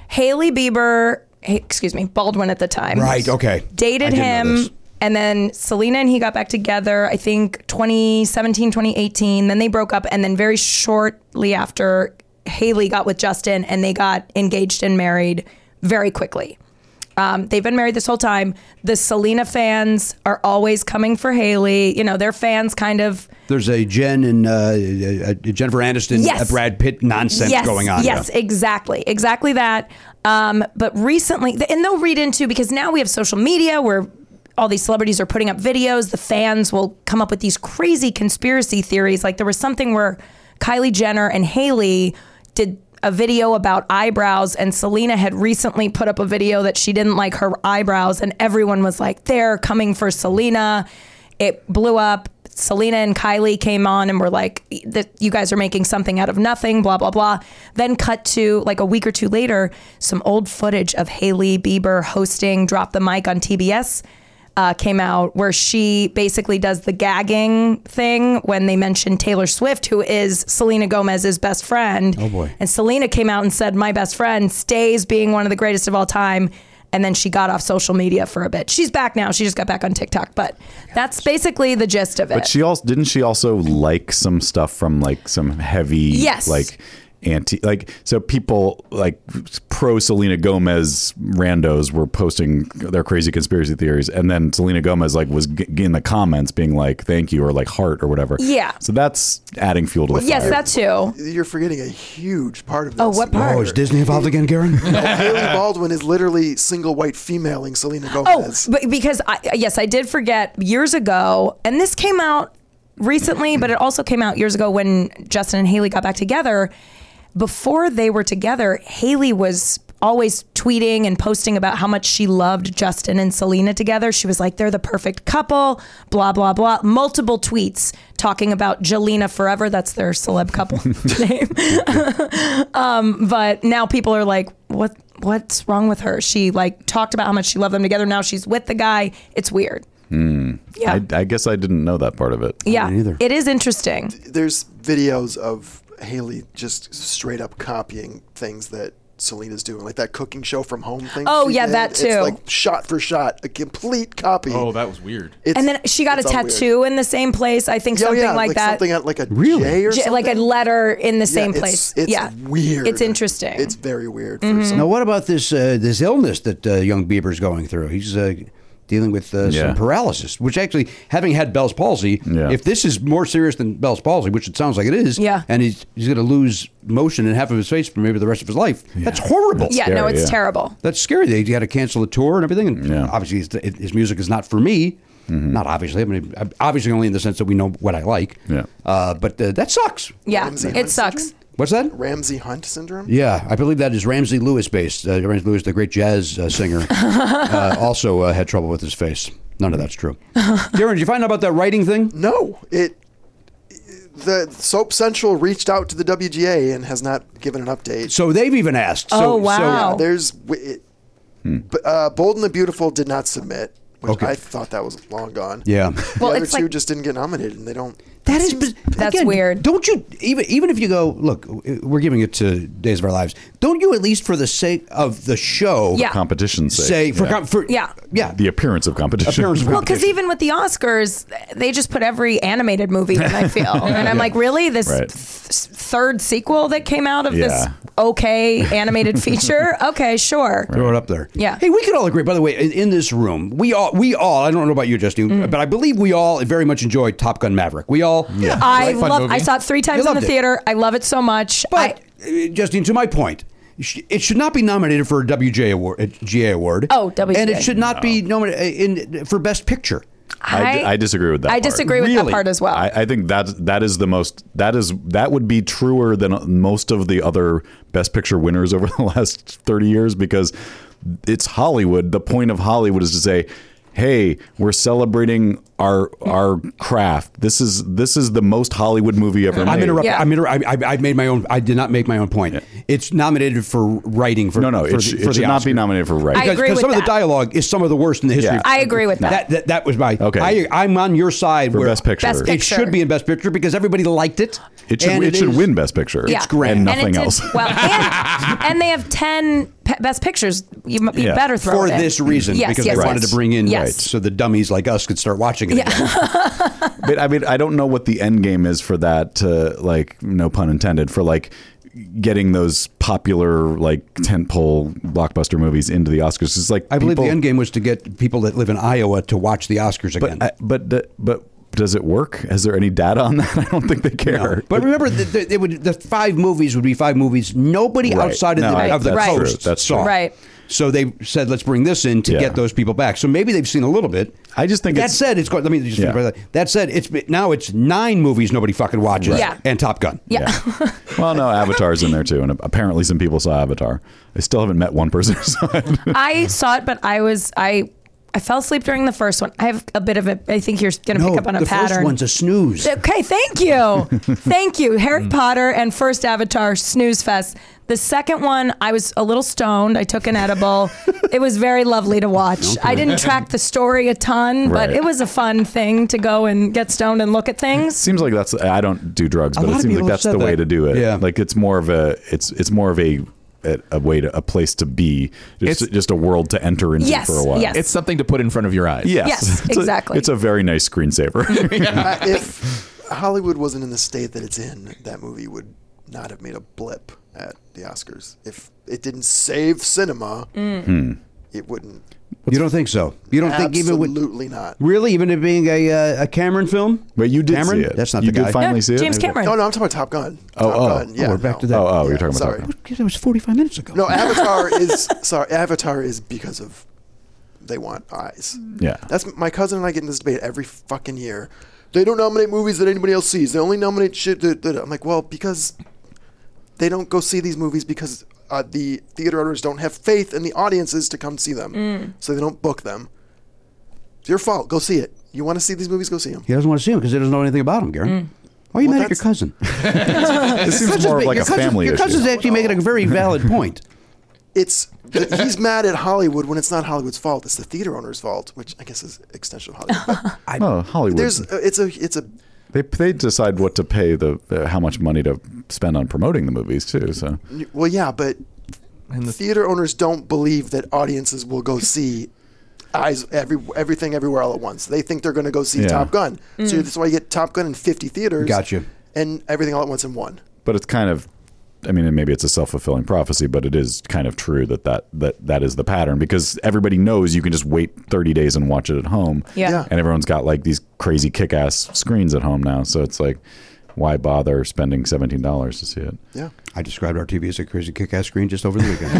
Speaker 8: Haley Bieber, eh, excuse me, Baldwin at the time.
Speaker 5: Right, okay.
Speaker 8: Dated
Speaker 5: I didn't know
Speaker 8: him.
Speaker 5: this.
Speaker 8: And then Selena and he got back together, I think 2017, 2018. Then they broke up. And then very shortly after, Haley got with Justin and they got engaged and married very quickly. Um, they've been married this whole time. The Selena fans are always coming for Haley. You know, their fans kind of
Speaker 5: There's a Jen and uh, uh, Jennifer Aniston,
Speaker 8: Yes.
Speaker 5: uh, Brad Pitt nonsense
Speaker 8: yes,
Speaker 5: going on.
Speaker 8: Yes,
Speaker 5: Yeah.
Speaker 8: exactly, exactly that. Um, but recently, and they'll read into because now we have social media where all these celebrities are putting up videos. The fans will come up with these crazy conspiracy theories. Like there was something where Kylie Jenner and Haley did. a video about eyebrows, and Selena had recently put up a video that she didn't like her eyebrows, and everyone was like, they're coming for Selena. It blew up. Selena and Kylie came on and were like, that you guys are making something out of nothing, blah, blah, blah. Then cut to like a week or two later, some old footage of Haley Bieber hosting Drop the Mic on TBS uh, came out where she basically does the gagging thing when they mention Taylor Swift, who is Selena Gomez's best friend. Oh boy! And Selena came out and said, "My best friend stays being one of the greatest of all time." And then she got off social media for a bit. She's back now. She just got back on TikTok, but that's basically the gist of it.
Speaker 1: But she also didn't she also like some stuff from like some heavy
Speaker 8: Yes.
Speaker 1: like anti like so people like pro Selena Gomez randos were posting their crazy conspiracy theories and then Selena Gomez like was g- in the comments being like thank you or like heart or whatever.
Speaker 8: Yeah.
Speaker 1: So that's adding fuel to the
Speaker 8: yes,
Speaker 1: fire.
Speaker 8: that too.
Speaker 7: You're forgetting a huge part of this.
Speaker 8: Oh, what part?
Speaker 5: Oh, is Disney involved again, Garen?
Speaker 7: Haley Baldwin is literally single white femaling Selena
Speaker 8: Oh,
Speaker 7: Gomez.
Speaker 8: but because I yes, I did forget years ago, and this came out recently, but it also came out years ago when Justin and Haley got back together. Before they were together, Haley was always tweeting and posting about how much she loved Justin and Selena together. She was like, they're the perfect couple, blah, blah, blah. Multiple tweets talking about Jelena Forever. That's their celeb couple name but now people are like, what what's wrong with her? She like talked about how much she loved them together. Now she's with the guy. It's weird.
Speaker 7: Hmm.
Speaker 8: Yeah.
Speaker 1: I, I guess I didn't know that part of it.
Speaker 8: yeah.
Speaker 5: either.
Speaker 8: It is interesting.
Speaker 7: There's videos of Haley just straight up copying things that Selena's doing, like that cooking show from home thing.
Speaker 8: Oh,
Speaker 7: she
Speaker 8: yeah,
Speaker 7: did.
Speaker 8: that too.
Speaker 7: It's like shot for shot, a complete copy.
Speaker 5: Oh,
Speaker 6: that was weird.
Speaker 7: It's-
Speaker 8: and then she got a
Speaker 7: it's all weird.
Speaker 8: tattoo in the same place. I think
Speaker 7: Yeah,
Speaker 8: something
Speaker 7: yeah,
Speaker 8: like, that.
Speaker 7: Something at like a
Speaker 5: Really?
Speaker 7: J or
Speaker 8: J-
Speaker 7: something.
Speaker 8: like a letter in the same
Speaker 7: it's-
Speaker 8: place.
Speaker 7: It's
Speaker 8: yeah.
Speaker 7: weird.
Speaker 8: It's interesting. Mm-hmm.
Speaker 7: It's very weird. For some-
Speaker 5: now, what about this uh, this illness that uh, young Bieber's going through? He's uh, dealing with uh,
Speaker 1: Yeah.
Speaker 5: some paralysis, which actually, having had Bell's palsy,
Speaker 1: Yeah.
Speaker 5: if this is more serious than Bell's palsy, which it sounds like it is,
Speaker 8: Yeah.
Speaker 5: and he's, he's going to lose motion in half of his face for maybe the rest of his life, that's horrible.
Speaker 8: yeah, no,
Speaker 1: scary,
Speaker 8: it's
Speaker 1: yeah.
Speaker 8: terrible.
Speaker 5: That's scary. They got to cancel the tour and everything. And
Speaker 1: Yeah. Mm-hmm.
Speaker 5: obviously, his, his music is not for me. Not obviously. I mean, obviously only in the sense that we know what I like.
Speaker 1: Yeah.
Speaker 5: Uh, but uh, that sucks.
Speaker 8: Yeah.
Speaker 7: Ramsey
Speaker 8: it
Speaker 7: Hunt
Speaker 8: sucks.
Speaker 7: syndrome?
Speaker 5: What's that?
Speaker 7: Ramsey Hunt syndrome.
Speaker 5: Yeah, I believe that is Ramsey Lewis based. Uh, Ramsey Lewis, the great jazz uh, singer, uh, also uh, had trouble with his face. None of that's true. Darren, did you find out about that writing thing?
Speaker 7: No, it. The Soap Central reached out to the WGA and has not given an update.
Speaker 5: So they've even asked. So,
Speaker 8: Oh,
Speaker 5: so-
Speaker 8: wow.
Speaker 7: Yeah, there's. w- It, b- uh, Bold and the Beautiful did not submit, which
Speaker 5: Hmm. Okay.
Speaker 7: I thought that was long gone.
Speaker 5: yeah.
Speaker 7: The
Speaker 8: Well,
Speaker 7: other
Speaker 8: it's
Speaker 7: two
Speaker 8: like-
Speaker 7: just didn't get nominated, and they don't.
Speaker 5: That is
Speaker 7: seems-
Speaker 5: biz-
Speaker 8: That's
Speaker 5: again,
Speaker 8: weird.
Speaker 5: Don't you even even if you go look? We're giving it to Days of Our Lives. Don't you at least for the sake of the show?
Speaker 8: Yeah.
Speaker 1: Competition's sake.
Speaker 5: Say for
Speaker 1: Yeah.
Speaker 5: com- for
Speaker 8: Yeah.
Speaker 5: yeah
Speaker 1: the appearance of competition.
Speaker 5: appearance of
Speaker 8: Well, because even with the Oscars, they just put every animated movie in, I feel. And I'm like, really? This
Speaker 1: Right.
Speaker 8: th- third sequel that came out of this
Speaker 1: Yeah.
Speaker 8: okay animated feature? Okay, sure.
Speaker 5: Throw it up there.
Speaker 8: Yeah.
Speaker 5: Hey, we could all agree. By the way, in, in this room, we all we all. I don't know about you, Justine,
Speaker 8: Mm.
Speaker 5: but I believe we all very much enjoyed Top Gun Maverick. We all. Yeah.
Speaker 8: I
Speaker 6: Fun
Speaker 8: love.
Speaker 6: movie.
Speaker 8: I saw it three times
Speaker 5: You
Speaker 8: in the
Speaker 5: loved it.
Speaker 8: theater. I love it so much.
Speaker 5: But
Speaker 8: I,
Speaker 5: uh, Justine, to my point, sh- it should not be nominated for a WJ award, a GA award.
Speaker 8: Oh, WGA.
Speaker 5: And it should not be nominated in for Best Picture.
Speaker 1: I, I disagree with that.
Speaker 8: I
Speaker 1: part.
Speaker 8: disagree with that
Speaker 5: Really?
Speaker 8: part as well.
Speaker 1: I, I think that that is the most that is that would be truer than most of the other Best Picture winners over the last thirty years because it's Hollywood. The point of Hollywood is to say, "Hey, we're celebrating our our craft. This is this is the most Hollywood movie ever made."
Speaker 5: I'm interrupting.
Speaker 8: Yeah.
Speaker 5: I'm inter- I, I, I made my own. I did not make my own point. It's nominated for writing. For
Speaker 1: No, no,
Speaker 5: for
Speaker 1: it, sh-
Speaker 5: the-
Speaker 1: it
Speaker 5: for the
Speaker 1: should not be
Speaker 5: Oscar.
Speaker 1: nominated for
Speaker 8: I
Speaker 1: writing.
Speaker 5: Because
Speaker 8: agree
Speaker 5: because
Speaker 8: with
Speaker 5: some of the
Speaker 8: that.
Speaker 5: dialogue is some of the worst in the history.
Speaker 1: Yeah.
Speaker 5: of-
Speaker 8: I agree with that.
Speaker 5: That, that, that was my
Speaker 1: Okay.
Speaker 5: I, I'm on your side.
Speaker 1: For
Speaker 5: where
Speaker 1: Best Picture.
Speaker 8: Best
Speaker 5: it
Speaker 8: Picture.
Speaker 5: should be in Best Picture because everybody liked it.
Speaker 1: It should
Speaker 5: and
Speaker 1: it, should
Speaker 5: is-
Speaker 1: win Best Picture.
Speaker 8: yeah.
Speaker 5: grand.
Speaker 1: and
Speaker 8: And it
Speaker 1: nothing
Speaker 8: did-
Speaker 1: else.
Speaker 8: Well, and, and they have ten pe- best pictures. You, m- you
Speaker 1: Yeah.
Speaker 8: better throw
Speaker 5: for
Speaker 8: it in.
Speaker 5: this reason
Speaker 8: Yes,
Speaker 5: because
Speaker 8: yes,
Speaker 5: they
Speaker 8: yes.
Speaker 5: wanted to bring in
Speaker 8: Yes.
Speaker 5: so the dummies like us could start watching it. again.
Speaker 1: but I mean, I don't know what the end game is for that. To like, no pun intended, for like getting those popular like tentpole blockbuster movies into the Oscars. It's like
Speaker 5: I believe
Speaker 1: people-
Speaker 5: the end game was to get people that live in Iowa to watch the Oscars again.
Speaker 1: But I, but the, but does it work? Is there any data on that? I don't think they care.
Speaker 5: But remember, the, the, it would, the five movies would be five movies. Nobody
Speaker 1: Right.
Speaker 5: outside of
Speaker 1: No,
Speaker 5: the,
Speaker 1: I-
Speaker 5: of the
Speaker 8: that's
Speaker 5: coast
Speaker 1: true. That's
Speaker 5: saw.
Speaker 8: true. Right.
Speaker 5: So they said, let's bring this in to
Speaker 1: Yeah.
Speaker 5: get those people back. So maybe they've seen a little bit.
Speaker 1: I just think
Speaker 5: that
Speaker 1: it's-
Speaker 5: said, it's going. Let me just
Speaker 1: Yeah.
Speaker 5: that. that said, it's been- now it's nine movies nobody fucking watches.
Speaker 8: Right. Yeah.
Speaker 5: and Top Gun.
Speaker 8: Yeah.
Speaker 1: well, no, Avatar's in there too, and apparently some people saw Avatar. I still haven't met one person who saw it.
Speaker 8: I saw it, but I was I I fell asleep during the first one. I have a bit of a. I think you're gonna
Speaker 5: No,
Speaker 8: pick up on a
Speaker 5: the
Speaker 8: pattern.
Speaker 5: first one's a snooze.
Speaker 8: Okay, thank you. thank you. Harry Potter and first Avatar snooze fest. The second one, I was a little stoned. I took an edible. it was very lovely to watch. I didn't track the story a ton, but
Speaker 1: Right.
Speaker 8: it was a fun thing to go and get stoned and look at things.
Speaker 1: seems like that's I don't do drugs, but
Speaker 5: lot
Speaker 1: it
Speaker 5: of
Speaker 1: seems
Speaker 5: people
Speaker 1: like
Speaker 5: have
Speaker 1: that's
Speaker 5: said
Speaker 1: the way
Speaker 5: that.
Speaker 1: to do it.
Speaker 5: Yeah.
Speaker 1: like it's more of a it's it's more of a a, a way to a place to be. Just
Speaker 6: It's-
Speaker 1: just a world to enter into
Speaker 8: Yes,
Speaker 1: for a while.
Speaker 8: yes.
Speaker 6: It's something to put in front of your eyes.
Speaker 1: Yes,
Speaker 8: Yes,
Speaker 1: It's a-
Speaker 8: exactly.
Speaker 1: it's a very nice screensaver.
Speaker 7: Uh, if Hollywood wasn't in the state that it's in, that movie would not have made a blip at the Oscars. If it didn't save cinema,
Speaker 8: Mm.
Speaker 7: it wouldn't.
Speaker 5: You don't think so? Hmm. You don't think even with
Speaker 7: Absolutely not.
Speaker 5: really even it being a uh, a Cameron film?
Speaker 1: but you did
Speaker 5: Cameron?
Speaker 1: see it.
Speaker 5: That's not
Speaker 1: you
Speaker 5: the guy.
Speaker 1: did finally
Speaker 8: No,
Speaker 1: see it.
Speaker 8: James Cameron.
Speaker 7: No, no, I'm talking about Top Gun.
Speaker 1: Oh,
Speaker 7: Top
Speaker 1: oh.
Speaker 7: Gun.
Speaker 1: Oh,
Speaker 7: Yeah,
Speaker 5: we're back
Speaker 7: no.
Speaker 5: to that.
Speaker 1: Oh, oh, you're
Speaker 7: Yeah,
Speaker 1: talking about
Speaker 7: sorry.
Speaker 1: Top Gun.
Speaker 5: God, That was forty five minutes ago.
Speaker 7: No, Avatar is sorry. Avatar is because of they want eyes.
Speaker 1: Yeah.
Speaker 7: That's my cousin and I get in this debate every fucking year. They don't nominate movies that anybody else sees. They only nominate shit. That, that- I'm like, well, because they don't go see these movies because uh, the theater owners don't have faith in the audiences to come see them, so they don't book them. It's your fault. Go see it. You want to see these movies? Go see them.
Speaker 5: He doesn't want to see him because he doesn't know anything about him, Gary.
Speaker 8: Mm.
Speaker 5: Why are you
Speaker 7: Well,
Speaker 5: mad at your
Speaker 7: that's-
Speaker 5: cousin?
Speaker 1: It seems more of like
Speaker 5: your
Speaker 1: a family
Speaker 5: your cousin's
Speaker 1: issue.
Speaker 5: actually making a very valid point.
Speaker 7: It's that he's mad at Hollywood when it's not Hollywood's fault. It's the theater owner's fault, which I guess is an extension of Hollywood. But
Speaker 1: Oh, Hollywood.
Speaker 7: There's uh, it's a it's a
Speaker 1: They, they decide what to pay the uh, how much money to spend on promoting the movies too. So
Speaker 7: well yeah, but theater owners don't believe that audiences will go see eyes every everything everywhere all at once. They think they're going to go see
Speaker 1: Yeah.
Speaker 7: Top Gun, so that's why you get Top Gun in fifty theaters.
Speaker 5: Gotcha.
Speaker 7: And everything all at once in one.
Speaker 1: but it's kind of I mean, and maybe it's a self-fulfilling prophecy, but it is kind of true that that, that that is the pattern because everybody knows you can just wait 30 days and watch it at home.
Speaker 8: Yeah.
Speaker 7: Yeah.
Speaker 1: And everyone's got like these crazy kick-ass screens at home now, so it's like why bother spending $17 to see it?
Speaker 7: Yeah,
Speaker 5: I described our TV as a crazy kick-ass screen just over the weekend. so,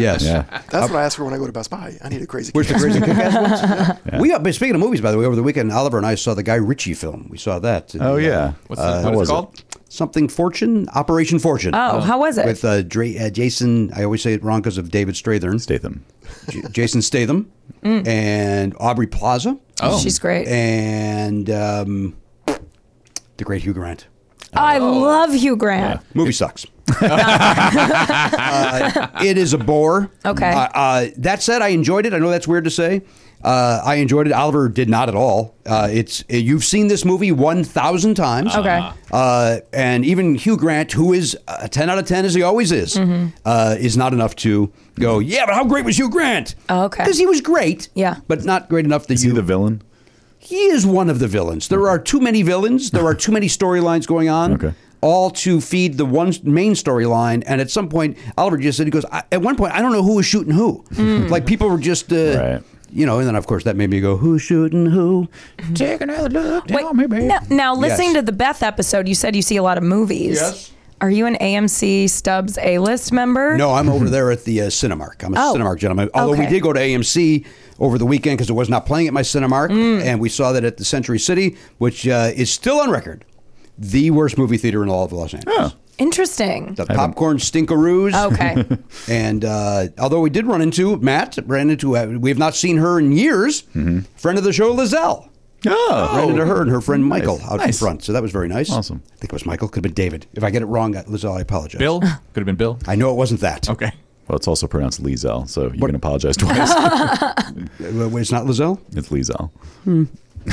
Speaker 5: yes.
Speaker 1: Yeah.
Speaker 7: that's what I ask for when I go to Best Buy. I need a crazy.
Speaker 5: Where's the
Speaker 7: kick-ass
Speaker 5: crazy kick-ass ones? We got, but speaking of movies, by the way, over the weekend, Oliver and I saw the Guy Ritchie film. We saw that. uh,
Speaker 1: Oh yeah.
Speaker 6: What's the-
Speaker 1: how
Speaker 6: what is it
Speaker 1: was
Speaker 6: called?
Speaker 5: Something Fortune, Operation Fortune.
Speaker 8: Oh, how was it?
Speaker 5: With uh, Dra- uh, Jason, I always say it wrong because of David Strathern,
Speaker 1: Statham.
Speaker 5: J- Jason Statham,
Speaker 8: Mm.
Speaker 5: and Aubrey Plaza,
Speaker 6: Oh.
Speaker 8: She's great.
Speaker 5: um, and um, the great Hugh Grant.
Speaker 8: Oh, I
Speaker 5: Oh.
Speaker 8: love Hugh Grant.
Speaker 5: Movie sucks. Uh, it is a bore.
Speaker 8: Okay.
Speaker 5: Uh, uh, that said, I enjoyed it. I know that's weird to say. Uh, I enjoyed it. Oliver did not at all. Uh, it's uh, you've seen this movie one thousand times.
Speaker 8: Okay. Uh-huh.
Speaker 5: Uh, and even Hugh Grant, who is a ten out of ten as he always is,
Speaker 8: Mm-hmm.
Speaker 5: uh, is not enough to go. Yeah, but how great was Hugh Grant?
Speaker 8: Oh, okay.
Speaker 5: Because he was great.
Speaker 8: Yeah.
Speaker 5: But not great enough that
Speaker 1: Is
Speaker 5: you
Speaker 1: he the villain?
Speaker 5: he is one of the villains. There are too many villains. There are too many storylines going on.
Speaker 1: Okay.
Speaker 5: All to feed the one main storyline, and at some point, Oliver just said, "He goes." I, at one point, I don't know who was shooting who.
Speaker 8: Mm.
Speaker 5: Like people were just, uh,
Speaker 1: Right.
Speaker 5: you know. And then, of course, that made me go, "Who's shooting who?"
Speaker 8: Mm-hmm.
Speaker 5: Take another look.
Speaker 8: Wait,
Speaker 5: down, maybe.
Speaker 8: no- now listening
Speaker 5: Yes.
Speaker 8: to the Beth episode, you said you see a lot of movies.
Speaker 5: Yes.
Speaker 8: Are you an AMC Stubbs A list member?
Speaker 5: No, I'm over there at the uh, Cinemark. I'm a
Speaker 8: Oh.
Speaker 5: Cinemark gentleman. Although we
Speaker 8: Okay.
Speaker 5: did go to AMC over the weekend because it was not playing at my Cinemark,
Speaker 8: Mm.
Speaker 5: and we saw that at the Century City, which uh, is still on record, the worst movie theater in all of Los
Speaker 1: Oh.
Speaker 5: Angeles.
Speaker 8: Interesting.
Speaker 5: The popcorn stinkaroos.
Speaker 8: Okay.
Speaker 5: And uh, although we did run into Matt, ran into uh, we have not seen her in years. Friend of the show, Lizelle.
Speaker 1: Mm-hmm. Oh.
Speaker 5: Ran into her and her friend Michael out in
Speaker 1: Nice.
Speaker 5: front, so that was very nice.
Speaker 1: Awesome.
Speaker 5: I think it was Michael. Could have been David. If I get it wrong, uh, Lizelle, I apologize.
Speaker 6: Bill? Could have been Bill.
Speaker 5: I know it wasn't that.
Speaker 6: Okay.
Speaker 1: Well, it's also pronounced Liesel, so you can apologize twice.
Speaker 5: Uh, wait, It's not Lizelle.
Speaker 1: it's Liesel.
Speaker 5: she,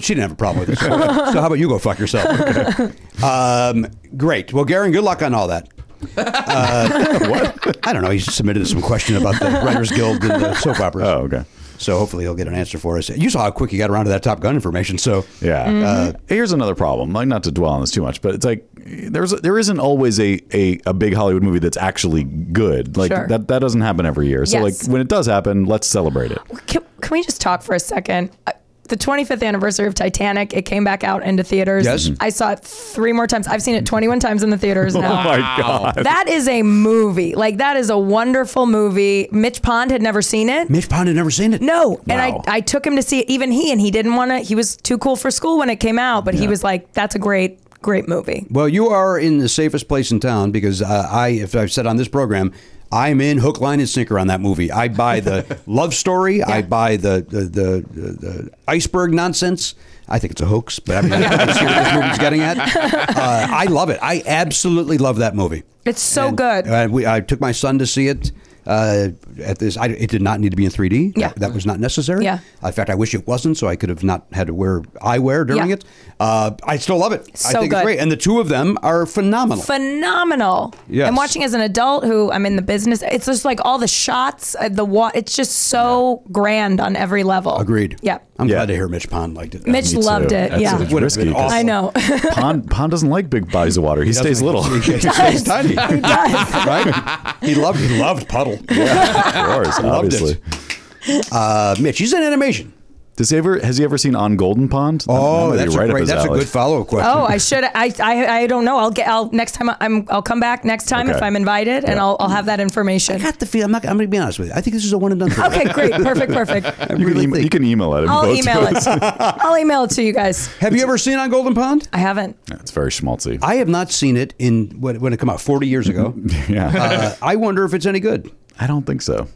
Speaker 5: she didn't have a problem with it. So, so how about you go fuck yourself? um, great. Well, Garen, good luck on all that. Uh, what? I don't know. He submitted some question about the Writers Guild and the soap operas.
Speaker 1: Oh, okay.
Speaker 5: So hopefully he'll get an answer for us. You saw how quick he got around to that Top Gun information. So
Speaker 1: Yeah.
Speaker 8: Mm-hmm.
Speaker 1: Uh, Here's another problem. Like not to dwell on this too much, but it's like there's there isn't always a a, a big Hollywood movie that's actually good. Like
Speaker 8: Sure.
Speaker 1: that that doesn't happen every year. So
Speaker 8: Yes.
Speaker 1: like when it does happen, let's celebrate it.
Speaker 8: Can, can we just talk for a second? Uh, the 25th anniversary of Titanic. It came back out into theaters. Mm-hmm.
Speaker 5: Yes.
Speaker 8: I saw it three more times. I've seen it 21 times in the theaters now.
Speaker 1: Oh my god.
Speaker 8: That is a movie. Like that is a wonderful movie. Mitch Pond had never seen it.
Speaker 5: Mitch Pond had never seen it.
Speaker 8: No, and I,
Speaker 1: Wow.
Speaker 8: I took him to see it. Even he and he didn't want to. He was too cool for school when it came out, but he was like, "That's a great, great movie."
Speaker 5: Well, you are in the safest place in town because uh, I, if I've said on this program, I'm in hook, line, and sinker on that movie. I buy the love story. I buy the the, the the iceberg nonsense. I think it's a hoax, but I mean, that's what this movie's getting at. Uh, I love it. I absolutely love that movie.
Speaker 8: It's so
Speaker 5: And,
Speaker 8: good.
Speaker 5: uh, we, I took my son to see it. Uh, at this, I, it did not need to be in 3D.
Speaker 8: Yeah.
Speaker 5: that, that was not necessary.
Speaker 8: Yeah.
Speaker 5: in fact, I wish it wasn't, so I could have not had to wear eyewear during
Speaker 8: Yeah.
Speaker 5: it. Uh, I still love it. I
Speaker 8: So
Speaker 5: think
Speaker 8: good.
Speaker 5: it's great, and the two of them are phenomenal.
Speaker 8: phenomenal.
Speaker 5: Yes.
Speaker 8: And watching as an adult who I'm in the business, it's just like all the shots, uh, the wa- it's just so grand on every level.
Speaker 5: Agreed.
Speaker 8: Yeah.
Speaker 5: I'm
Speaker 1: Yeah.
Speaker 5: glad to hear Mitch Pond liked it.
Speaker 8: Mitch
Speaker 1: Me too.
Speaker 8: loved it.
Speaker 1: That's
Speaker 8: yeah.
Speaker 1: a-
Speaker 5: would have been
Speaker 1: Risky.
Speaker 5: awesome.
Speaker 8: I know.
Speaker 1: Pond Pond doesn't like big buys of water. He stays little.
Speaker 5: he stays tiny.
Speaker 8: he does.
Speaker 5: right? He loved he loved Puddle.
Speaker 1: yeah, of course,
Speaker 5: Loved it.
Speaker 1: obviously.
Speaker 5: Uh, Mitch, he's in animation.
Speaker 1: Does he ever has he ever seen On Golden Pond?
Speaker 5: Oh,
Speaker 1: That'd
Speaker 5: that's
Speaker 1: be
Speaker 5: a
Speaker 1: up
Speaker 5: great.
Speaker 1: his
Speaker 5: That's
Speaker 1: alley.
Speaker 5: a good follow-up question.
Speaker 8: Oh, I should. I, I I don't know. I'll get. I'll next time. I'm. I'll come back next time if
Speaker 1: Okay.
Speaker 8: I'm invited, and I'll I'll have that information.
Speaker 5: I got the feel. I'm not. I'm going to be honest with you. I think this is a one and done. for me.
Speaker 8: Oh, Okay, great, perfect, perfect.
Speaker 1: You,
Speaker 5: really
Speaker 1: can email,
Speaker 5: think-
Speaker 1: you can email it. and
Speaker 8: I'll
Speaker 1: vote to
Speaker 8: email
Speaker 1: us.
Speaker 8: it. I'll email it to you guys.
Speaker 5: Have you ever seen on Golden Pond?
Speaker 8: I haven't.
Speaker 1: It's very schmaltzy.
Speaker 5: I have not seen it in when, when it came out 40 years ago.
Speaker 1: yeah,
Speaker 5: uh, I wonder if it's any good.
Speaker 1: I don't think so.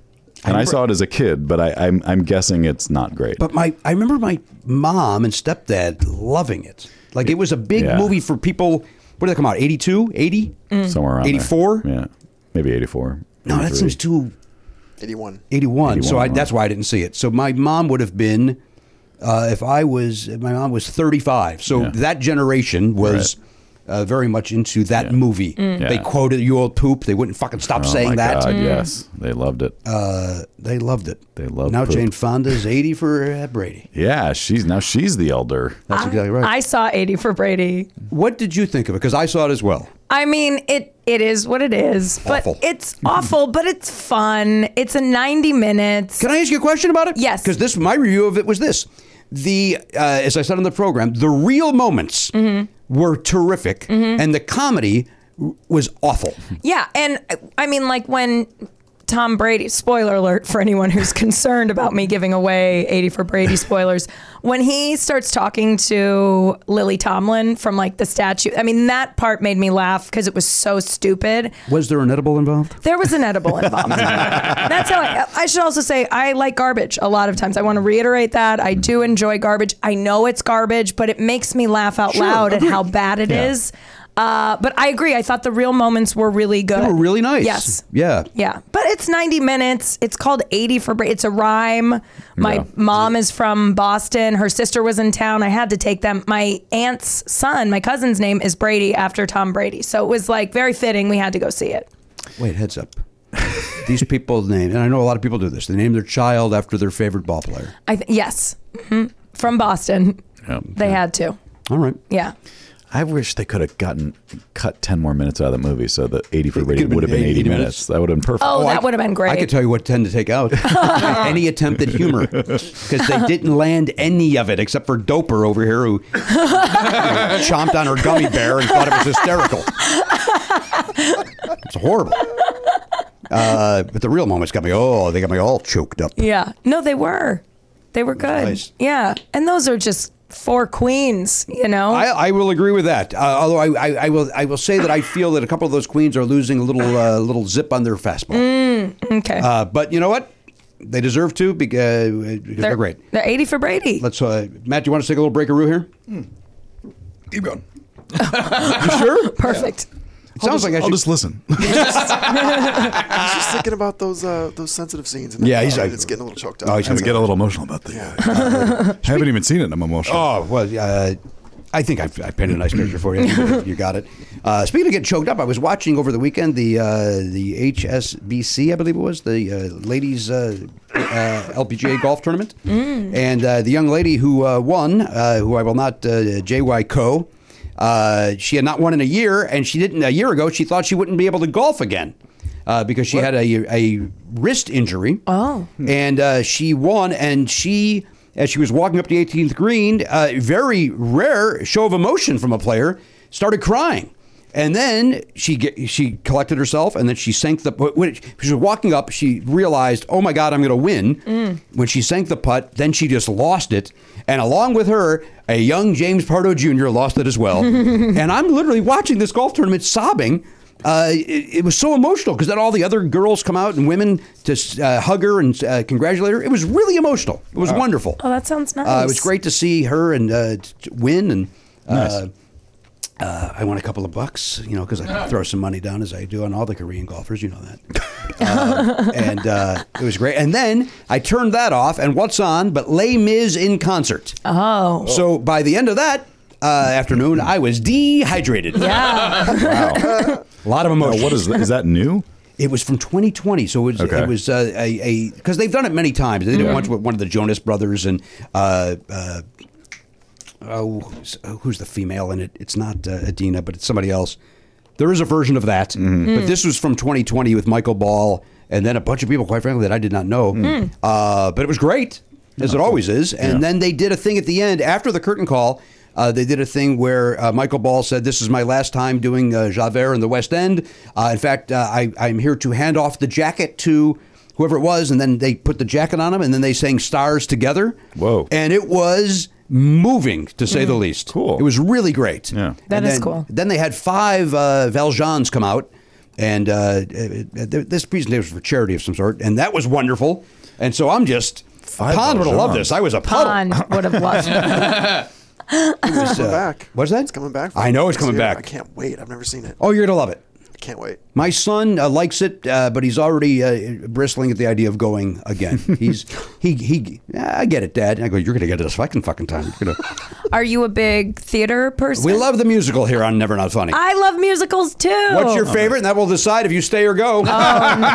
Speaker 1: And I,
Speaker 5: remember-
Speaker 1: saw it as a kid, but I, I'm I'm guessing it's not great.
Speaker 5: But my I remember my mom and stepdad loving it. Like it was a big
Speaker 1: Yeah.
Speaker 5: movie for people. What did that come out? 82, 80?
Speaker 1: Somewhere around there.
Speaker 5: 84?
Speaker 1: Yeah, maybe 84.
Speaker 5: No, that
Speaker 1: 83.
Speaker 5: seems too
Speaker 7: 81.
Speaker 5: 81. so
Speaker 1: 81,
Speaker 5: I,
Speaker 1: right.
Speaker 5: that's why I didn't see it. So my mom would have been, uh, if I was, if my mom was 35. So
Speaker 1: Yeah.
Speaker 5: that generation was uh, very much into that movie. They
Speaker 1: Yeah.
Speaker 5: quoted you old poop. They wouldn't fucking stop
Speaker 1: Oh my
Speaker 5: saying that. Mm. Uh,
Speaker 1: God, Yes, they loved it.
Speaker 5: They loved it.
Speaker 1: They love
Speaker 5: Now
Speaker 1: poop.
Speaker 5: Jane Fonda's 80 for uh, Brady.
Speaker 1: yeah, she's now she's the elder.
Speaker 5: That's exactly right.
Speaker 8: I saw 80 for Brady.
Speaker 5: what did you think of it? Because I saw it as well.
Speaker 8: I mean, it it is what it is, but
Speaker 5: Awful.
Speaker 8: it's awful, but it's fun. It's a 90 minutes.
Speaker 5: Can I ask you a question about it?
Speaker 8: Yes.
Speaker 5: Because this, my review of it was this: the uh, as I said on the program, the real moments
Speaker 8: Mm-hmm.
Speaker 5: were terrific, and the comedy w- was awful.
Speaker 8: Yeah, and I mean, like when Tom Brady, spoiler alert for anyone who's concerned about me giving away 80 for Brady spoilers, when he starts talking to Lily Tomlin from like the statue, I mean, that part made me laugh because it was so stupid.
Speaker 5: Was there an edible involved?
Speaker 8: There was an edible involved. That's how I, I should also say I like garbage a lot of times. I want to reiterate that. I do enjoy garbage. I know it's garbage, but it makes me laugh out loud at how bad it is. Uh, but I agree. I thought the real moments were really good.
Speaker 5: They were really nice.
Speaker 8: Yes.
Speaker 5: Yeah.
Speaker 8: Yeah, but it's 90 minutes. It's called 80 for break. It's a rhyme. My
Speaker 1: Yeah.
Speaker 8: mom is from Boston. Her sister was in town. I had to take them. My aunt's son, my cousin's name is Brady after Tom Brady. So it was like very fitting. We had to go see it.
Speaker 5: Wait, heads up. These people name, and I know a lot of people do this. They name their child after their favorite ball player.
Speaker 8: I th- yes, hmm from Boston.
Speaker 1: Yeah.
Speaker 8: They had to.
Speaker 5: All right.
Speaker 8: Yeah.
Speaker 1: I wish they could have gotten cut ten more minutes out of that movie, so the eighty for rating
Speaker 5: could've
Speaker 1: would have
Speaker 5: been
Speaker 1: been
Speaker 5: 80
Speaker 1: eighty
Speaker 5: minutes.
Speaker 1: minutes. That would have been perfect.
Speaker 8: Oh,
Speaker 5: I
Speaker 8: that
Speaker 5: c-
Speaker 8: would have been great.
Speaker 5: I could tell you what 10 to take out. any attempt at humor. Because they didn't land any of it except for Doper over here who you know, chomped on her gummy bear and thought it was hysterical. it's horrible. Uh, but the real moments got me, oh, they got me all choked up.
Speaker 8: yeah. No, they were. They were good.
Speaker 5: nice.
Speaker 8: Yeah, and those are just four queens. You know.
Speaker 5: I, I will agree with that. Uh, although I, I, I will, I will say that I feel that a couple of those queens are losing a little, uh, little zip on their fastball.
Speaker 8: Mm. okay.
Speaker 5: Uh, but you know what? They deserve to because, because they're, great.
Speaker 8: They're 80 for Brady.
Speaker 5: Let's, uh, Matt. Do you want us to take a little break of roo here? Keep going. you sure? It
Speaker 8: Perfect.
Speaker 5: sounds like I
Speaker 1: I'll
Speaker 5: should.
Speaker 1: just listen.
Speaker 7: I was just thinking about those uh, those sensitive scenes. In that
Speaker 5: Yeah, he's
Speaker 7: car,
Speaker 5: like-
Speaker 7: and it's getting a little choked up.
Speaker 5: Oh, he's
Speaker 1: I'm gonna get a little emotional about that. I haven't even seen it. and I'm emotional.
Speaker 5: oh well, uh, I think I've, I painted a nice picture for you. you got it. Uh, speaking of getting choked up, I was watching over the weekend the uh, the HSBC, I believe it was the uh, ladies uh, uh, LPGA golf tournament, and uh, the young lady who uh, won, uh, who I will not uh, JY Co. Uh, she had not won in a year, and she didn't a year ago. She thought she wouldn't be able to golf again uh, because she had a, a wrist injury.
Speaker 8: Oh.
Speaker 5: and uh, she won, and she as she was walking up the 18th green, a very rare show of emotion from a player, started crying. And then she ge- she collected herself, and then she sank the. When she was walking up, she realized, "Oh my God, I'm going to win!" When she sank the putt, then she just lost it, and along with her, a young James Pardo Jr. lost it as well. and I'm literally watching this golf tournament, sobbing. Uh, it, it was so emotional because then all the other girls come out and women to uh, hug her and uh, congratulate her. It was really emotional. It was wonderful.
Speaker 8: Oh, that sounds nice.
Speaker 5: Uh, it was great to see her and uh, t- t- win and. Uh, uh, I won a couple of bucks, you know, because I throw some money down as I do on all the Korean golfers. You know that. Uh, and uh, it was great. And then I turned that off, and what's on but Les Mis in concert.
Speaker 8: Oh.
Speaker 5: So by the end of that uh, afternoon, I was dehydrated. A
Speaker 8: Yeah.
Speaker 5: lot of emotion.
Speaker 1: Now, what is that? Is that new?
Speaker 5: It was from 2020, so it was
Speaker 1: Okay.
Speaker 5: it was uh, a because they've done it many times. They did it once with one of the Jonas Brothers and uh, uh, oh, who's- oh, who's the female in it? It's not uh, Adina, but it's somebody else. There is a version of that, but this was from 2020 with Michael Ball and then a bunch of people, quite frankly, that I did not know. Uh, but it was great, as it always is. And then they did a thing at the end after the curtain call. Uh, they did a thing where uh, Michael Ball said, "This is my last time doing uh, Javert in the West End. Uh, in fact, uh, I, I'm here to hand off the jacket to." Whoever it was, and then they put the jacket on him, and then they sang "Stars" together.
Speaker 1: Whoa.
Speaker 5: And it was moving, to say the least.
Speaker 1: Mm. Cool.
Speaker 5: It was really great.
Speaker 1: Yeah.
Speaker 8: That
Speaker 5: And
Speaker 8: is
Speaker 5: then-
Speaker 8: cool.
Speaker 5: Then they had five uh, Valjeans come out, and uh, uh, this presentation was for charity of some sort, and that was wonderful. And so I'm just.
Speaker 1: Five
Speaker 5: Pond would have loved
Speaker 1: Valjeans.
Speaker 5: this. I was a puddle.
Speaker 8: Pond would have loved it.
Speaker 5: It's,
Speaker 7: coming
Speaker 5: uh,
Speaker 7: back.
Speaker 5: What's that?
Speaker 7: It's coming back.
Speaker 5: I know it's
Speaker 7: this
Speaker 5: coming
Speaker 7: year.
Speaker 5: back.
Speaker 7: I can't wait. I've never seen it.
Speaker 5: Oh, you're gonna love it.
Speaker 7: I can't wait.
Speaker 5: My son uh, likes it, uh, but he's already uh, bristling at the idea of going again. He's he he. I get it, Dad. And I go. You're gonna get it this fucking fucking time. You're gonna-
Speaker 8: Are you a big theater person?
Speaker 5: we love the musical here on Never Not Funny.
Speaker 8: I love musicals too.
Speaker 5: What's your favorite? And that will decide if you stay or go.
Speaker 8: Oh,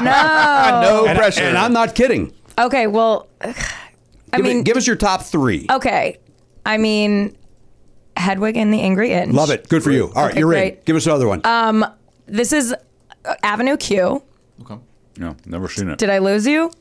Speaker 8: no.
Speaker 5: and, pressure. And I'm not kidding.
Speaker 8: Okay. Well, I
Speaker 5: Give, me-
Speaker 8: mean,
Speaker 5: give us your top three.
Speaker 8: okay. I mean, Hedwig and the Angry Inch.
Speaker 5: Love it. Good for you. All right,
Speaker 8: Okay,
Speaker 5: you're in.
Speaker 8: great. Um,
Speaker 5: Give us another one.
Speaker 8: This is uh, Avenue Q.
Speaker 1: No, never seen it.
Speaker 8: Did I lose you?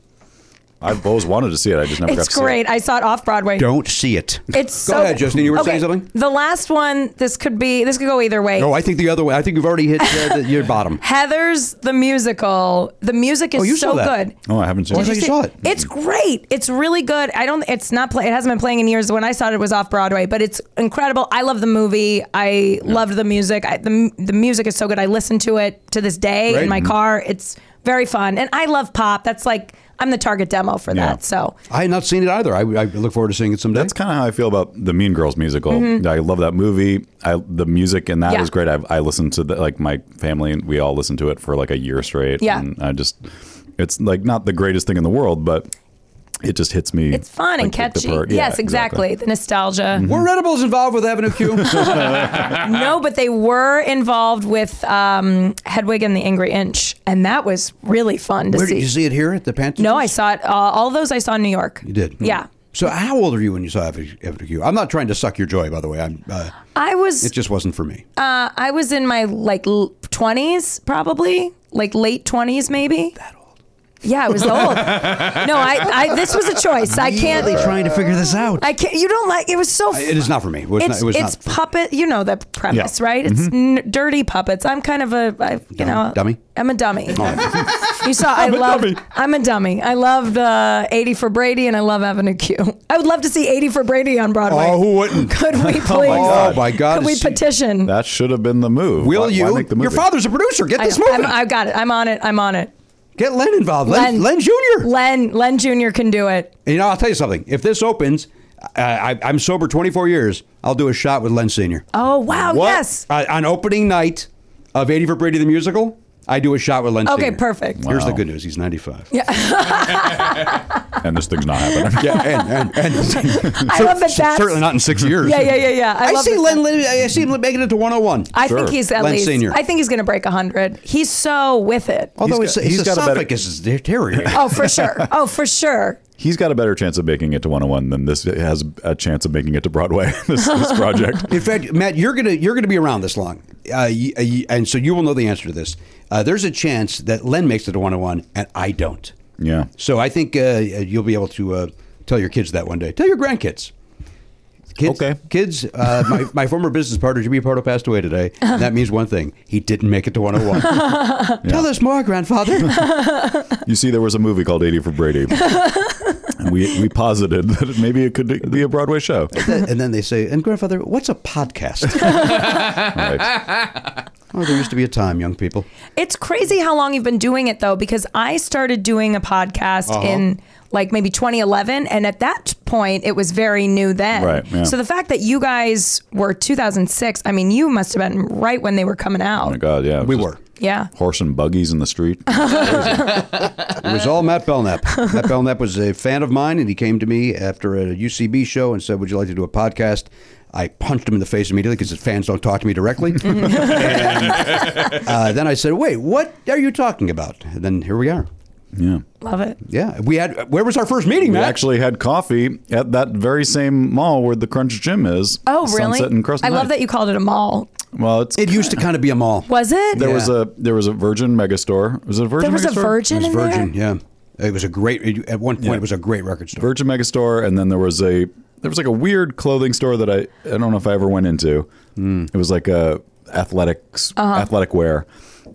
Speaker 1: I've always wanted to see it. I just never got to
Speaker 8: It's
Speaker 1: see
Speaker 8: great.
Speaker 1: it.
Speaker 8: I saw it off Broadway.
Speaker 5: Don't see it.
Speaker 8: It's
Speaker 5: go
Speaker 8: so
Speaker 5: ahead, Justin. You were
Speaker 8: Okay,
Speaker 5: saying something.
Speaker 8: The last one. This could be. This could go either way.
Speaker 5: No, I think the other way. I think you've already hit uh, the, your bottom.
Speaker 8: Heather's the musical. The music is
Speaker 5: Oh, you
Speaker 8: so
Speaker 5: saw that.
Speaker 8: good.
Speaker 1: Oh, I haven't seen
Speaker 5: Why
Speaker 1: it.
Speaker 5: don't you saw it?
Speaker 8: It's great. It's really good. I don't. It's not. Play, it hasn't been playing in years. When I saw it, it was off Broadway, but it's incredible. I love the movie. I loved the music. I, the The music is so good. I listen to it to this day
Speaker 5: Right.
Speaker 8: in my
Speaker 5: Mhm.
Speaker 8: car. It's very fun, and I love pop. That's like I'm the target demo for
Speaker 1: Yeah.
Speaker 8: that. So
Speaker 5: I had not seen it either. I, I look forward to seeing it someday.
Speaker 1: That's kind of how I feel about the Mean Girls musical. I love that movie. I the music in that is
Speaker 8: Mm-hmm. Yeah.
Speaker 1: great. I've, I listened to the, like my family and we all listened to it for like a year straight.
Speaker 8: Yeah.
Speaker 1: and I just it's like not the greatest thing in the world, but it just hits me.
Speaker 8: it's fun and
Speaker 1: like, like the
Speaker 8: catchy.
Speaker 1: part- yeah,
Speaker 8: yes, exactly. The nostalgia.
Speaker 5: Mm-hmm. Were Red Bulls involved with Avenue Q?
Speaker 8: No, but they were involved with um, Hedwig and the Angry Inch, and that was really fun to
Speaker 5: Where
Speaker 8: see.
Speaker 5: did you see it here at the Pantheon?
Speaker 8: no, I saw it. Uh, all those I saw in New York.
Speaker 5: You did. Mm-hmm.
Speaker 8: Yeah.
Speaker 5: So how old are you when you saw Avenue, Avenue Q? I'm not trying to suck your joy, by the way. I'm. Uh,
Speaker 8: I was
Speaker 5: it just wasn't for me.
Speaker 8: uh, I was in my like twenties, probably like late twenties, maybe. That old. Yeah, it was old. no, I, I. This was a choice. I can't.
Speaker 5: really trying to figure this out.
Speaker 8: I can't. You don't like. It was so.
Speaker 5: it is not for me. It was not,
Speaker 8: it's
Speaker 5: it was
Speaker 8: it's
Speaker 5: not.
Speaker 8: puppet. You know the premise, right? It's n- dirty puppets. I'm kind of a, I, you know,
Speaker 5: dummy?
Speaker 8: I'm a dummy. you saw. i love. I'm a dummy. I loved uh, 80 for Brady, and I love Avenue Q. I would love to see 80 for Brady on Broadway.
Speaker 5: Oh, who wouldn't?
Speaker 8: Could we please?
Speaker 5: God. Oh, my God.
Speaker 8: Could we
Speaker 5: See-
Speaker 8: petition?
Speaker 1: That should have been the move.
Speaker 5: Will
Speaker 1: Why- why
Speaker 5: you?
Speaker 1: make the
Speaker 5: Your
Speaker 1: movie?
Speaker 5: father's a producer. Get
Speaker 8: I,
Speaker 5: this moving.
Speaker 8: I'm- I got it. I'm on it. I'm on it.
Speaker 5: Get Len involved. Len, Len Jr.
Speaker 8: Len Len Jr. can do it.
Speaker 5: You know, I'll tell you something. If this opens, I, I, I'm sober 24 years. I'll do a shot with Len Senior.
Speaker 8: Oh wow! Yes.
Speaker 5: Uh, on opening night of 80 for Brady the musical, I do a shot with Len.
Speaker 8: Okay,
Speaker 5: Senior.
Speaker 8: perfect.
Speaker 5: Here's
Speaker 1: Wow.
Speaker 5: the good news. He's 95.
Speaker 1: and this thing's not happening.
Speaker 5: Yeah, and, and, and
Speaker 8: I love that. That's,
Speaker 5: certainly not in six years.
Speaker 8: Yeah, yeah, yeah, yeah. I,
Speaker 5: I,
Speaker 8: love
Speaker 5: see
Speaker 8: that
Speaker 5: Len. Lin- I see him making it to 101.
Speaker 8: I
Speaker 1: Sure.
Speaker 8: think he's at
Speaker 5: Len
Speaker 8: least.
Speaker 5: Senior.
Speaker 8: I think he's going to break hundred. He's so with it.
Speaker 5: Although
Speaker 1: He's
Speaker 5: his,
Speaker 1: got-
Speaker 5: his
Speaker 1: he's got a better-
Speaker 5: esophagus is deteriorating.
Speaker 8: Oh, for sure. Oh, for sure.
Speaker 1: He's got a better chance of making it to 101 than this has a chance of making it to Broadway. This, this project.
Speaker 5: In fact, Matt, you're gonna you're gonna be around this long, uh, y- uh, y- and so you will know the answer to this. Uh, there's a chance that Len makes it to 101, and I don't.
Speaker 1: yeah.
Speaker 5: So I think uh, you'll be able to uh, Tell your kids that one day. Tell your grandkids. Kids,
Speaker 1: Okay.
Speaker 5: Kids, uh, my, my former business partner, Jimmy Pardo, passed away today. That means one thing. He didn't make it to 101. Tell us more, grandfather.
Speaker 1: You see, there was a movie called 80 for Brady. and we, we posited that maybe it could be a Broadway show.
Speaker 5: and then they say, and grandfather, what's a podcast?
Speaker 1: Right.
Speaker 5: oh, there used to be a time, young people.
Speaker 8: It's crazy how long you've been doing it though, because I started doing a podcast
Speaker 1: Uh-huh.
Speaker 8: in like maybe 2011, and at that point it was very new then.
Speaker 1: Right, yeah.
Speaker 8: So the fact that you guys were 2006, I mean, you must have been right when they were coming
Speaker 1: Oh, my
Speaker 8: out.
Speaker 1: God, yeah. it
Speaker 5: We
Speaker 1: was just
Speaker 5: were.
Speaker 8: yeah.
Speaker 1: Horse and buggies in the street.
Speaker 5: It was all Matt Belknap. Matt Belknap was a fan of mine, and he came to me after a UCB show and said, "Would you like to do a podcast?" I punched him in the face immediately because his fans don't talk to me directly. and, uh, then I said, "Wait, what are you talking about?" And then here we are.
Speaker 1: Yeah.
Speaker 8: Love it.
Speaker 5: Yeah, we had. Where was our first meeting,
Speaker 1: We
Speaker 5: Matt?
Speaker 1: actually had coffee at that very same mall where the Crunch Gym is.
Speaker 8: Oh, really?
Speaker 1: Sunset and Crest.
Speaker 8: I love that you called it a mall.
Speaker 1: Well, it's
Speaker 5: it used to kind of be a mall.
Speaker 8: Was it?
Speaker 1: there was
Speaker 5: Yeah.
Speaker 1: a there was a Virgin Megastore. Was it a Virgin?
Speaker 8: There was a
Speaker 1: Megastore?
Speaker 8: virgin
Speaker 5: It
Speaker 8: in
Speaker 5: was Virgin.
Speaker 8: there.
Speaker 5: Yeah, it was a great. it- At one point, it was a great record store.
Speaker 1: Virgin Megastore, and then there was a there was like a weird clothing store that I I don't know if I ever went into.
Speaker 5: Hmm.
Speaker 1: It was like a athletics
Speaker 8: Uh-huh.
Speaker 1: athletic wear,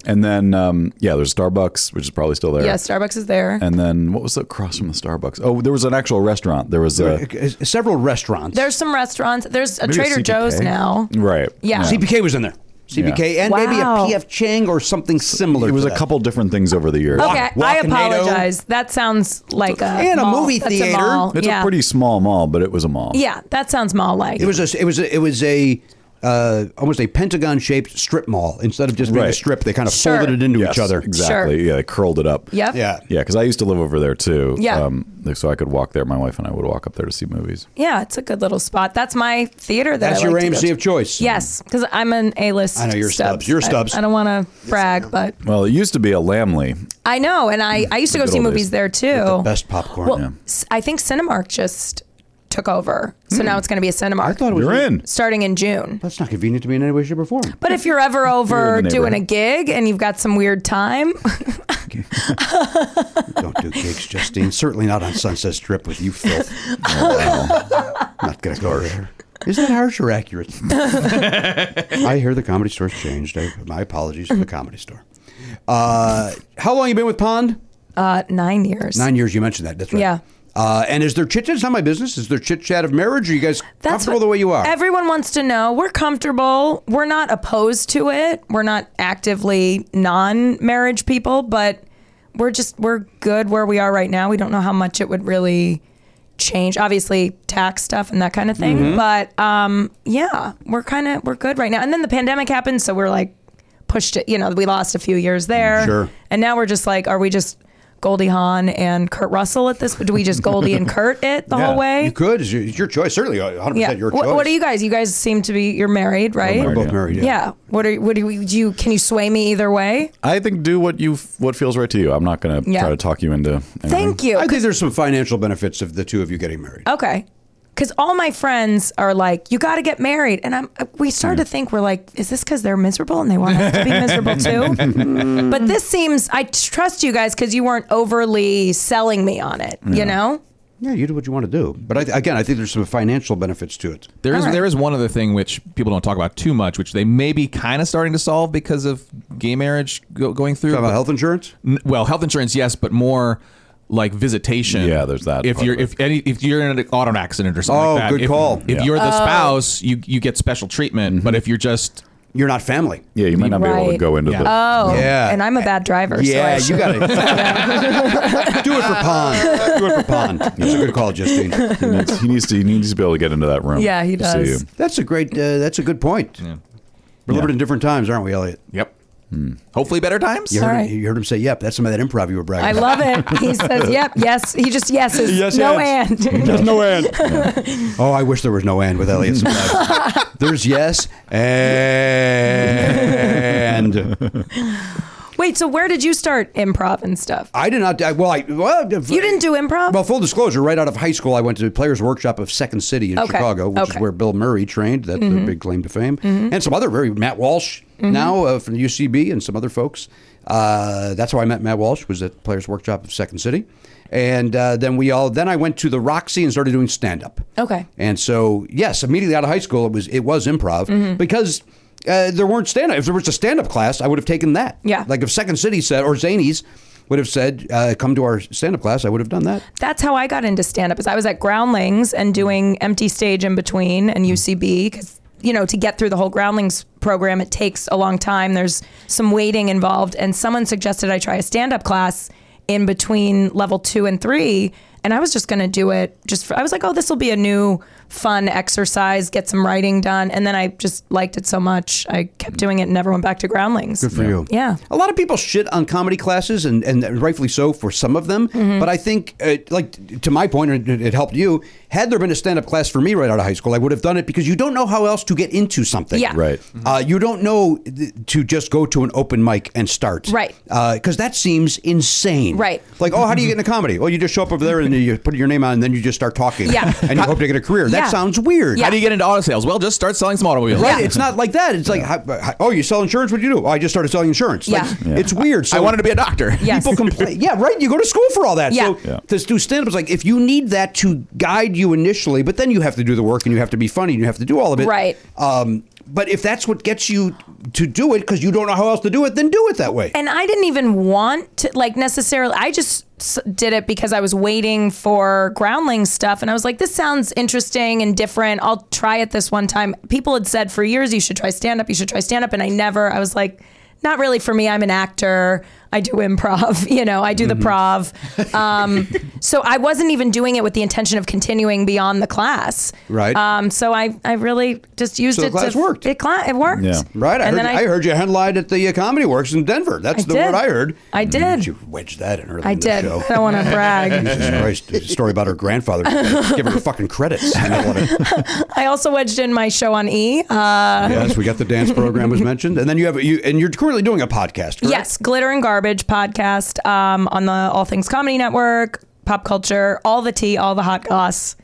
Speaker 1: and then um, yeah, there's Starbucks, which is probably still there.
Speaker 8: Yeah, Starbucks is there.
Speaker 1: And then what was across from the Starbucks? Oh, there was an actual restaurant. There was a
Speaker 5: Uh, Several restaurants.
Speaker 8: There's some restaurants. There's a
Speaker 1: Maybe a
Speaker 8: Trader
Speaker 1: CPK?
Speaker 8: Joe's now.
Speaker 1: right.
Speaker 8: Yeah.
Speaker 5: CPK was in there. CPK and maybe a
Speaker 8: Wow.
Speaker 5: PF Chang or something similar.
Speaker 1: It was
Speaker 5: to
Speaker 1: a
Speaker 5: that.
Speaker 1: couple different things over the years.
Speaker 8: Okay, I
Speaker 5: Wakanado.
Speaker 8: apologize. That sounds like a
Speaker 5: And a
Speaker 8: mall.
Speaker 5: movie
Speaker 8: That's
Speaker 5: theater.
Speaker 8: A mall.
Speaker 1: It's
Speaker 8: yeah.
Speaker 1: a pretty small mall, but it was a mall.
Speaker 8: Yeah, that sounds mall like.
Speaker 5: It was a it was a, it was a uh, almost a pentagon shaped strip mall instead of just being a
Speaker 1: Right.
Speaker 5: strip. They kind of
Speaker 8: Sure.
Speaker 5: folded it into
Speaker 1: Yes,
Speaker 5: each other.
Speaker 1: Exactly. Yeah, they curled it up.
Speaker 8: Yep.
Speaker 5: Yeah.
Speaker 1: Yeah, because I used to live over there too. Um,
Speaker 8: Yeah.
Speaker 1: so I could walk there. My wife and I would walk up there to see movies.
Speaker 8: Yeah, it's a good little spot. That's my theater that
Speaker 5: That's
Speaker 8: I
Speaker 5: your
Speaker 8: like to go
Speaker 5: AMC
Speaker 8: to.
Speaker 5: of choice.
Speaker 8: Yes, because I'm an A-list.
Speaker 5: I know, you're Stubbs. You're
Speaker 8: I-
Speaker 5: Stubbs.
Speaker 8: I, don't want to brag, but
Speaker 1: Well, it used to be a Lamley.
Speaker 8: I know, and I I used to
Speaker 1: The
Speaker 8: go
Speaker 1: good
Speaker 8: see
Speaker 1: old
Speaker 8: movies
Speaker 1: days.
Speaker 8: there too.
Speaker 5: Best popcorn.
Speaker 8: Oh. Well, s- I think Cinemark just took over, so now it's going to be a Cinemark.
Speaker 5: Hmm. I thought it was
Speaker 1: You're in.
Speaker 8: starting in June.
Speaker 5: That's not convenient to me in any way, shape, or form.
Speaker 8: But if you're ever
Speaker 1: You're
Speaker 8: over
Speaker 1: in the
Speaker 8: doing a
Speaker 1: neighborhood.
Speaker 8: gig and you've got some weird time,
Speaker 5: Don't do gigs, Justine. Certainly not on Sunset Strip with you filth.
Speaker 8: Oh,
Speaker 5: Not gonna go there. Is that harsh or accurate? I hear the comedy store's changed. I, my apologies to the comedy store. Uh, how long you been with Pond?
Speaker 8: uh, nine years.
Speaker 5: Nine years, you mentioned that. That's right.
Speaker 8: Yeah.
Speaker 5: Uh, and is there chit chat? It's not my business. Is there chit chat of marriage? Are you guys comfortable the way you are?
Speaker 8: Everyone wants to know. We're comfortable. We're not opposed to it. We're not actively non-marriage people, but we're just we're good where we are right now. We don't know how much it would really change. Obviously, tax stuff and that kind of thing.
Speaker 5: Mm-hmm.
Speaker 8: But um, yeah, we're kind of we're good right now. And then the pandemic happened, so we're like pushed it. You know, we lost a few years there.
Speaker 5: Sure.
Speaker 8: And now we're just like, are we just Goldie Hawn and Kurt Russell at this? Do we just Goldie and Kurt it the
Speaker 1: Yeah,
Speaker 8: whole way?
Speaker 5: you could. It's your, it's your choice. Certainly, 100%
Speaker 8: Yeah.
Speaker 5: your choice.
Speaker 8: what, what are you guys? You guys seem to be you're married, right?
Speaker 5: We're both married.
Speaker 8: Yeah. What are what do you, do you can you sway me either way?
Speaker 1: I think do what you what feels right to you. I'm not going to
Speaker 8: Yeah.
Speaker 1: try to talk you into. Anything.
Speaker 8: Thank you. Oh.
Speaker 5: I think there's some financial benefits of the two of you getting married.
Speaker 8: okay. Cuz all my friends are like, "You got to get married." And I'm uh, we start
Speaker 5: Hmm.
Speaker 8: to think we're like, is this cuz they're miserable and they want us to be miserable
Speaker 5: Hmm.
Speaker 8: too? but this seems I trust you guys cuz you weren't overly selling me on it, you know?
Speaker 5: Yeah, you do what you want to do. But I, again, I think there's some financial benefits to it.
Speaker 6: There is
Speaker 8: All right.
Speaker 6: there is one other thing which people don't talk about too much, which they may be kind of starting to solve because of gay marriage go, going through.
Speaker 5: Talk about health insurance?
Speaker 6: N- well, health insurance, yes, but more like visitation.
Speaker 1: Yeah, there's that
Speaker 6: If
Speaker 1: part
Speaker 6: you're
Speaker 1: of it.
Speaker 6: if any if you're in an auto accident or something
Speaker 5: Oh,
Speaker 6: like that,
Speaker 5: good
Speaker 6: if,
Speaker 5: call. Mm-hmm.
Speaker 6: If
Speaker 1: Yeah.
Speaker 6: you're the
Speaker 8: Oh.
Speaker 6: spouse, you you get special treatment. But if you're just
Speaker 5: You're not family.
Speaker 1: Yeah, you might not be able to
Speaker 8: Right.
Speaker 1: go into the.
Speaker 6: Yeah.
Speaker 8: Oh,
Speaker 5: Yeah.
Speaker 8: and I'm a bad driver. so I
Speaker 5: yeah, you
Speaker 8: should-
Speaker 5: got to do it for Pond. Do it for Pond. That's a good call, Justine.
Speaker 1: he, needs, he needs to he needs to be able to get into that room.
Speaker 8: Oh. Yeah, he
Speaker 1: to see you.
Speaker 8: does.
Speaker 5: That's a great. Uh, that's a good point. We're living in different times, aren't we, Elliot?
Speaker 6: yep, Hmm. hopefully better times.
Speaker 5: You heard,
Speaker 8: Right.
Speaker 5: you heard him say, "Yep." That's some of that improv you were bragging.
Speaker 8: I
Speaker 5: about.
Speaker 8: love it. He says, "Yep, yes." He just yeses.
Speaker 5: Yes,
Speaker 8: no
Speaker 5: yes.
Speaker 8: and.
Speaker 5: There's no end. Oh, I wish there was no end with Elliot. sometimes. There's yes and
Speaker 8: Wait, so where did you start improv and stuff?
Speaker 5: I did not. I, well, I well,
Speaker 8: You didn't do improv?
Speaker 5: Well, full disclosure, right out of high school, I went to the Players Workshop of Second City in
Speaker 8: Okay.
Speaker 5: Chicago, which is
Speaker 8: Okay. Mm-hmm.
Speaker 5: where Bill Murray trained. That's their big claim to fame, and some other very Matt Walsh. now uh, from UCB and some other folks. Uh, that's how I met Matt Walsh. Was at Players Workshop of Second City, and uh, then we all. Then I went to the Roxy and started doing stand up.
Speaker 8: Okay.
Speaker 5: And so, yes, immediately out of high school, it was it was improv because uh, there weren't stand up. If there was a stand up class, I would have taken that.
Speaker 8: Yeah.
Speaker 5: Like if Second City said or Zanies would have said, uh, "Come to our stand up class," I would have done that.
Speaker 8: That's how I got into stand up. Is I was at Groundlings and doing empty stage in between and UCB because you know to get through the whole Groundlings program it takes a long time. There's some waiting involved, and someone suggested I try a stand up class in between level two and three, and I was just gonna do it. Just for, I was like, oh, this will be a new fun exercise, get some writing done, and then I just liked it so much I kept doing it and never went back to Groundlings.
Speaker 5: Good for you.
Speaker 8: Yeah.
Speaker 5: A lot of people shit on comedy classes, and, and rightfully so for some of them.
Speaker 8: Mm-hmm.
Speaker 5: But I think, uh, like, to my point, and it, it helped you, had there been a stand up class for me right out of high school, I would have done it because you don't know how else to get into something.
Speaker 8: Yeah.
Speaker 1: Right.
Speaker 5: Uh, you don't know th- to just go to an open mic and start.
Speaker 8: Right.
Speaker 5: Because that seems insane.
Speaker 8: Right. Mm-hmm.
Speaker 5: Like, oh, how do you get into comedy? Well, you just show up over there and you put your name on, and then you just start talking.
Speaker 8: Yeah.
Speaker 5: And you hope to get a career.
Speaker 8: Yeah.
Speaker 5: That sounds weird.
Speaker 8: Yeah.
Speaker 6: How do you get into auto sales? Well, just start selling some automobiles.
Speaker 5: Right, it's not like that. It's like, how, how- oh, you sell insurance? What do you do? Oh, I just started selling insurance. Like,
Speaker 8: Yeah.
Speaker 5: it's weird. So
Speaker 6: I wanted to be a doctor.
Speaker 8: Yeah. Yes.
Speaker 5: People complain. yeah, right. You go to school for all that.
Speaker 8: Yeah.
Speaker 5: So
Speaker 1: Yeah.
Speaker 5: to do stand up is like if you need that to guide you initially, but then you have to do the work and you have to be funny and you have to do all of it.
Speaker 8: Right.
Speaker 5: Um, but if that's what gets you to do it because you don't know how else to do it, then do it that way.
Speaker 8: and I didn't even want to like necessarily. I just s- did it because I was waiting for groundling stuff, and I was like, "This sounds interesting and different. I'll try it this one time." People had said for years, "You should try stand up. You should try stand up," and I never. I was like, "Not really for me. I'm an actor. I do improv. You know, I do
Speaker 5: Mm-hmm.
Speaker 8: the prov." Um, so I wasn't even doing it with the intention of continuing beyond the class.
Speaker 5: Right.
Speaker 8: Um, so I, I really just used
Speaker 5: So the
Speaker 8: it.
Speaker 5: class
Speaker 8: to,
Speaker 5: worked.
Speaker 8: It, cla- it worked.
Speaker 1: Yeah.
Speaker 5: right. I
Speaker 8: And
Speaker 5: heard,
Speaker 8: then
Speaker 5: I, heard you headlined at the uh, Comedy Works in Denver. That's
Speaker 8: I
Speaker 5: the
Speaker 8: did.
Speaker 5: word I heard. Mm-hmm.
Speaker 8: I did.
Speaker 5: You wedged that in early
Speaker 8: I
Speaker 5: in the
Speaker 8: did.
Speaker 5: show.
Speaker 8: I don't want to brag.
Speaker 5: Jesus Christ! a story about her grandfather. Give her fucking credits. You know what I-
Speaker 8: I also wedged in my show on E. Uh,
Speaker 5: yes, we got the dance program was mentioned, and then you have you and you're currently doing a podcast. Correct?
Speaker 8: yes, Glitter and Garbage podcast um, on the All Things Comedy Network, pop culture, all the tea, all the hot goss,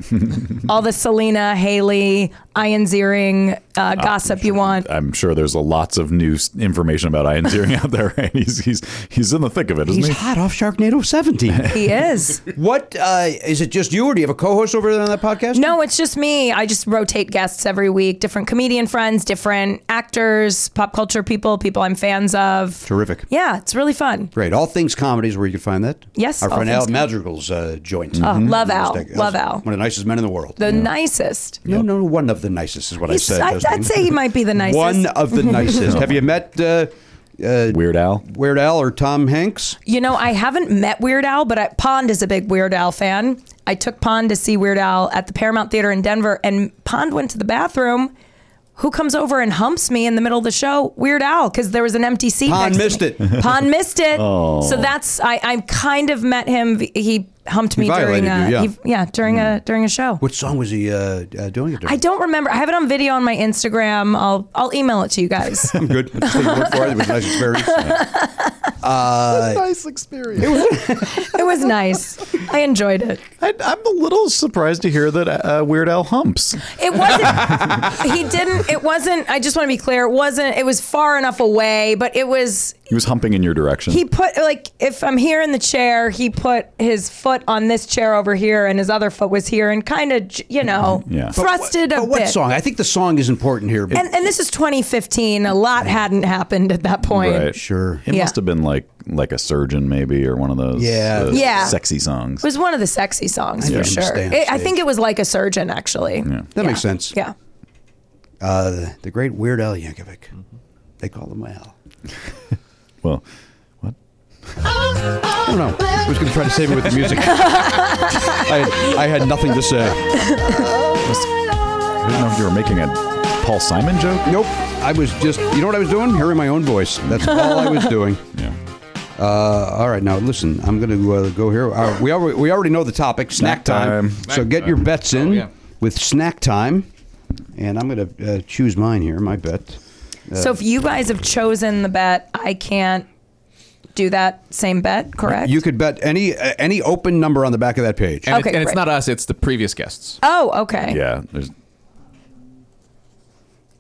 Speaker 8: all the Selena, Haley, Ian Ziering
Speaker 5: Ah,
Speaker 8: uh, gossip you want.
Speaker 1: I'm sure there's a lots of new s- information about Ian Ziering out there, right? He's he's he's in the thick of it, isn't
Speaker 5: He's
Speaker 1: he?
Speaker 5: hot off Sharknado 17.
Speaker 8: He is.
Speaker 5: What uh, is it? Just you, or do you have a co-host over there on that podcast?
Speaker 8: No, it's just me. I just rotate guests every week, different comedian friends, different actors, pop culture people, people I'm fans of.
Speaker 5: Terrific.
Speaker 8: Yeah, it's really fun.
Speaker 5: Great. All Things Comedy is where you can find that.
Speaker 8: Yes,
Speaker 5: Our
Speaker 8: All
Speaker 5: friend
Speaker 8: Things
Speaker 5: Al
Speaker 8: Comedy.
Speaker 5: Madrigal's uh, joint.
Speaker 8: Oh, love Al.
Speaker 5: Fantastic.
Speaker 8: Love
Speaker 5: Al's
Speaker 8: Al.
Speaker 5: One of the nicest men in the world. Mm-hmm.
Speaker 8: The nicest.
Speaker 5: No, no, one of the nicest is what I
Speaker 8: He's-
Speaker 5: said.
Speaker 8: I-
Speaker 5: Justin.
Speaker 8: I'd say he might be the nicest.
Speaker 5: One of the nicest. have you met uh,
Speaker 1: Weird Al.
Speaker 5: Weird Al or Tom Hanks?
Speaker 8: You know, I haven't met Weird Al, but I, Pond is a big Weird Al fan. I took Pond to see Weird Al at the Paramount Theater in Denver, and Pond went to the bathroom. Who comes over and humps me in the middle of the show? Weird Al, because there was an empty seat.
Speaker 5: Pond
Speaker 8: next to
Speaker 5: missed Oh.
Speaker 8: me. Pond missed it. So that's I. I kind of met him. He humped me during
Speaker 5: violated
Speaker 8: a
Speaker 5: you, yeah. Mm.
Speaker 8: yeah during a during a show.
Speaker 5: What song was he uh, uh, doing it during?
Speaker 8: I don't remember. I have it on video on my Instagram. I'll I'll email it to you guys.
Speaker 5: I'm good. Let's take your word for it. It was a nice experience. Uh,
Speaker 7: nice experience.
Speaker 8: it was nice. I enjoyed it.
Speaker 1: I, I'm a little surprised to hear that uh, Weird Al humps.
Speaker 8: It wasn't. he didn't. It wasn't. I just want to be clear. It wasn't. It was far enough away, but it was.
Speaker 1: He was humping in your direction.
Speaker 8: He put like if I'm here in the chair, he put his foot on this chair over here, and his other foot was here, and kind of you know
Speaker 1: Yeah. But
Speaker 8: thrusted
Speaker 5: Mm-hmm. But
Speaker 8: a
Speaker 5: what
Speaker 8: bit.
Speaker 5: song? I think the song is important here. But
Speaker 8: And, and this is 2015. A lot hadn't happened at that point.
Speaker 1: right.
Speaker 8: It
Speaker 5: sure.
Speaker 1: It
Speaker 8: Yeah.
Speaker 1: must have been like like a surgeon, maybe, or one of those
Speaker 5: Yeah.
Speaker 1: uh,
Speaker 8: Yeah.
Speaker 1: sexy songs.
Speaker 8: was one of the sexy songs for sure.
Speaker 5: understand,
Speaker 8: It- I
Speaker 5: Steve.
Speaker 8: think it was like a surgeon actually.
Speaker 5: That makes sense.
Speaker 8: Yeah.
Speaker 5: Uh, the, the great Weird Al Yankovic. They call him Al.
Speaker 1: Well,
Speaker 5: I don't know. I was going to try to save it with the music. I, I had nothing to say.
Speaker 1: I don't know if you were making a Paul Simon joke.
Speaker 5: Nope. I was just, you know what I was doing? Hearing my own voice. That's all I was doing.
Speaker 1: Yeah.
Speaker 5: Uh, all right, now listen. I'm going to uh, go here. Uh, we already we already know the topic, snack
Speaker 1: Snack
Speaker 5: time.
Speaker 1: time.
Speaker 5: So
Speaker 6: Snack
Speaker 5: get your
Speaker 6: time.
Speaker 5: bets in
Speaker 6: Oh, yeah.
Speaker 5: with snack time, and I'm going to uh, choose mine here. My bet.
Speaker 8: So if you guys have chosen the bet, I can't do that same bet, correct?
Speaker 5: You could bet any uh, any open number on the back of that page.
Speaker 6: And,
Speaker 8: Okay,
Speaker 6: it's, and it's
Speaker 8: great.
Speaker 6: not us; it's the previous guests.
Speaker 8: Oh, okay.
Speaker 1: Yeah. There's,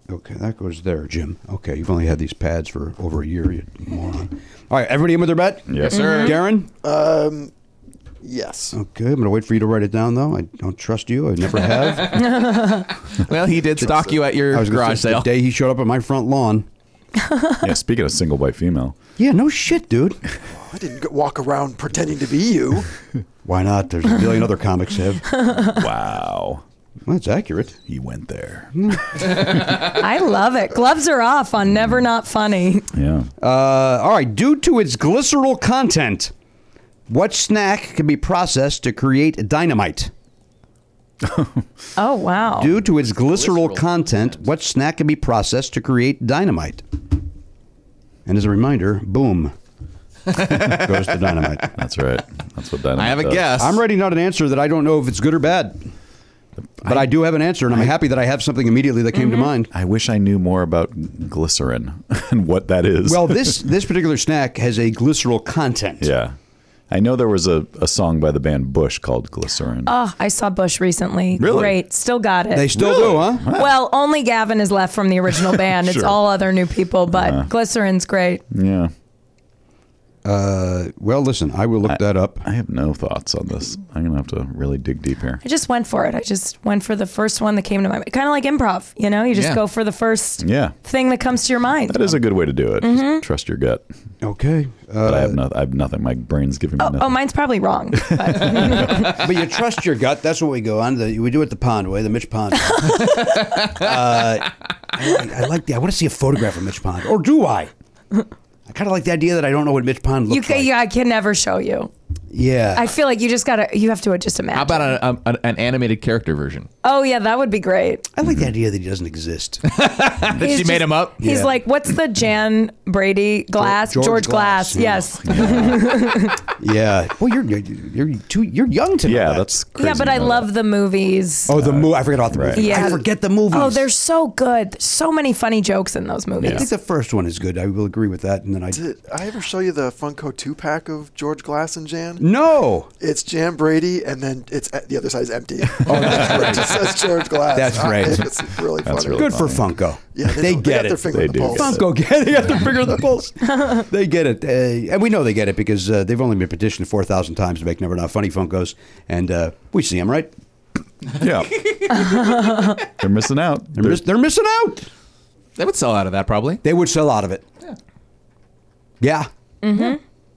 Speaker 5: Okay, that goes there, Jim. Okay, you've only had these pads for over a year, you moron. All right, everybody in with their bet?
Speaker 1: Yes, sir.
Speaker 8: Mm-hmm.
Speaker 5: Darren?
Speaker 7: Yes.
Speaker 5: Okay, I'm going to wait for you to write it down, though. I don't trust you. I never have.
Speaker 6: Well, he did stalk you at your
Speaker 5: I was gonna
Speaker 6: garage
Speaker 5: say,
Speaker 6: sale.
Speaker 5: The day he showed up at my front lawn.
Speaker 1: yeah, speaking of single white female,
Speaker 5: Yeah, no shit, dude.
Speaker 7: I didn't go- walk around pretending to be you.
Speaker 5: Why not? There's a billion other comics have. Well,
Speaker 1: wow,
Speaker 5: that's accurate.
Speaker 1: he went there.
Speaker 8: I love it. Gloves are off on
Speaker 1: Mm.
Speaker 8: Never Not Funny.
Speaker 1: Yeah.
Speaker 5: Uh, all right, due to its glycerol content, what snack can be processed to create dynamite?
Speaker 8: Oh, wow.
Speaker 5: Due to its glycerol, content, what snack can be processed to create dynamite? And as a reminder, boom goes to dynamite.
Speaker 1: That's right. That's what that.
Speaker 6: I have a guess.
Speaker 5: I'm writing out an answer that I don't know if it's good or bad, but I, do have an answer, and I'm happy that I have something immediately that came to mind.
Speaker 1: I wish I knew more about glycerin and what that is.
Speaker 5: Well, this this particular snack has a glycerol content.
Speaker 1: yeah. I know there was a, a song by the band Bush called Glycerin.
Speaker 8: Oh, I saw Bush recently.
Speaker 1: Really?
Speaker 8: Great. Still got it.
Speaker 5: They still do, huh?
Speaker 8: well, only Gavin is left from the original band. It's
Speaker 1: Sure. Uh-huh.
Speaker 8: all other new people, but Glycerin's great.
Speaker 1: yeah.
Speaker 5: Uh, well, listen, I will look that up.
Speaker 1: I have no thoughts on this. I'm going to have to really dig deep here.
Speaker 8: I just went for it. I just went for the first one that came to my mind. Kind of like improv, you know? You just
Speaker 6: Yeah.
Speaker 8: go for the first
Speaker 1: Yeah.
Speaker 8: thing that comes to your mind.
Speaker 1: That is a good way to do it. Just trust your gut.
Speaker 5: Okay,
Speaker 1: But I
Speaker 5: uh,
Speaker 1: have no, I have nothing. My brain's giving me
Speaker 8: Oh,
Speaker 1: nothing.
Speaker 8: oh, mine's probably wrong. But
Speaker 5: but you trust your gut. That's what we go on. The, we do it the pond way, the Mitch Pond. way. uh, I, like- I like the. I want to see a photograph of Mitch Pond, or do I? I kind of like the idea that I don't know what Mitch Pond
Speaker 8: you
Speaker 5: looks
Speaker 8: can,
Speaker 5: like.
Speaker 8: yeah, I can never show you.
Speaker 5: yeah.
Speaker 8: I feel like you just gotta, you have to just imagine.
Speaker 6: How about a, um, an- an animated character version?
Speaker 8: oh, yeah, that would be great.
Speaker 5: I like the idea that he doesn't exist.
Speaker 6: That she
Speaker 8: He's
Speaker 6: made
Speaker 8: just-
Speaker 6: him up.
Speaker 8: He's
Speaker 5: Yeah.
Speaker 8: like, what's the Jan Brady glass?
Speaker 5: George
Speaker 8: George,
Speaker 5: Glass,
Speaker 8: Glass.
Speaker 5: yeah.
Speaker 8: Yes. Yeah,
Speaker 5: yeah. Well, you're you're, you're too you're young to know
Speaker 1: yeah,
Speaker 5: that.
Speaker 1: that's crazy.
Speaker 8: but
Speaker 1: to
Speaker 8: I
Speaker 1: know
Speaker 8: love
Speaker 1: that.
Speaker 8: the movies.
Speaker 5: Oh, the movie. I forget about the
Speaker 1: right.
Speaker 5: movie.
Speaker 8: Yeah.
Speaker 5: I forget the movies.
Speaker 8: Oh, they're so good. So many funny jokes in those movies.
Speaker 5: I think the first one is good. I will agree with that. And then I.
Speaker 7: Did I ever show you the Funko two pack of George Glass and Jan?
Speaker 5: No,
Speaker 7: It's Jan Brady, and then it's e, the other side's empty. Oh, that's right. It just says George Glass.
Speaker 5: That's
Speaker 7: Ah,
Speaker 5: right.
Speaker 7: It's really
Speaker 1: That's
Speaker 7: funny.
Speaker 1: really
Speaker 5: good for Funko.
Speaker 7: Yeah,
Speaker 5: they,
Speaker 7: they, do.
Speaker 5: get
Speaker 7: they got Their
Speaker 5: it.
Speaker 7: finger
Speaker 1: They
Speaker 7: on the
Speaker 1: do get it.
Speaker 7: pulse.
Speaker 5: Funko get it. They got their finger on the pulse. they get it, uh, and we know they get it because uh, they've only been petitioned four thousand times to make Never Not Funny Funkos, and uh, we see them, right?
Speaker 1: Yeah. They're missing out.
Speaker 5: They're, miss- they're missing out.
Speaker 6: They would sell out of that probably.
Speaker 5: They would sell out of it. Yeah.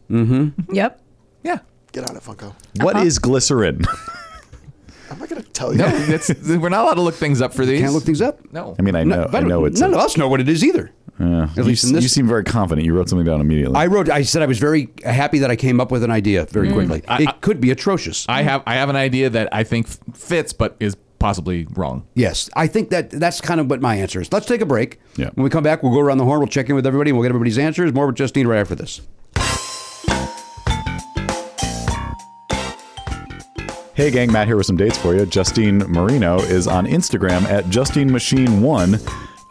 Speaker 8: Yep.
Speaker 6: Yeah.
Speaker 7: Get on it, Funko.
Speaker 1: What is glycerin?
Speaker 7: I'm not gonna tell you.
Speaker 6: No, that's, we're not allowed to look things up for these.
Speaker 5: Can't look things up.
Speaker 6: No.
Speaker 1: I mean, I know, I
Speaker 5: but
Speaker 1: know it's.
Speaker 5: none
Speaker 1: a-
Speaker 5: of us know what it is either.
Speaker 1: you,
Speaker 5: at least in
Speaker 1: s-
Speaker 5: this.
Speaker 1: you seem very confident. You wrote something down immediately.
Speaker 5: I wrote. I said I was very happy that I came up with an idea very quickly. it could be atrocious.
Speaker 6: I have I have an idea that I think f- fits, but is possibly wrong.
Speaker 5: Yes, I think that that's kind of what my answer is. Let's take a break.
Speaker 1: Yeah.
Speaker 5: When we come back, we'll go around the horn. We'll check in with everybody. and We'll get everybody's answers. More with Justine right after this.
Speaker 1: Hey gang, Matt here with some dates for you. Justine Marino is on Instagram at Justine Machine One.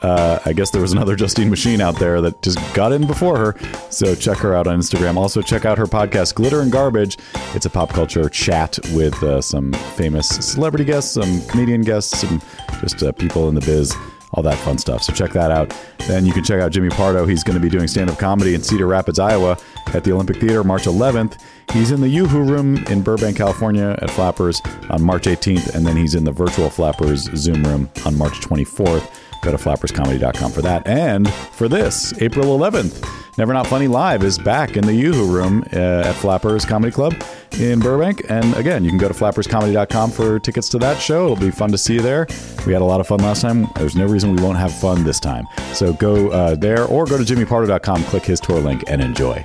Speaker 1: Uh, I guess there was another Justine Machine out there that just got in before her. So check her out on Instagram. Also check out her podcast, Glitter and Garbage. It's a pop culture chat with uh, some famous celebrity guests, some comedian guests, some just uh, people in the biz all that fun stuff. So check that out. Then you can check out Jimmy Pardo. He's going to be doing stand up comedy in Cedar Rapids, Iowa at the Olympic Theater March 11th. He's in the Yoo-Hoo Room in Burbank, California at Flappers on March 18th. And then he's in the virtual Flappers Zoom Room on March 24th. Go to flapperscomedy.com for that. And for this, April 11th, Never Not Funny Live is back in the Yoo-Hoo Room uh, at Flappers Comedy Club in Burbank. And again, you can go to flapperscomedy.com for tickets to that show. It'll be fun to see you there. We had a lot of fun last time. There's no reason we won't have fun this time. So go uh, there or go to jimmypardo.com, click his tour link, and enjoy.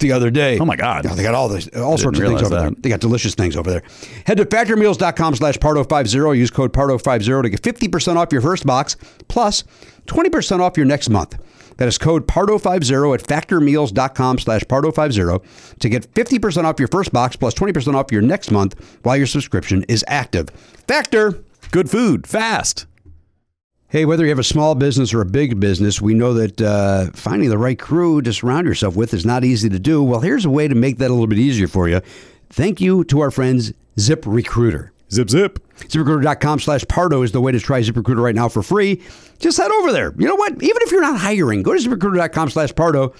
Speaker 5: the other day.
Speaker 1: Oh, my God.
Speaker 5: Yeah, they got all this all sorts of things
Speaker 1: realize
Speaker 5: over there.
Speaker 1: that.
Speaker 5: They got delicious things over there. Head to factormeals.com slash part050. Use code part050 to get 50% off your first box plus 20% off your next month. That is code part050 at factormeals.com slash part050 to get 50% off your first box plus 20% off your next month while your subscription is active. Factor!
Speaker 1: Good food, fast.
Speaker 5: Hey, whether you have a small business or a big business, we know that uh, finding the right crew to surround yourself with is not easy to do. Well, here's a way to make that a little bit easier for you. Thank you to our friends Zip Recruiter.
Speaker 1: Zip zip.
Speaker 5: ZipRecruiter.com slash Pardo is the way to try ZipRecruiter right now for free. Just head over there. You know what? Even if you're not hiring, go to ZipRecruiter.com slash Pardo.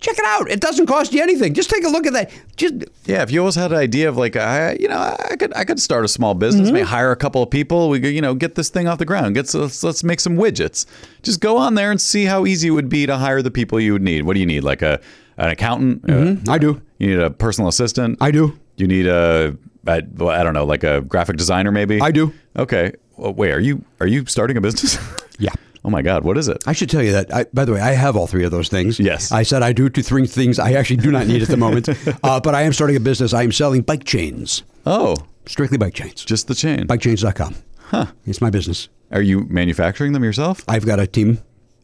Speaker 5: Check it out. It doesn't cost you anything. Just take a look at that. Just
Speaker 1: Yeah, if you always had an idea of like, I, you know, I could, I could start a small business,
Speaker 5: Mm-hmm.
Speaker 1: maybe hire a couple of people. We could, you know, get this thing off the ground. Get let's, let's make some widgets. Just go on there and see how easy it would be to hire the people you would need. What do you need? Like a an accountant? Uh,
Speaker 5: Mm-hmm. I do.
Speaker 1: You need a personal assistant.
Speaker 5: I do.
Speaker 1: You need a, I, well, I don't know, like a graphic designer, maybe.
Speaker 5: I do.
Speaker 1: Okay. Well, wait, are you are you starting a business?
Speaker 5: Yeah.
Speaker 1: Oh my God, what is it?
Speaker 5: I should tell you that. I, by the way, I have all three of those things.
Speaker 1: Yes.
Speaker 5: I said I do two, three things I actually do not need at the moment. uh, but I am starting a business. I am selling bike chains,
Speaker 1: Oh,
Speaker 5: strictly bike chains.
Speaker 1: just the chain.
Speaker 5: Bikechains.com. Huh. It's my business.
Speaker 1: Are you manufacturing them yourself?
Speaker 5: I've got a team,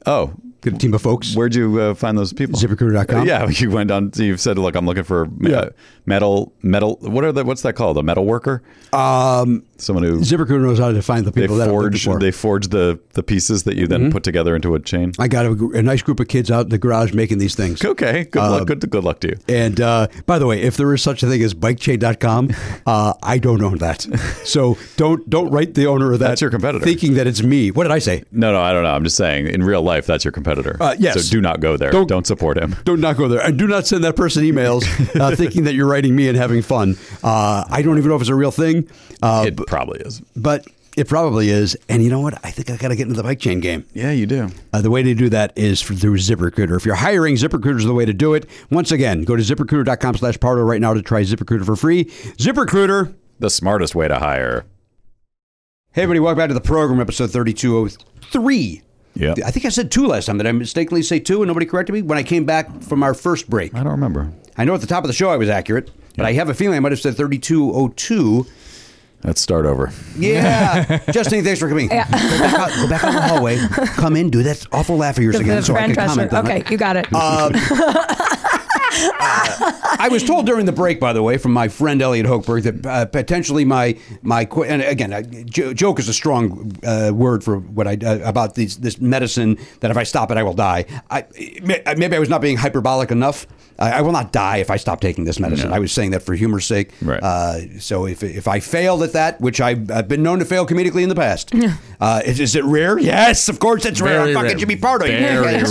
Speaker 1: Oh,
Speaker 5: got a team of folks.
Speaker 1: Where'd you uh, find those people?
Speaker 5: ZipRecruiter.com.
Speaker 1: Yeah, you went on. You said, "Look, I'm looking for me- uh,
Speaker 5: Yeah.
Speaker 1: metal, metal. What are the? What's that called? A metal worker? Um, someone who
Speaker 5: ZipRecruiter knows how to find the
Speaker 1: they
Speaker 5: people that I'm looking
Speaker 1: forge.
Speaker 5: for.
Speaker 1: They forge the the pieces that you
Speaker 5: Mm-hmm.
Speaker 1: then put together into a chain.
Speaker 5: I got a, gr- a nice group of kids out in the garage making these things.
Speaker 1: Okay, good
Speaker 5: Uh,
Speaker 1: luck. Good good luck to you.
Speaker 5: And uh, by the way, if there is such a thing as bikechain.com, uh, I don't own that. So don't don't write the owner of that.
Speaker 1: That's your competitor.
Speaker 5: Thinking that it's me. What did I say?
Speaker 1: No, no, I don't know. I'm just saying, in real life, that's your competitor.
Speaker 5: Uh, yes.
Speaker 1: So do not go there.
Speaker 5: Don't-
Speaker 1: Don't, support him.
Speaker 5: Don't not go there, and do not send that person emails uh, thinking that you're writing me and having fun. Uh, I don't even know if it's a real thing, uh,
Speaker 1: it probably is.
Speaker 5: but it probably is. And you know what? I think I got to get into the bike chain game.
Speaker 1: Yeah, you do.
Speaker 5: Uh, the way to do that is for, through ZipRecruiter. If you're hiring, ZipRecruiter is the way to do it. Once again, go to ZipRecruiter.com slash Pardo right now to try ZipRecruiter for free. ZipRecruiter.
Speaker 1: The smartest way to hire.
Speaker 5: Hey, everybody, welcome back to the program, episode 3203.
Speaker 1: Yeah.
Speaker 5: I think I said two last time. Did I mistakenly say two and nobody corrected me? When I came back from our first break.
Speaker 1: I don't remember.
Speaker 5: I know at the top of the show I was accurate, but I have a feeling I might have said 3202.
Speaker 1: Let's start over.
Speaker 5: Yeah. Justine, thanks for coming. Go, back out, go back out in the hallway, come in, do that awful laugh of yours
Speaker 8: The,
Speaker 5: again
Speaker 8: the
Speaker 5: so I can
Speaker 8: friend pressure.
Speaker 5: comment on
Speaker 8: Okay,
Speaker 5: it. Uh,
Speaker 8: you got it.
Speaker 5: I was told during the break, by the way, from my friend Elliot Hochberg that uh, potentially my my qu- and again, I, jo- joke is a strong uh, word for what I uh, about these this medicine that if I stop it, I will die. I may- maybe I was not being hyperbolic enough. I, I will not die if I stop taking this medicine. I was saying that for humor's sake.
Speaker 1: Right.
Speaker 5: Uh, so if if I failed at that, which I've, I've been known to fail comedically in the past, uh, is, is it rare? Yes, of course it's rare. I'm
Speaker 6: Very
Speaker 5: fucking
Speaker 6: rare.
Speaker 5: Jimmy Pardo. you
Speaker 6: Very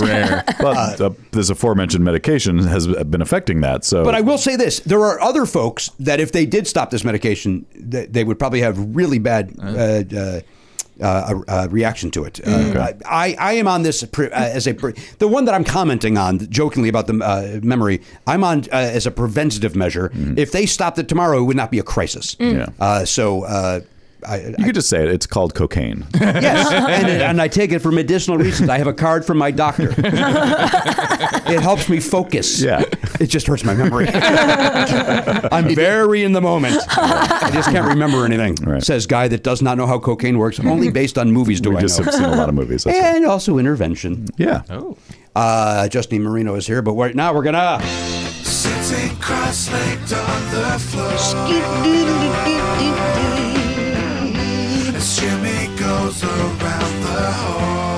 Speaker 6: rare.
Speaker 1: But uh, this aforementioned medication has been affecting that. So,
Speaker 5: But I will say this: there are other folks that, if they did stop this medication, th- they would probably have really bad uh, uh, uh, uh, reaction to it. Uh, I, I am on this pre- uh, as a pre- the one that I'm commenting on jokingly about the uh, memory. I'm on uh, as a preventative measure. If they stopped it tomorrow, it would not be a crisis.
Speaker 1: Yeah.
Speaker 5: Uh, so. Uh, I,
Speaker 1: you could just say it. It's called cocaine.
Speaker 5: Yes, and, uh, and I take it for medicinal reasons. I have a card from my doctor. it helps me focus.
Speaker 1: Yeah.
Speaker 5: it just hurts my memory. I'm very in the moment. I just can't remember anything.
Speaker 1: Right.
Speaker 5: Says guy that does not know how cocaine works. Only based on movies do
Speaker 1: we
Speaker 5: I
Speaker 1: just
Speaker 5: know.
Speaker 1: have seen a lot of movies. That's right.
Speaker 5: And also intervention.
Speaker 1: Yeah.
Speaker 6: Oh,
Speaker 5: Uh, Justine Marino is here, but right now we're gonna
Speaker 4: Sitting cross-legged on the floor as Jimmy goes around the hall.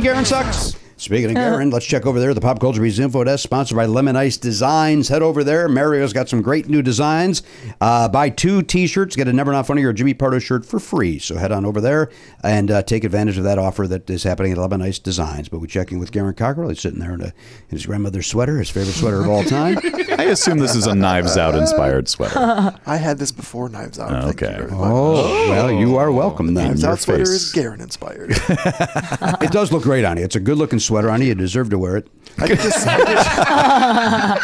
Speaker 5: Garen sucks. Speaking of Karen, let's check over there at the Pop Culture Beats Info Desk, sponsored by Lemon Ice Designs. Head over there. Mario's got some great new designs. Uh, buy two t shirts, get a Never Not Funny or Jimmy Pardo shirt for free. So head on over there and uh, take advantage of that offer that is happening at Lemon Ice Designs. But we're checking with Garen Cockrell. He's sitting there in, a, in his grandmother's sweater, his favorite sweater of all time.
Speaker 1: I assume this is a Knives Out inspired sweater.
Speaker 7: I had this before Knives Out. Thank
Speaker 1: Okay.
Speaker 7: You very much.
Speaker 5: Oh, well, you are welcome then.
Speaker 7: Knives
Speaker 1: your
Speaker 7: Out sweater
Speaker 1: face.
Speaker 7: is Garen inspired.
Speaker 5: It does look great on you. It's a good looking sweater on you. You deserve to wear it.
Speaker 7: I did just. I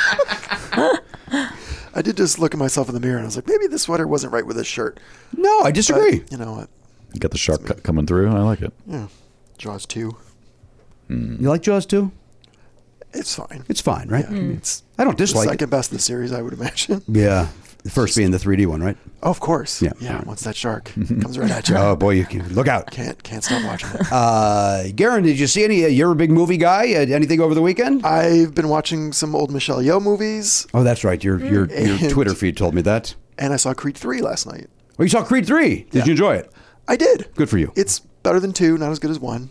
Speaker 7: did, I did just look at myself in the mirror and I was like, maybe this sweater wasn't right with this shirt.
Speaker 5: No, I disagree.
Speaker 7: You know what?
Speaker 1: Got the sharp cut coming through. I like it.
Speaker 7: Jaws two.
Speaker 5: you like Jaws too?
Speaker 7: It's fine.
Speaker 5: It's fine, right?
Speaker 7: It's
Speaker 5: I don't
Speaker 7: the
Speaker 5: dislike it.
Speaker 7: second best in the series, I would imagine.
Speaker 5: Yeah. The first being the 3D one, right?
Speaker 7: Oh, of course.
Speaker 5: Yeah.
Speaker 7: Yeah. Once that shark comes right at you,
Speaker 5: Oh boy, you can look out.
Speaker 7: can't can't stop watching it.
Speaker 5: Uh, Garen, did you see any? Uh, you're a big movie guy. Uh, anything over the weekend?
Speaker 7: I've been watching some old Michelle Yeoh movies,
Speaker 5: oh, that's right. Your your your
Speaker 7: And-
Speaker 5: Twitter feed told me that.
Speaker 7: and I saw Creed three last night.
Speaker 5: Oh, you saw Creed three. Did you enjoy it?
Speaker 7: I did.
Speaker 5: Good for you.
Speaker 7: It's better than two, not as good as one.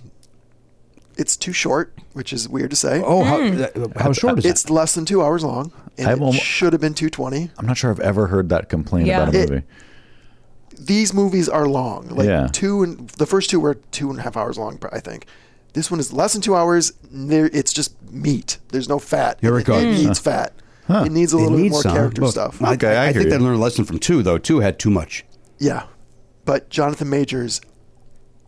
Speaker 7: It's too short, which is weird to say.
Speaker 5: Oh, how, uh, how short is
Speaker 7: It's less than two hours long, and
Speaker 1: I've
Speaker 7: it
Speaker 1: almo-
Speaker 7: should have been two twenty.
Speaker 1: I'm not sure I've ever heard that complaint
Speaker 8: Yeah.
Speaker 1: about a
Speaker 7: It-
Speaker 1: movie.
Speaker 7: These movies are long, like
Speaker 1: Yeah.
Speaker 7: two and the first two were two and a half hours long, I think. This one is less than two hours. and There, it's just meat. There's no fat.
Speaker 5: Here it goes.
Speaker 7: needs fat. It needs a
Speaker 5: it?
Speaker 7: little
Speaker 5: They
Speaker 7: bit
Speaker 5: need
Speaker 7: more
Speaker 5: some.
Speaker 7: character
Speaker 5: Look,
Speaker 7: stuff.
Speaker 5: I,
Speaker 1: Okay,
Speaker 5: I,
Speaker 1: I hear
Speaker 5: think they
Speaker 1: you.
Speaker 5: learned a lesson from two though. Two had too much.
Speaker 7: Yeah, but Jonathan Majors,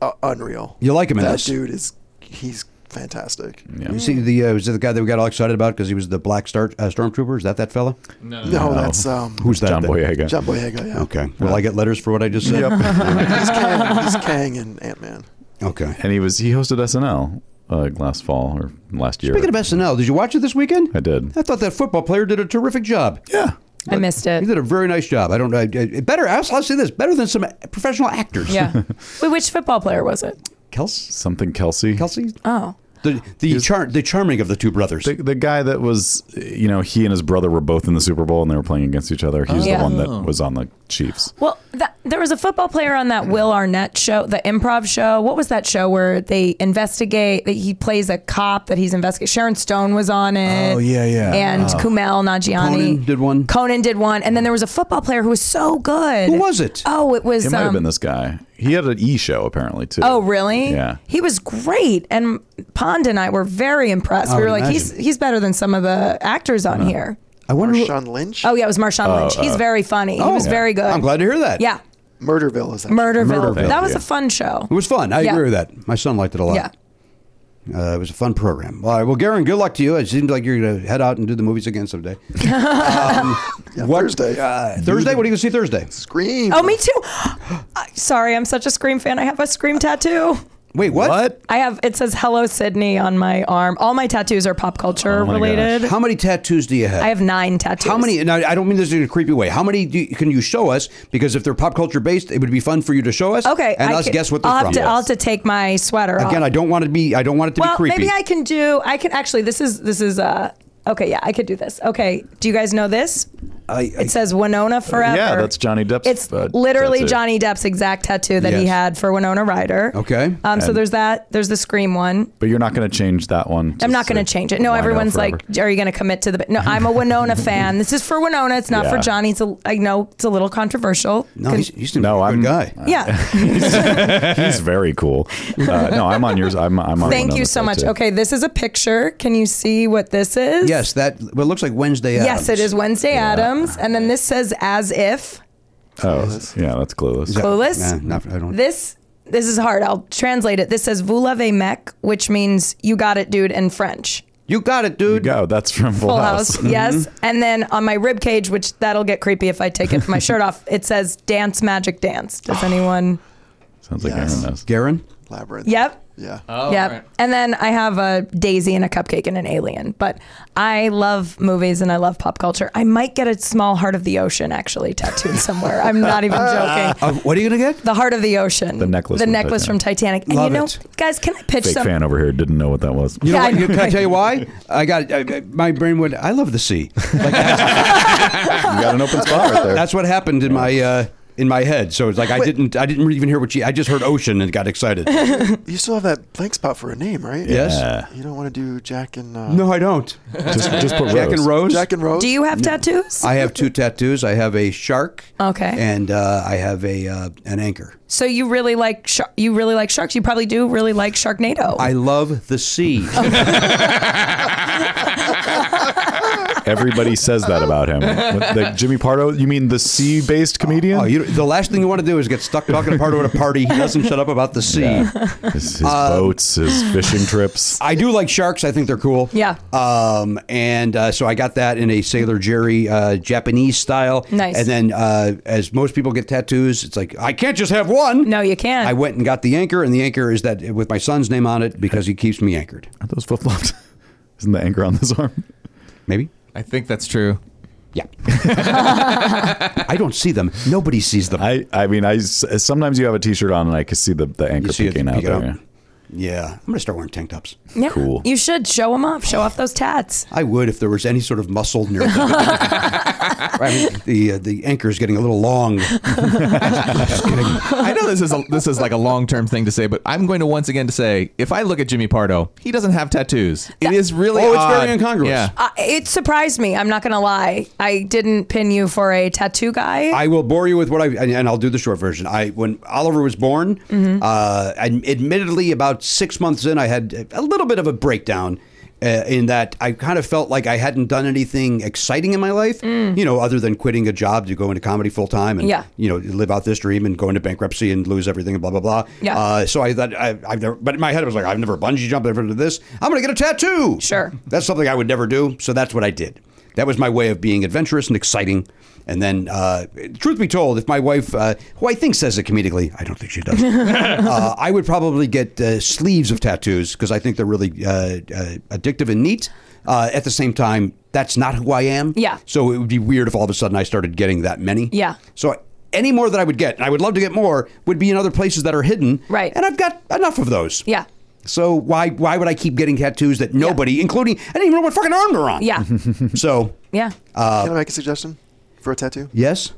Speaker 7: uh, unreal.
Speaker 5: You like him in
Speaker 7: that
Speaker 5: this?
Speaker 7: dude is he's fantastic.
Speaker 5: You see the uh, was it the guy that we got all excited about because he was the black star uh, stormtrooper? Is that that fella?
Speaker 7: No, that's um,
Speaker 5: Who's that?
Speaker 1: John
Speaker 5: then?
Speaker 1: Boyega.
Speaker 7: John Boyega. Yeah.
Speaker 5: Okay. Will I get letters for what I just said?
Speaker 7: he's Kang. He's Kang and Ant Man.
Speaker 5: okay.
Speaker 1: And he was he hosted SNL uh, last fall or last year.
Speaker 5: Speaking of SNL, did you watch it this weekend?
Speaker 1: I did.
Speaker 5: I thought that football player did a terrific job.
Speaker 1: yeah.
Speaker 8: I missed
Speaker 5: He
Speaker 8: it.
Speaker 5: did a very nice job. I don't know. Better, I'll, I'll say this, better than some professional actors.
Speaker 8: Yeah. Wait, which football player was it?
Speaker 5: Kelsey?
Speaker 1: Something Kelsey.
Speaker 5: Kelsey?
Speaker 8: Oh.
Speaker 5: The, the, char- the charming of the two brothers.
Speaker 1: The, the guy that was, you know, he and his brother were both in the Super Bowl and they were playing against each other. He's
Speaker 8: Oh, Yeah.
Speaker 1: the one that was on the Chiefs.
Speaker 8: Well, that, there was a football player on that Will Arnett show, the improv show. What was that show where they investigate? That he plays a cop that he's investigating. Sharon Stone was on it.
Speaker 5: Oh, yeah, yeah.
Speaker 8: And Kumail Nanjiani.
Speaker 5: Conan did one.
Speaker 8: Conan did one, and then there was a football player who was so good.
Speaker 5: Who was it?
Speaker 8: Oh, it was.
Speaker 1: It might have
Speaker 8: um,
Speaker 1: been this guy. He had an E show apparently too.
Speaker 8: Oh, really?
Speaker 1: Yeah.
Speaker 8: He was great, and Pond and I were very impressed.
Speaker 5: I
Speaker 8: we
Speaker 5: would
Speaker 8: were like,
Speaker 5: Oh, imagine. Uh-huh.
Speaker 8: he's he's better than some of the actors on here.
Speaker 5: I wonder who-
Speaker 7: Marshawn Lynch.
Speaker 8: Oh yeah, it was Marshawn Lynch. He's very funny. he was
Speaker 5: Uh, oh, yeah.
Speaker 8: very good.
Speaker 5: I'm glad to hear that.
Speaker 8: Yeah.
Speaker 7: Murderville is that?
Speaker 8: Murderville.
Speaker 1: Murderville,
Speaker 8: That was
Speaker 1: yeah.
Speaker 8: a fun show.
Speaker 5: It was fun. I
Speaker 8: Yeah.
Speaker 5: agree with that. My son liked it a lot.
Speaker 8: Yeah.
Speaker 5: Uh, it was a fun program. All right. Well, Garen, good luck to you. It seems like you're going to head out and do the movies again someday. Um, what-
Speaker 7: Thursday.
Speaker 5: Uh, Thursday? What are you going to see Thursday?
Speaker 7: Scream.
Speaker 8: Oh, me too. I- Sorry, I'm such a Scream fan. I have a Scream tattoo.
Speaker 5: Wait, what?
Speaker 8: I have it says "Hello Sydney" on my arm. All my tattoos are pop culture
Speaker 1: my
Speaker 8: related.
Speaker 5: How many tattoos do you have?
Speaker 8: I have nine tattoos.
Speaker 5: Oh How many? And I, I don't mean this in a creepy way. How many do you, can you show us? Because if they're pop culture based, it would be fun for you to show us.
Speaker 8: Okay,
Speaker 5: and
Speaker 8: I
Speaker 5: us
Speaker 8: can-
Speaker 5: guess what they're
Speaker 8: I'll
Speaker 5: from.
Speaker 8: Have to, I'll have to take my sweater off.
Speaker 5: Again, I don't want to be. I don't want it to
Speaker 8: well,
Speaker 5: be creepy.
Speaker 8: maybe I can do. I can actually. This is this is. uh Okay, yeah, I could do this. Okay, do you guys know this?
Speaker 5: I- I-
Speaker 8: It says Winona Forever.
Speaker 1: yeah, that's Johnny Depp's,
Speaker 8: It's
Speaker 1: uh,
Speaker 8: literally
Speaker 1: tattoo.
Speaker 8: Johnny Depp's exact tattoo that he
Speaker 5: Yes.
Speaker 8: had for Winona Ryder.
Speaker 5: Okay.
Speaker 8: Um, so there's that. There's the Scream one.
Speaker 1: But you're not going to change that one.
Speaker 8: I'm not going to change it. No, everyone's like, "Are you going to commit to the?" No, I'm a Winona fan. This is for Winona. It's not for
Speaker 1: Yeah.
Speaker 8: Johnny. It's a, I know it's a little controversial.
Speaker 5: no,
Speaker 8: Con-
Speaker 5: he's, he's
Speaker 1: No,
Speaker 5: a
Speaker 1: I'm-
Speaker 5: good guy.
Speaker 8: yeah.
Speaker 1: He's very cool. Uh, no, I'm on yours. I'm, I'm on.
Speaker 8: Thank you
Speaker 1: Winona's
Speaker 8: so much.
Speaker 1: tattoo.
Speaker 8: Okay, this is a picture. Can you see what this is?
Speaker 5: Yes, that. Well, it looks like Wednesday.
Speaker 8: Yes, it
Speaker 5: Addams.
Speaker 8: is Wednesday Adams, and then this says "As If."
Speaker 1: Oh, yeah, that's clueless.
Speaker 8: Clueless?
Speaker 5: Nah, not- I don't.
Speaker 8: This this is hard. I'll translate it. This says "Vous l'avez mec," which means "You got it, dude" in French.
Speaker 5: you got it, dude.
Speaker 1: Go. That's from Full, Mm-hmm.
Speaker 8: Full House, yes. And then on my rib cage, which that'll get creepy if I take it my shirt off. It says "Dance Magic Dance." Does anyone?
Speaker 1: Sounds like
Speaker 7: Yes.
Speaker 1: Aaron knows.
Speaker 5: Garen.
Speaker 7: Labyrinth.
Speaker 8: Yep.
Speaker 7: Yeah.
Speaker 6: Oh,
Speaker 8: yep. And then I have a daisy and a cupcake and an alien. But I love movies and I love pop culture. I might get a small heart of the ocean actually tattooed somewhere. I'm not even joking.
Speaker 5: Uh, what are you gonna get?
Speaker 8: The Heart of the Ocean. The
Speaker 1: necklace
Speaker 8: The
Speaker 1: from
Speaker 8: necklace from Titanic. And
Speaker 5: Love
Speaker 8: you know,
Speaker 5: it.
Speaker 8: guys, can I pitch
Speaker 1: Fake
Speaker 8: some?
Speaker 1: fan over here didn't know what that was.
Speaker 5: You know
Speaker 8: Yeah,
Speaker 5: what?
Speaker 8: I know,
Speaker 5: Can I
Speaker 8: right?
Speaker 5: tell you why? I got I, I- my brain went. I love the sea. Like,
Speaker 1: You got an open spot right there.
Speaker 5: that's what happened in my. Uh, in my head. So it's like I didn't I didn't even hear what she I just heard ocean and got excited.
Speaker 7: You still have that blank spot for a name, right?
Speaker 5: Yes.
Speaker 1: Yeah.
Speaker 7: You don't want to do Jack and uh,
Speaker 5: no, I don't.
Speaker 1: Just, just put
Speaker 5: Jack
Speaker 1: Rose.
Speaker 5: and Rose.
Speaker 7: Jack and Rose.
Speaker 8: Do you have tattoos?
Speaker 5: I have two tattoos. I have a shark.
Speaker 8: Okay.
Speaker 5: And uh, I have a uh, an anchor.
Speaker 8: so you really like shar you really like sharks. You probably do really like Sharknado.
Speaker 5: I love the sea.
Speaker 1: Everybody says that about him. What, the Jimmy Pardo, you mean the sea-based comedian?
Speaker 5: Oh, you, the last thing you want to do is get stuck talking to Pardo at a party. He doesn't shut up about the sea.
Speaker 1: his, his boats, his fishing trips.
Speaker 5: I do like sharks. I think they're cool.
Speaker 8: Yeah.
Speaker 5: Um, and uh, so I got that in a Sailor Jerry uh, Japanese style.
Speaker 8: Nice.
Speaker 5: And then, uh, as most people get tattoos, it's like I can't just have one.
Speaker 8: no, you can't.
Speaker 5: I went and got the anchor, and the anchor is that with my son's name on it because he keeps me anchored.
Speaker 1: Are those flip-flops? Isn't the anchor on this arm?
Speaker 5: Maybe.
Speaker 6: I think that's true.
Speaker 5: Yeah. I don't see them. Nobody sees them.
Speaker 1: I, I mean, I s- sometimes you have a T-shirt on and I can see the, the anchor
Speaker 5: see it
Speaker 1: peeking out
Speaker 5: peek out.
Speaker 1: there. yeah.
Speaker 5: yeah. I'm gonna start wearing tank tops.
Speaker 8: yeah.
Speaker 1: cool.
Speaker 8: You should show them off. Show off those tats.
Speaker 5: I would if there was any sort of muscle near. I mean, the uh, the anchor is getting a little long.
Speaker 6: I know this is a, this is like a long term thing to say, but I'm going to once again to say if I look at Jimmy Pardo, he doesn't have tattoos. It is really
Speaker 5: Oh, it's
Speaker 6: odd.
Speaker 5: very incongruous.
Speaker 6: Yeah.
Speaker 8: Uh, it surprised me. I'm not gonna lie. I didn't pin you for a tattoo guy.
Speaker 5: I will bore you with what I and, and I'll do the short version. I when Oliver was born,
Speaker 8: Mm-hmm.
Speaker 5: uh, and admittedly about six months in, I had a little bit of a breakdown. Uh, in that I kind of felt like I hadn't done anything exciting in my life, you know, other than quitting a job to go into comedy full time and
Speaker 8: Mm. Yeah.
Speaker 5: you know live out this dream and go into bankruptcy and lose everything and blah blah blah.
Speaker 8: Yeah.
Speaker 5: Uh, so I thought I, I've never, but in my head I was like, I've never bungee jumped, I've never done this. I'm gonna get a tattoo.
Speaker 8: Sure.
Speaker 5: That's something I would never do. So that's what I did. That was my way of being adventurous and exciting. And then, uh, truth be told, if my wife, uh, who I think says it comedically, I don't think she does, uh, I would probably get uh, sleeves of tattoos because I think they're really uh, uh, addictive and neat. Uh, at the same time, that's not who I am.
Speaker 8: Yeah.
Speaker 5: So it would be weird if all of a sudden I started getting that many.
Speaker 8: Yeah.
Speaker 5: So any more that I would get, and I would love to get more, would be in other places that are hidden.
Speaker 8: Right.
Speaker 5: And I've got enough of those.
Speaker 8: yeah.
Speaker 5: So why why would I keep getting tattoos that nobody, including I didn't even know what fucking arm they're on.
Speaker 8: Yeah.
Speaker 5: So uh,
Speaker 8: yeah.
Speaker 7: Can I make a suggestion for a tattoo?
Speaker 5: yes.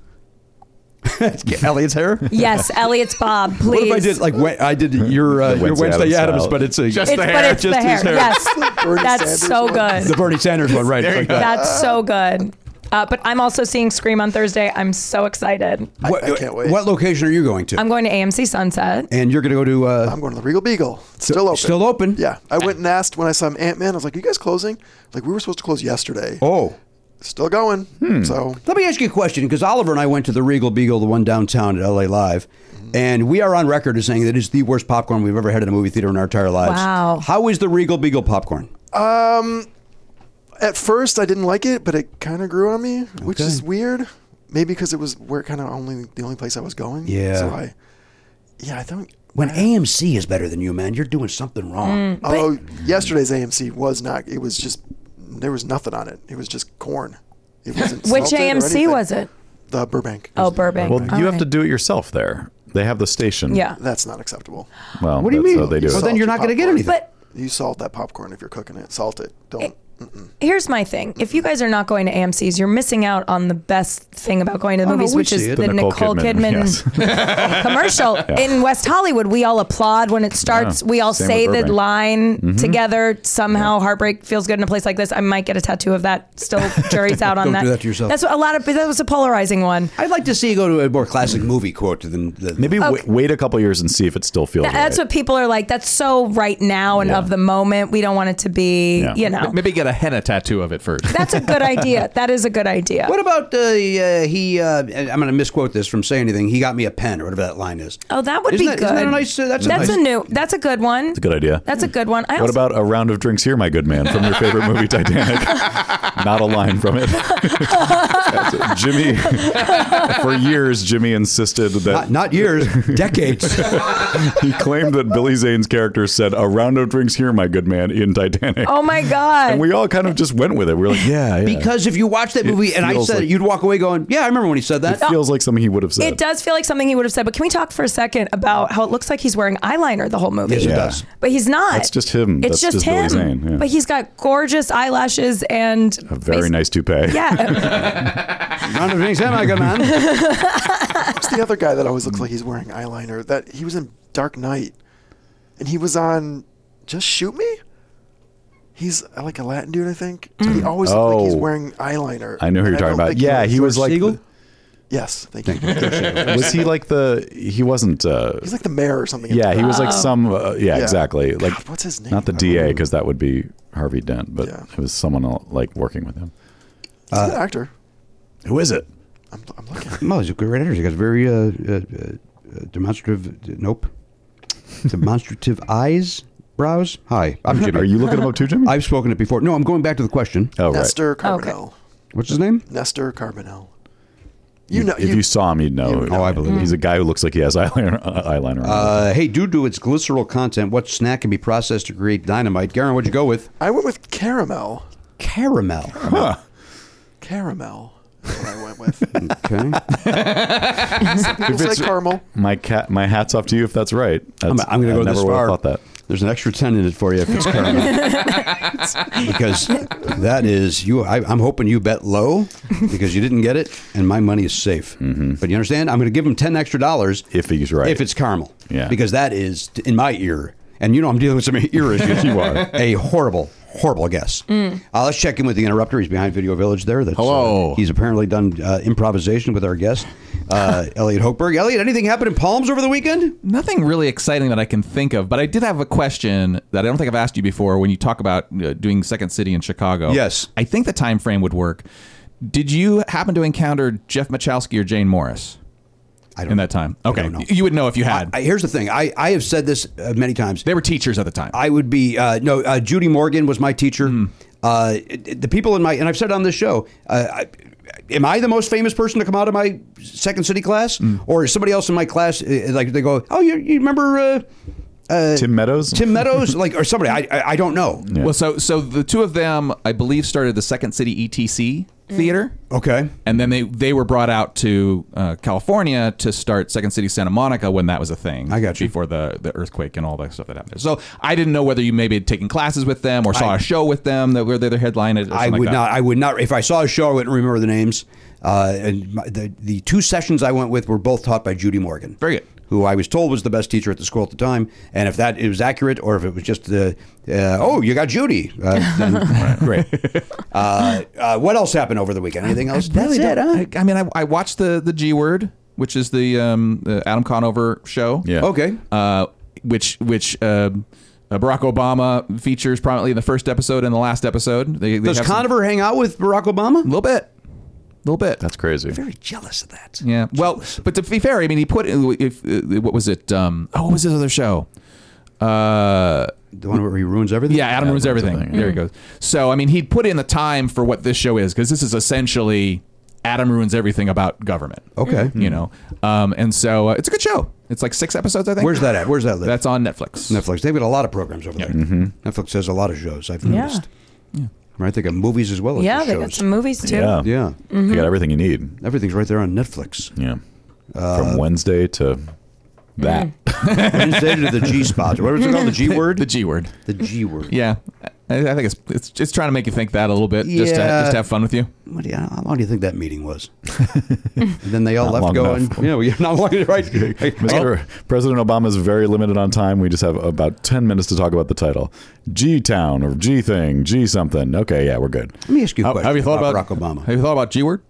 Speaker 5: Get Elliot's hair.
Speaker 8: yes, Elliot's Bob,
Speaker 5: What
Speaker 8: please.
Speaker 5: if I did like we- I did your uh,
Speaker 1: The
Speaker 5: your
Speaker 1: Wednesday
Speaker 5: Wednesday
Speaker 1: Addams
Speaker 5: Adams,
Speaker 1: style.
Speaker 5: but it's a
Speaker 6: Just
Speaker 8: it's,
Speaker 6: the
Speaker 8: but
Speaker 6: hair,
Speaker 8: it's the
Speaker 6: just
Speaker 8: hair.
Speaker 6: his hair.
Speaker 8: Yes.
Speaker 7: Bernie
Speaker 8: That's
Speaker 7: Sanders
Speaker 8: so
Speaker 7: one.
Speaker 8: good.
Speaker 5: the Bernie Sanders one, right? It's like that.
Speaker 8: That's so good. Uh, but I'm also seeing Scream on Thursday. I'm so excited.
Speaker 5: What,
Speaker 7: I can't wait.
Speaker 5: What location are you going to?
Speaker 8: I'm going to AMC Sunset.
Speaker 5: and you're going to go to. Uh,
Speaker 7: I'm going to the Regal Beagle. It's still open.
Speaker 5: still open?
Speaker 7: Yeah. I went and asked when I saw Ant Man. I was like, "You guys closing?" Like we were supposed to close yesterday.
Speaker 5: oh. Hmm.
Speaker 7: Still going. So
Speaker 5: Let me ask you a question because Oliver and I went to the Regal Beagle, the one downtown at LA Live, and we are on record as saying that it's the worst popcorn we've ever had in a movie theater in our entire lives.
Speaker 8: Wow.
Speaker 5: How is the Regal Beagle popcorn?
Speaker 7: at first I didn't like it, but it kind of grew on me, which
Speaker 5: Okay.
Speaker 7: is weird. Maybe because it was where kind of only the only place I was going.
Speaker 5: Yeah.
Speaker 7: So I, yeah, I think.
Speaker 5: When AMC is better than you, man, you're doing something
Speaker 8: Mm.
Speaker 5: wrong.
Speaker 7: Although Oh, yesterday's AMC was not. It was just there was nothing on it. It was just corn. It wasn't.
Speaker 8: Which
Speaker 7: salted or
Speaker 8: AMC
Speaker 7: anything.
Speaker 8: was it?
Speaker 7: The Burbank.
Speaker 8: Oh, Burbank.
Speaker 1: Well,
Speaker 8: All
Speaker 1: you have to
Speaker 8: right.
Speaker 1: do it yourself there. They have the station.
Speaker 8: Yeah.
Speaker 7: That's not acceptable.
Speaker 1: Well,
Speaker 5: What do you
Speaker 1: that's
Speaker 5: mean?
Speaker 1: How they do
Speaker 5: Well,
Speaker 1: it.
Speaker 5: then you're not going to get
Speaker 7: Popcorn.
Speaker 5: anything.
Speaker 8: But
Speaker 7: You salt that popcorn if you're cooking it. Salt it. Don't.
Speaker 8: here's my thing. If you guys are not going to AMC's, you're missing out on the best thing about going to the
Speaker 5: Oh, no,
Speaker 8: movies,
Speaker 5: we
Speaker 8: which is
Speaker 5: see it.
Speaker 8: the, Nicole, Kidman, commercial in West Hollywood. We all applaud when it starts.
Speaker 1: Yeah.
Speaker 8: We all
Speaker 1: Same
Speaker 8: say
Speaker 1: with Mm-hmm.
Speaker 8: the
Speaker 1: Burbank.
Speaker 8: line together. Somehow, heartbreak feels good in a place like this. I might get a tattoo of that. Still, jury's out on
Speaker 5: Don't
Speaker 8: that.
Speaker 5: do that to yourself.
Speaker 8: That's what a lot of. That was a polarizing one.
Speaker 5: I'd like to see you go to a more classic movie quote than the.
Speaker 1: Maybe wa- wait a couple years and see if it still feels.
Speaker 8: That's
Speaker 1: right.
Speaker 8: what people are like. That's so right now and
Speaker 1: Yeah.
Speaker 8: of the moment. We don't want it to be,
Speaker 1: Yeah.
Speaker 8: you know.
Speaker 6: Maybe get a henna tattoo of it first.
Speaker 8: That's a good idea. That is a good idea.
Speaker 5: What about uh, uh, he? Uh, I'm going to misquote this from saying anything. He got me a pen, or whatever that line is.
Speaker 8: oh, that would
Speaker 5: Isn't
Speaker 8: be
Speaker 5: that-
Speaker 8: good.
Speaker 5: isn't that a nice- uh, that's a nice-
Speaker 8: a new. That's a good one.
Speaker 1: It's a good idea.
Speaker 8: That's a good one. I
Speaker 1: What
Speaker 8: also,
Speaker 1: about a round of drinks here, my good man, from your favorite movie Titanic? Not a line from it. That's it. Jimmy, for years, Jimmy insisted that
Speaker 5: Not, not years, decades.
Speaker 1: he claimed that Billy Zane's character said, "A round of drinks here, my good man," in Titanic.
Speaker 8: Oh my god!
Speaker 1: and we all kind of just went with it. We were like, yeah, yeah.
Speaker 5: Because if you watch that movie and I
Speaker 1: feels
Speaker 5: said
Speaker 1: like-
Speaker 5: it, you'd walk away going, "Yeah, I remember when he said that."
Speaker 1: it feels like something he would have said.
Speaker 8: It does feel like something he would have said, but can we talk for a second about how it looks like he's wearing eyeliner the whole movie?
Speaker 5: Yes, it does.
Speaker 8: But he's not.
Speaker 1: That's just him. That's
Speaker 8: It's
Speaker 1: just
Speaker 8: just,
Speaker 1: Billy
Speaker 8: him.
Speaker 1: Zane, yeah.
Speaker 8: But he's got gorgeous eyelashes and
Speaker 1: A very nice toupee.
Speaker 8: Yeah,
Speaker 5: Round of things, am I good man?
Speaker 7: What's the other guy that always looks like he's wearing eyeliner? That he was in Dark Knight, and he was on Just Shoot Me. He's uh, like a Latin dude, I think. He
Speaker 8: Mm.
Speaker 7: always looks like he's
Speaker 1: Oh.
Speaker 7: wearing eyeliner.
Speaker 1: I know who you're
Speaker 7: and
Speaker 1: talking
Speaker 7: don't
Speaker 1: about.
Speaker 7: think he
Speaker 1: Yeah,
Speaker 7: was-
Speaker 1: he was like,
Speaker 5: Siegel?
Speaker 7: Yes, thank you.
Speaker 1: was he like the? He wasn't. Uh,
Speaker 7: He's like the mayor or something. in
Speaker 1: yeah,
Speaker 7: Dark
Speaker 1: he was
Speaker 8: Oh.
Speaker 1: like some. Uh, yeah,
Speaker 7: Yeah.
Speaker 1: exactly. Like
Speaker 7: God, what's his name?
Speaker 1: Not the
Speaker 7: I don't
Speaker 1: DA
Speaker 7: remember.
Speaker 1: because that would be Harvey Dent, but
Speaker 7: Yeah.
Speaker 1: it was someone else, like working with him. Uh,
Speaker 7: He's a good actor.
Speaker 1: Who is it?
Speaker 7: I'm, I'm looking.
Speaker 5: Well, he's a great actor. He's got very uh, uh, uh, demonstrative. uh, Nope, demonstrative eyes, brows. Hi, I'm Jimmy.
Speaker 1: Are you looking him up too, Jimmy?
Speaker 5: I've spoken it before. No, I'm going back to the question.
Speaker 1: oh, right.
Speaker 7: Nestor
Speaker 8: Okay.
Speaker 7: Carbonell.
Speaker 5: What's his name?
Speaker 7: Nestor Carbonell. You know,
Speaker 1: if you, saw him, you'd know.
Speaker 7: you would know
Speaker 5: Oh, I him. believe it.
Speaker 1: He's a guy who looks like he has eyeliner. eyeliner on.
Speaker 5: Uh, hey, due to its glycerol content, what snack can be processed to create dynamite? Garen, what'd you go with?
Speaker 7: I went with caramel.
Speaker 5: Caramel.
Speaker 1: Huh.
Speaker 7: Caramel. That's what I went with.
Speaker 5: Okay.
Speaker 7: People say caramel.
Speaker 1: My cat. My hat's off to you if that's right.
Speaker 5: I'm,
Speaker 1: That's-
Speaker 5: I'm going to go
Speaker 1: I never
Speaker 5: this
Speaker 1: would
Speaker 5: far.
Speaker 1: Have thought that.
Speaker 5: There's an extra ten in it for you if it's caramel. because that is you. I, I'm hoping you bet low because you didn't get it, and my money is safe. But you understand? I'm going to give him ten extra dollars
Speaker 1: Mm-hmm. If he's right.
Speaker 5: If it's caramel,
Speaker 1: Yeah.
Speaker 5: Because that is t- in my ear, and you know I'm dealing with some ear issues. you are a horrible. Horrible guess. Uh, let's check in with the interrupter. He's behind Video Village there. That's, uh,
Speaker 6: Hello.
Speaker 5: he's apparently done uh, improvisation with our guest, uh, Elliot Hochberg. Elliot, anything happened in Palms over the weekend?
Speaker 6: Nothing really exciting that I can think of, but I did have a question that I don't think I've asked you before. When you talk about uh, doing Second City in Chicago,
Speaker 5: Yes.
Speaker 6: I think the time frame would work. Did you happen to encounter Jeff Machowski or Jane Morris
Speaker 5: I don't
Speaker 6: in that time? Okay,
Speaker 5: don't know.
Speaker 6: you would know if you had.
Speaker 5: I, here's the thing. I, I have said this uh, many times.
Speaker 6: they were teachers at the time.
Speaker 5: I would be uh, no. Uh, Judy Morgan was my teacher. Uh, it- it- the people in my and I've said it on this show. Uh, I, am I the most famous person to come out of my second city class, or is somebody else in my class uh, like they go, oh, you, you remember uh,
Speaker 1: Tim Meadows.
Speaker 5: Tim Meadows, like or somebody? I I, I don't know.
Speaker 6: Well, so so the two of them, I believe, started the Second City ETC theater.
Speaker 5: Okay.
Speaker 6: And then they, they were brought out to uh, California to start Second City Santa Monica when that was a thing.
Speaker 5: I got you.
Speaker 6: Before the, the earthquake and all that stuff that happened there. So I didn't know whether you maybe had taken classes with them or saw a show with them that where they're the headline. Or
Speaker 5: I
Speaker 6: something like
Speaker 5: would
Speaker 6: that.
Speaker 5: not. I would not. If I saw a show, I wouldn't remember the names. Uh, and my, the the two sessions I went with were both taught by Judy Morgan.
Speaker 6: Very good.
Speaker 5: Who I was told was the best teacher at the school at the time, and if that it was accurate, or if it was just the uh, oh you got Judy, uh, then, great. Uh, uh, what else happened over the weekend? Anything else?
Speaker 6: Really don't- I, I mean, I, I watched the, the G word, which is the, um, the Adam Conover show.
Speaker 1: Yeah.
Speaker 5: Okay.
Speaker 6: uh, which which um, uh, Barack Obama features prominently in the first episode and the last episode. They, they
Speaker 5: Does
Speaker 6: have some-
Speaker 5: Conover hang out with Barack
Speaker 6: a
Speaker 5: Obama?
Speaker 6: little bit, a little bit.
Speaker 1: That's crazy.
Speaker 5: Very jealous of that.
Speaker 6: yeah. Well, but to be fair, I mean, he put if uh, what was it? Um, oh, what was his other show? Uh,
Speaker 5: The one where he ruins everything.
Speaker 6: yeah, Adam ruins everything. There he goes. So I mean, he put in the time for what this show is because this is essentially Adam ruins everything about government.
Speaker 5: Okay. Hmm.
Speaker 6: You know, um, and so uh, it's a good show. It's like six episodes, I think.
Speaker 5: Where's that at? Where's that? Live?
Speaker 6: That's on Netflix.
Speaker 5: Netflix. They've got a lot of programs over there. Netflix has a lot of shows. I've noticed. Right, they got movies as well as
Speaker 8: yeah,
Speaker 5: just
Speaker 8: they
Speaker 5: shows.
Speaker 8: got some movies too.
Speaker 1: Yeah.
Speaker 5: Yeah.
Speaker 1: You got everything you need.
Speaker 5: Everything's right there on Netflix.
Speaker 1: Yeah. From Wednesday to that.
Speaker 5: Wednesday to the G spot. What was it called? The G word?
Speaker 6: The G word.
Speaker 5: The G word.
Speaker 6: Yeah, I, I think it's, it's it's trying to make you think that a little bit, just to
Speaker 5: Yeah.
Speaker 6: just to have fun with you.
Speaker 5: What do you, how long do you think that meeting was? and then they all
Speaker 1: Not
Speaker 5: left
Speaker 1: long
Speaker 5: going,
Speaker 1: enough.
Speaker 5: you know, you're not looking right. I-
Speaker 1: Mr. President Obama is very limited on time. We just have about 10 minutes to talk about the title. G Town or G Thing, G something. Okay, yeah, we're good.
Speaker 5: let me ask you a
Speaker 6: Have,
Speaker 5: question.
Speaker 6: have you thought about,
Speaker 5: Barack Obama?
Speaker 6: Have you thought about G word?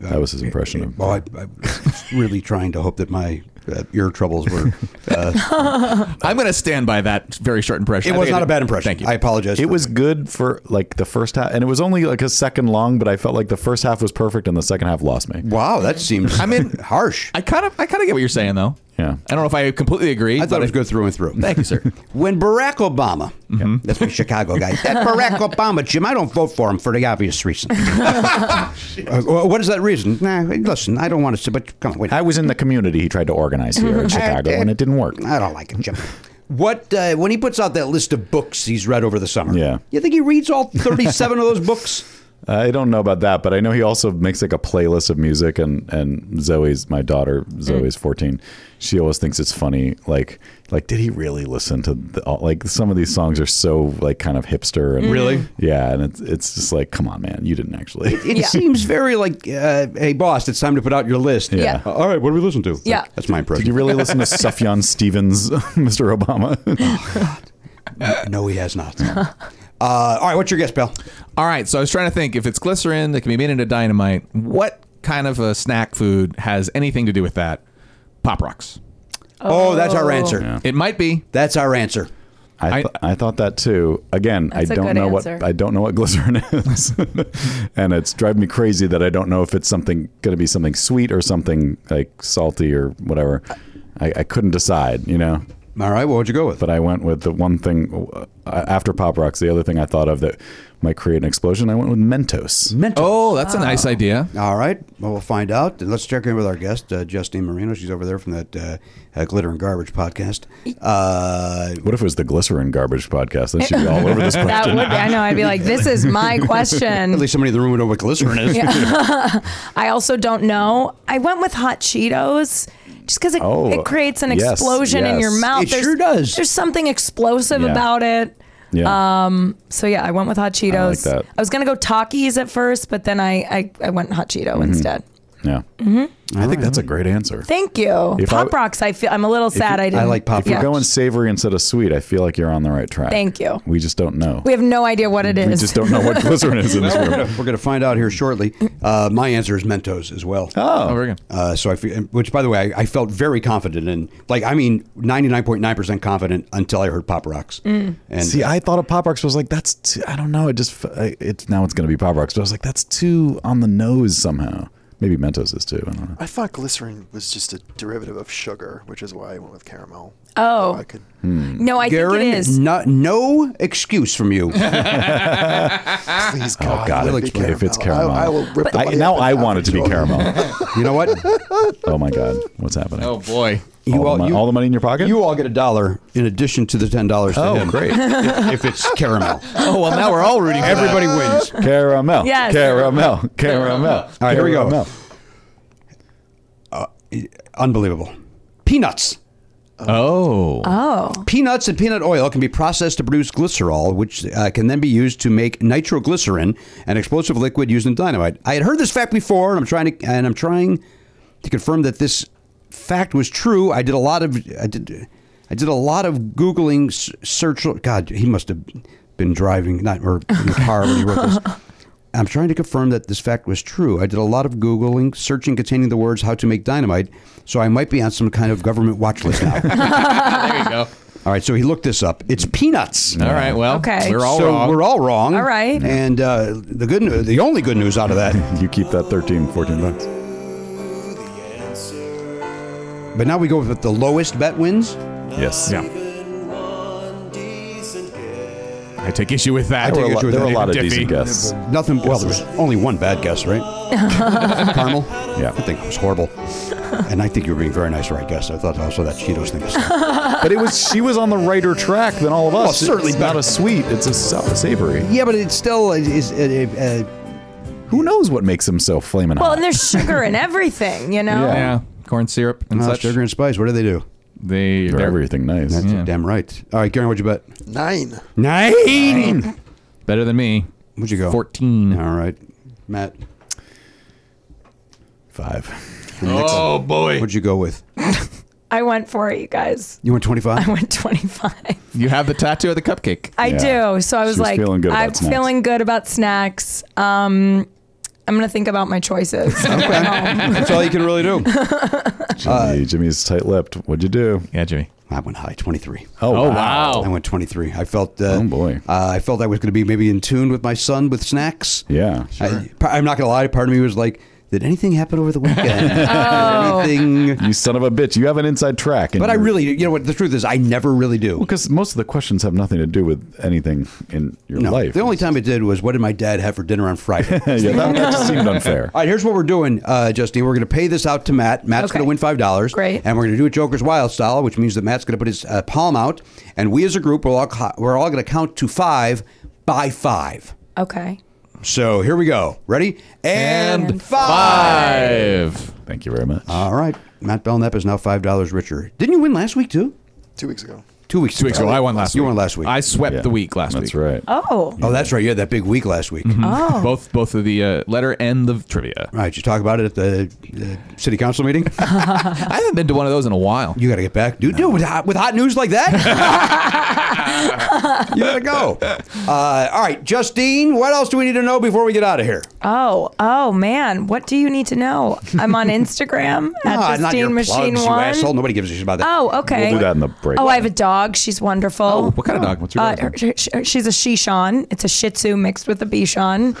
Speaker 1: That was his impression of.
Speaker 5: well, I, I was really trying to hope that my uh, ear troubles were. Uh,
Speaker 6: I'm going to stand by that very short impression.
Speaker 5: it
Speaker 6: I
Speaker 5: was
Speaker 6: think I
Speaker 5: not
Speaker 6: did-
Speaker 5: a bad impression.
Speaker 6: Thank you.
Speaker 5: I apologize.
Speaker 1: It
Speaker 5: for
Speaker 1: was
Speaker 5: that.
Speaker 1: good for like the first half, and it was only like a second long, but I felt like the first half was perfect and the second half lost me.
Speaker 5: Wow, that seems. I mean,
Speaker 6: mean-
Speaker 5: harsh.
Speaker 6: I kind of I kind of get what you're saying though.
Speaker 1: Yeah.
Speaker 6: I don't know if I completely agree.
Speaker 5: I thought
Speaker 6: but
Speaker 5: it was good through and through.
Speaker 6: Thank you, sir.
Speaker 5: When Barack Obama, that's my Chicago guy, that Barack Obama, Jim, I don't vote for him for the obvious reason. Uh, well, what is that reason? Nah, listen, I don't want to, but come on, wait.
Speaker 1: I was in the community he tried to organize here in Chicago, and it didn't work.
Speaker 5: I don't like it, Jim. What uh, when he puts out that list of books he's read over the summer?
Speaker 1: Yeah.
Speaker 5: you think he reads all thirty-seven of those books?
Speaker 1: I don't know about that, but I know he also makes like a playlist of music. And and Zoe's my daughter. Zoe's fourteen. She always thinks it's funny. Like like did he really listen to the, all- like some of these songs are so like kind of hipster and really yeah. And it's it's just like come on man, you didn't actually.
Speaker 5: It seems very like, uh, hey boss, it's time to put out your list.
Speaker 8: Yeah.
Speaker 5: all right, what do we listen to?
Speaker 8: Yeah.
Speaker 5: that's my
Speaker 1: Did
Speaker 5: impression.
Speaker 1: you really listen to Sufjan Stevens, Mr. Obama?
Speaker 5: no, he has not. uh, all right, what's your guess, Bill?
Speaker 6: All right, so I was trying to think if it's glycerin that can be made into dynamite, what kind of a snack food has anything to do with that? Pop rocks.
Speaker 5: Oh, that's our answer.
Speaker 6: It might be.
Speaker 5: That's our answer.
Speaker 1: I, th- I thought that too. Again, I
Speaker 8: That's a
Speaker 1: don't
Speaker 8: good
Speaker 1: know what
Speaker 8: answer.
Speaker 1: I don't know what glycerin is, and it's driving me crazy that I don't know if it's something going to be something sweet or something like salty or whatever. I, I couldn't decide, you know.
Speaker 5: All right, what would you go with?
Speaker 1: But I went with the one thing uh, after Pop Rocks. The other thing I thought of that might create an explosion. I went with Mentos.
Speaker 5: Mentos.
Speaker 6: Oh, that's a nice idea.
Speaker 5: All right. Well, we'll find out. And let's check in with our guest, uh, Justine Marino. She's over there from that uh, uh, Glitter and Garbage podcast. Uh,
Speaker 1: What if it was the glycerin garbage podcast? That should be all over this question.
Speaker 8: That would be. I know. I'd be like, this is my question.
Speaker 5: at least somebody in the room would know what glycerin is.
Speaker 8: I also don't know. I went with hot Cheetos just because it,
Speaker 1: Oh,
Speaker 8: it creates an
Speaker 1: yes,
Speaker 8: explosion in your
Speaker 1: yes.
Speaker 8: mouth.
Speaker 5: It sure does.
Speaker 8: There's something explosive
Speaker 1: Yeah.
Speaker 8: about it. Um,
Speaker 1: Yeah.
Speaker 8: So yeah, I went with hot Cheetos.
Speaker 1: that.
Speaker 8: was gonna go Takis at first, but then I I, I went hot Cheeto
Speaker 1: Mm-hmm.
Speaker 8: instead.
Speaker 1: yeah. I think that's a great answer.
Speaker 8: mm-hmm. Thank you.
Speaker 1: If I-
Speaker 8: Pop Rocks. I feel I'm a little sad. I didn't.
Speaker 5: I like Pop
Speaker 1: If you're
Speaker 5: Rocks.
Speaker 1: going savory instead of sweet, I feel like you're on the right track.
Speaker 8: Thank you.
Speaker 1: We just don't know.
Speaker 8: We have no idea what it is.
Speaker 1: We just don't know what glycerin is in this
Speaker 5: We're
Speaker 1: room.
Speaker 5: gonna- We're going to find out here shortly. Uh, my answer is Mentos as well.
Speaker 6: Oh, very good.
Speaker 5: Uh, so I, feel, which by the way, I, I felt very confident in. Like, I mean, ninety nine point nine percent confident until I heard Pop Rocks. And
Speaker 1: See, I thought of Pop Rocks was like that's too, I don't know. It just I- it's now it's gonna be Pop Rocks, but I was like that's too on the nose somehow. Maybe Mentos is too. I don't know.
Speaker 7: I thought glycerin was just a derivative of sugar, which is why I went with caramel.
Speaker 8: Oh.
Speaker 7: I could.
Speaker 1: Hmm.
Speaker 8: no, I
Speaker 5: Garen,
Speaker 8: think it is.
Speaker 5: No, no excuse from you.
Speaker 7: Please God,
Speaker 1: Oh, God,
Speaker 7: let it
Speaker 1: if,
Speaker 7: be caramel.
Speaker 1: if it's caramel,
Speaker 7: I, I will rip the
Speaker 1: I-
Speaker 7: body
Speaker 1: now.
Speaker 7: up
Speaker 1: I
Speaker 7: and
Speaker 1: want it to be
Speaker 7: have children.
Speaker 1: caramel.
Speaker 5: You know what?
Speaker 1: oh my God, what's happening?
Speaker 6: Oh boy.
Speaker 5: You
Speaker 1: all, the mon- all the money in your pocket.
Speaker 5: You all get a dollar in addition to the ten dollars.
Speaker 1: Oh,
Speaker 5: him
Speaker 1: great.
Speaker 5: if, if it's caramel,
Speaker 6: Oh well, now we're all rooting. For that.
Speaker 5: everybody wins.
Speaker 1: caramel.
Speaker 8: Yes.
Speaker 1: Caramel. Caramel. All
Speaker 5: right, here we go.
Speaker 1: Caramel.
Speaker 5: Unbelievable. Peanuts.
Speaker 6: Oh.
Speaker 8: Oh,
Speaker 5: Peanuts and peanut oil can be processed to produce glycerol, which uh, can then be used to make nitroglycerin, an explosive liquid used in dynamite. I had heard this fact before, and I'm trying to and I'm trying to confirm that this fact was true. I did a lot of I did I did a lot of googling s- search. God, he must have been driving not or in the car when he wrote this. I'm trying to confirm that this fact was true. I did a lot of Googling, searching containing the words how to make dynamite, so I might be on some kind of government watch list now.
Speaker 6: there you go.
Speaker 5: All right, so he looked this up. It's peanuts.
Speaker 6: All right. Well,
Speaker 8: Okay.
Speaker 6: we're all
Speaker 5: so
Speaker 6: wrong.
Speaker 5: we're all wrong.
Speaker 8: All right.
Speaker 5: And uh, the good, new- the only good news out of that.
Speaker 1: You keep that 13, 14 bucks.
Speaker 5: But now we go with the lowest bet wins.
Speaker 1: Yes. Yeah.
Speaker 6: I take issue with that.
Speaker 5: I take
Speaker 1: There were a
Speaker 5: issue
Speaker 1: lot,
Speaker 5: with
Speaker 1: there were a
Speaker 5: that.
Speaker 1: lot of
Speaker 6: Diffie.
Speaker 1: decent guests.
Speaker 5: Nothing. Well, there was only one bad guess, right? Carmel.
Speaker 1: Yeah.
Speaker 5: I think it was horrible. And I think you were being very nice, right? Guess. I thought also that Cheetos thing. Was
Speaker 1: But it was she was on the righter track than all of us.
Speaker 5: Well, certainly
Speaker 1: it's not a sweet. It's a sa- savory.
Speaker 5: yeah, but it's still is. Uh,
Speaker 1: Who knows what makes him so flaming
Speaker 8: well,
Speaker 1: hot?
Speaker 8: and there's sugar in everything, you know.
Speaker 1: Yeah.
Speaker 6: yeah. Corn syrup and
Speaker 5: uh,
Speaker 6: such.
Speaker 5: sugar and spice. What do they do?
Speaker 6: They
Speaker 1: They're
Speaker 6: they're-
Speaker 1: everything nice.
Speaker 5: That's damn right. All right, Garen, what'd you bet?
Speaker 7: Nine.
Speaker 5: Nine.
Speaker 6: better than me.
Speaker 5: What'd you go?
Speaker 6: Fourteen.
Speaker 5: All right, Matt.
Speaker 1: Five.
Speaker 6: Oh boy.
Speaker 5: What'd you go with?
Speaker 8: I went for it, you guys.
Speaker 5: You went twenty-five.
Speaker 8: I went 25.
Speaker 6: You have the tattoo of the cupcake.
Speaker 8: I
Speaker 1: Yeah.
Speaker 8: do. So I was
Speaker 1: She was
Speaker 8: like,
Speaker 1: feeling good about
Speaker 8: I'm
Speaker 1: snacks.
Speaker 8: feeling good about snacks. Um, I'm gonna think about my choices.
Speaker 5: That's all you can really do.
Speaker 1: Jimmy,
Speaker 5: Uh,
Speaker 1: Jimmy's tight-lipped. What'd you do?
Speaker 6: Yeah, Jimmy.
Speaker 5: I went high, 23.
Speaker 1: Oh,
Speaker 6: Oh,
Speaker 5: I
Speaker 6: wow.
Speaker 5: went 23. I felt, uh,
Speaker 1: Oh, boy.
Speaker 5: uh, I felt I was going to be maybe in tune with my son with snacks.
Speaker 1: Yeah.
Speaker 5: I, I'm not going to lie. Part of me was like, Did anything happen over the weekend?
Speaker 8: Oh.
Speaker 5: Anything?
Speaker 1: You son of a bitch. You have an inside track. and
Speaker 5: But I
Speaker 1: you're-
Speaker 5: really, you know what? The truth is, I never really do.
Speaker 1: Because most of the questions have nothing to do with anything in your
Speaker 5: No.
Speaker 1: life.
Speaker 5: The only time I did was, what did my dad have for dinner on Friday?
Speaker 1: yeah, that, that just seemed unfair.
Speaker 5: All right, here's what we're doing, uh, Justine. We're going to pay this out to Matt. Matt's
Speaker 8: Okay.
Speaker 5: going to win five dollars,
Speaker 8: Great.
Speaker 5: And we're going to do it Joker's Wild style, which means that Matt's going to put his uh, palm out, and we as a group, we're all co- we're all going to count to five by five.
Speaker 8: Okay.
Speaker 5: So here we go. Ready? And,
Speaker 8: And
Speaker 5: five.
Speaker 6: Five.
Speaker 1: Thank you very much.
Speaker 5: All right, Matt Belknap is now five dollars richer. Didn't you win last week too?
Speaker 7: Two weeks ago.
Speaker 5: Two weeks.
Speaker 6: Two weeks ago, I won last.
Speaker 5: You
Speaker 6: week.
Speaker 5: won last week.
Speaker 6: I swept
Speaker 1: Yeah.
Speaker 6: the week last
Speaker 1: That's
Speaker 6: week.
Speaker 1: right.
Speaker 8: Oh.
Speaker 5: oh, that's right. You had that big week last week.
Speaker 6: Mm-hmm.
Speaker 5: All
Speaker 8: Oh.
Speaker 6: Both both of the uh, letter and the trivia.
Speaker 5: right, you talk about it at the, the city council meeting.
Speaker 6: I haven't been to one of those in a while.
Speaker 5: You got to get back, dude. Dude, with hot, with hot news like that, you got to go. Uh, all right, Justine, what else do we need to know before we get out of here?
Speaker 8: Oh, oh man, what do you need to know? I'm on Instagram at
Speaker 5: Ah,
Speaker 8: Justine Machine
Speaker 5: plugs, you
Speaker 8: One.
Speaker 5: asshole. Nobody gives a shit about that.
Speaker 8: Oh, okay.
Speaker 1: We'll do that in the break.
Speaker 8: Oh, I have a dog. She's wonderful.
Speaker 6: Oh, what kind of dog? What's your
Speaker 8: Uh,
Speaker 6: dog's name?
Speaker 8: her- her- she's a Shishan. It's a Shih Tzu mixed with a Bichon.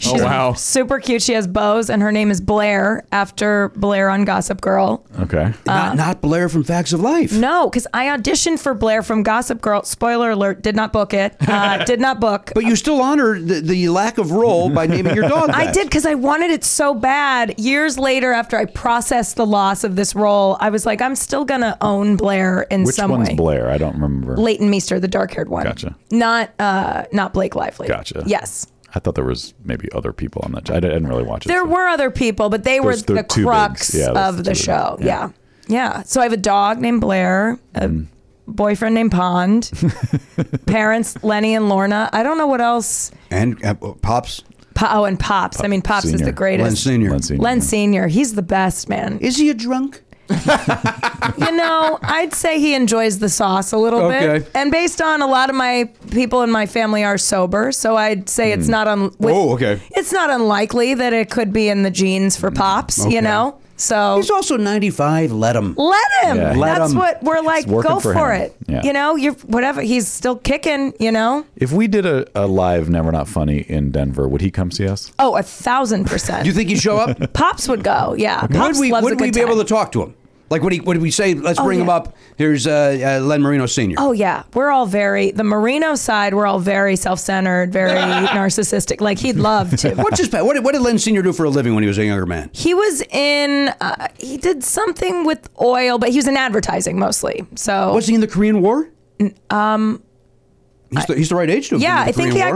Speaker 8: She's
Speaker 6: wow.
Speaker 8: super cute. She has bows, and her name is Blair after Blair on Gossip Girl.
Speaker 1: Okay.
Speaker 5: not, not Blair from Facts of Life.
Speaker 8: No, because I auditioned for Blair from Gossip Girl. Spoiler alert: did not book it. Uh, did not book.
Speaker 5: But you still honor the, the lack of role by naming your dog.
Speaker 8: I
Speaker 5: that.
Speaker 8: did because I wanted it so bad. Years later, after I processed the loss of this role, I was like, I'm still gonna own Blair in
Speaker 1: Which
Speaker 8: some
Speaker 1: one's
Speaker 8: way.
Speaker 1: Blair? I don't remember.
Speaker 8: Leighton Meester, the dark-haired one.
Speaker 1: Gotcha.
Speaker 8: Not, uh, not Blake Lively.
Speaker 1: Gotcha.
Speaker 8: Yes.
Speaker 1: I thought there was maybe other people on that. I didn't really watch it.
Speaker 8: There
Speaker 1: so-
Speaker 8: were other people, but they
Speaker 1: Those-
Speaker 8: were
Speaker 1: they're
Speaker 8: the
Speaker 1: two bigs.
Speaker 8: crux
Speaker 1: Yeah, that's
Speaker 8: of
Speaker 1: the
Speaker 8: the,
Speaker 1: two bigs.
Speaker 8: show.
Speaker 1: Yeah. Mm.
Speaker 8: Yeah. yeah. So I have a dog named Blair, a boyfriend named Pond, parents Lenny and Lorna. I don't know what else.
Speaker 5: And uh, Pops,
Speaker 8: Po- oh, and Pops. I mean, Pops is
Speaker 1: Senior.
Speaker 8: the
Speaker 5: Len
Speaker 8: greatest.
Speaker 5: Senior.
Speaker 1: Len Senior.
Speaker 8: Len Senior, he's the best man.
Speaker 5: Is he a drunk?
Speaker 8: you know, I'd say he enjoys the sauce a little
Speaker 5: Okay.
Speaker 8: bit. And based on a lot of my people in my family are sober, so I'd say it's not un- with-
Speaker 5: Oh, okay. Hmm.
Speaker 8: It's not unlikely that it could be in the genes for pops,
Speaker 5: Okay.
Speaker 8: you know. So
Speaker 5: He's also 95. Let him.
Speaker 8: let him.
Speaker 1: Yeah.
Speaker 5: Let
Speaker 8: That's
Speaker 5: him.
Speaker 8: what we're like.
Speaker 1: working
Speaker 8: Go
Speaker 1: for
Speaker 8: for,
Speaker 1: him.
Speaker 8: it.
Speaker 1: Yeah.
Speaker 8: You know, you're whatever. He's still kicking. You know.
Speaker 1: If we did a, a live Never Not Funny in Denver, would he come see us?
Speaker 8: Oh, a thousand percent.
Speaker 5: Do you think he'd show up?
Speaker 8: pops would go? Yeah.
Speaker 5: Would
Speaker 8: Pops
Speaker 5: we,
Speaker 8: loves a
Speaker 5: would we
Speaker 8: good
Speaker 5: be able
Speaker 8: time.
Speaker 5: to talk to him? Like, would, he, would we say, let's
Speaker 8: Oh,
Speaker 5: bring him
Speaker 8: yeah.
Speaker 5: up? Here's uh, uh, Len Marino Sr.
Speaker 8: Oh yeah, we're all very the Marino side. We're all very self-centered, very narcissistic. Like he'd love to.
Speaker 5: What's his, what, did, what did Len Sr. do for a living when he was a younger man?
Speaker 8: He was in. Uh, he did something with oil, but he was in advertising mostly. So
Speaker 5: Was he in the Korean War? Um, he's, the, he's the right age to have
Speaker 8: yeah, I
Speaker 5: been in the
Speaker 8: think
Speaker 5: Korean
Speaker 8: he
Speaker 5: War.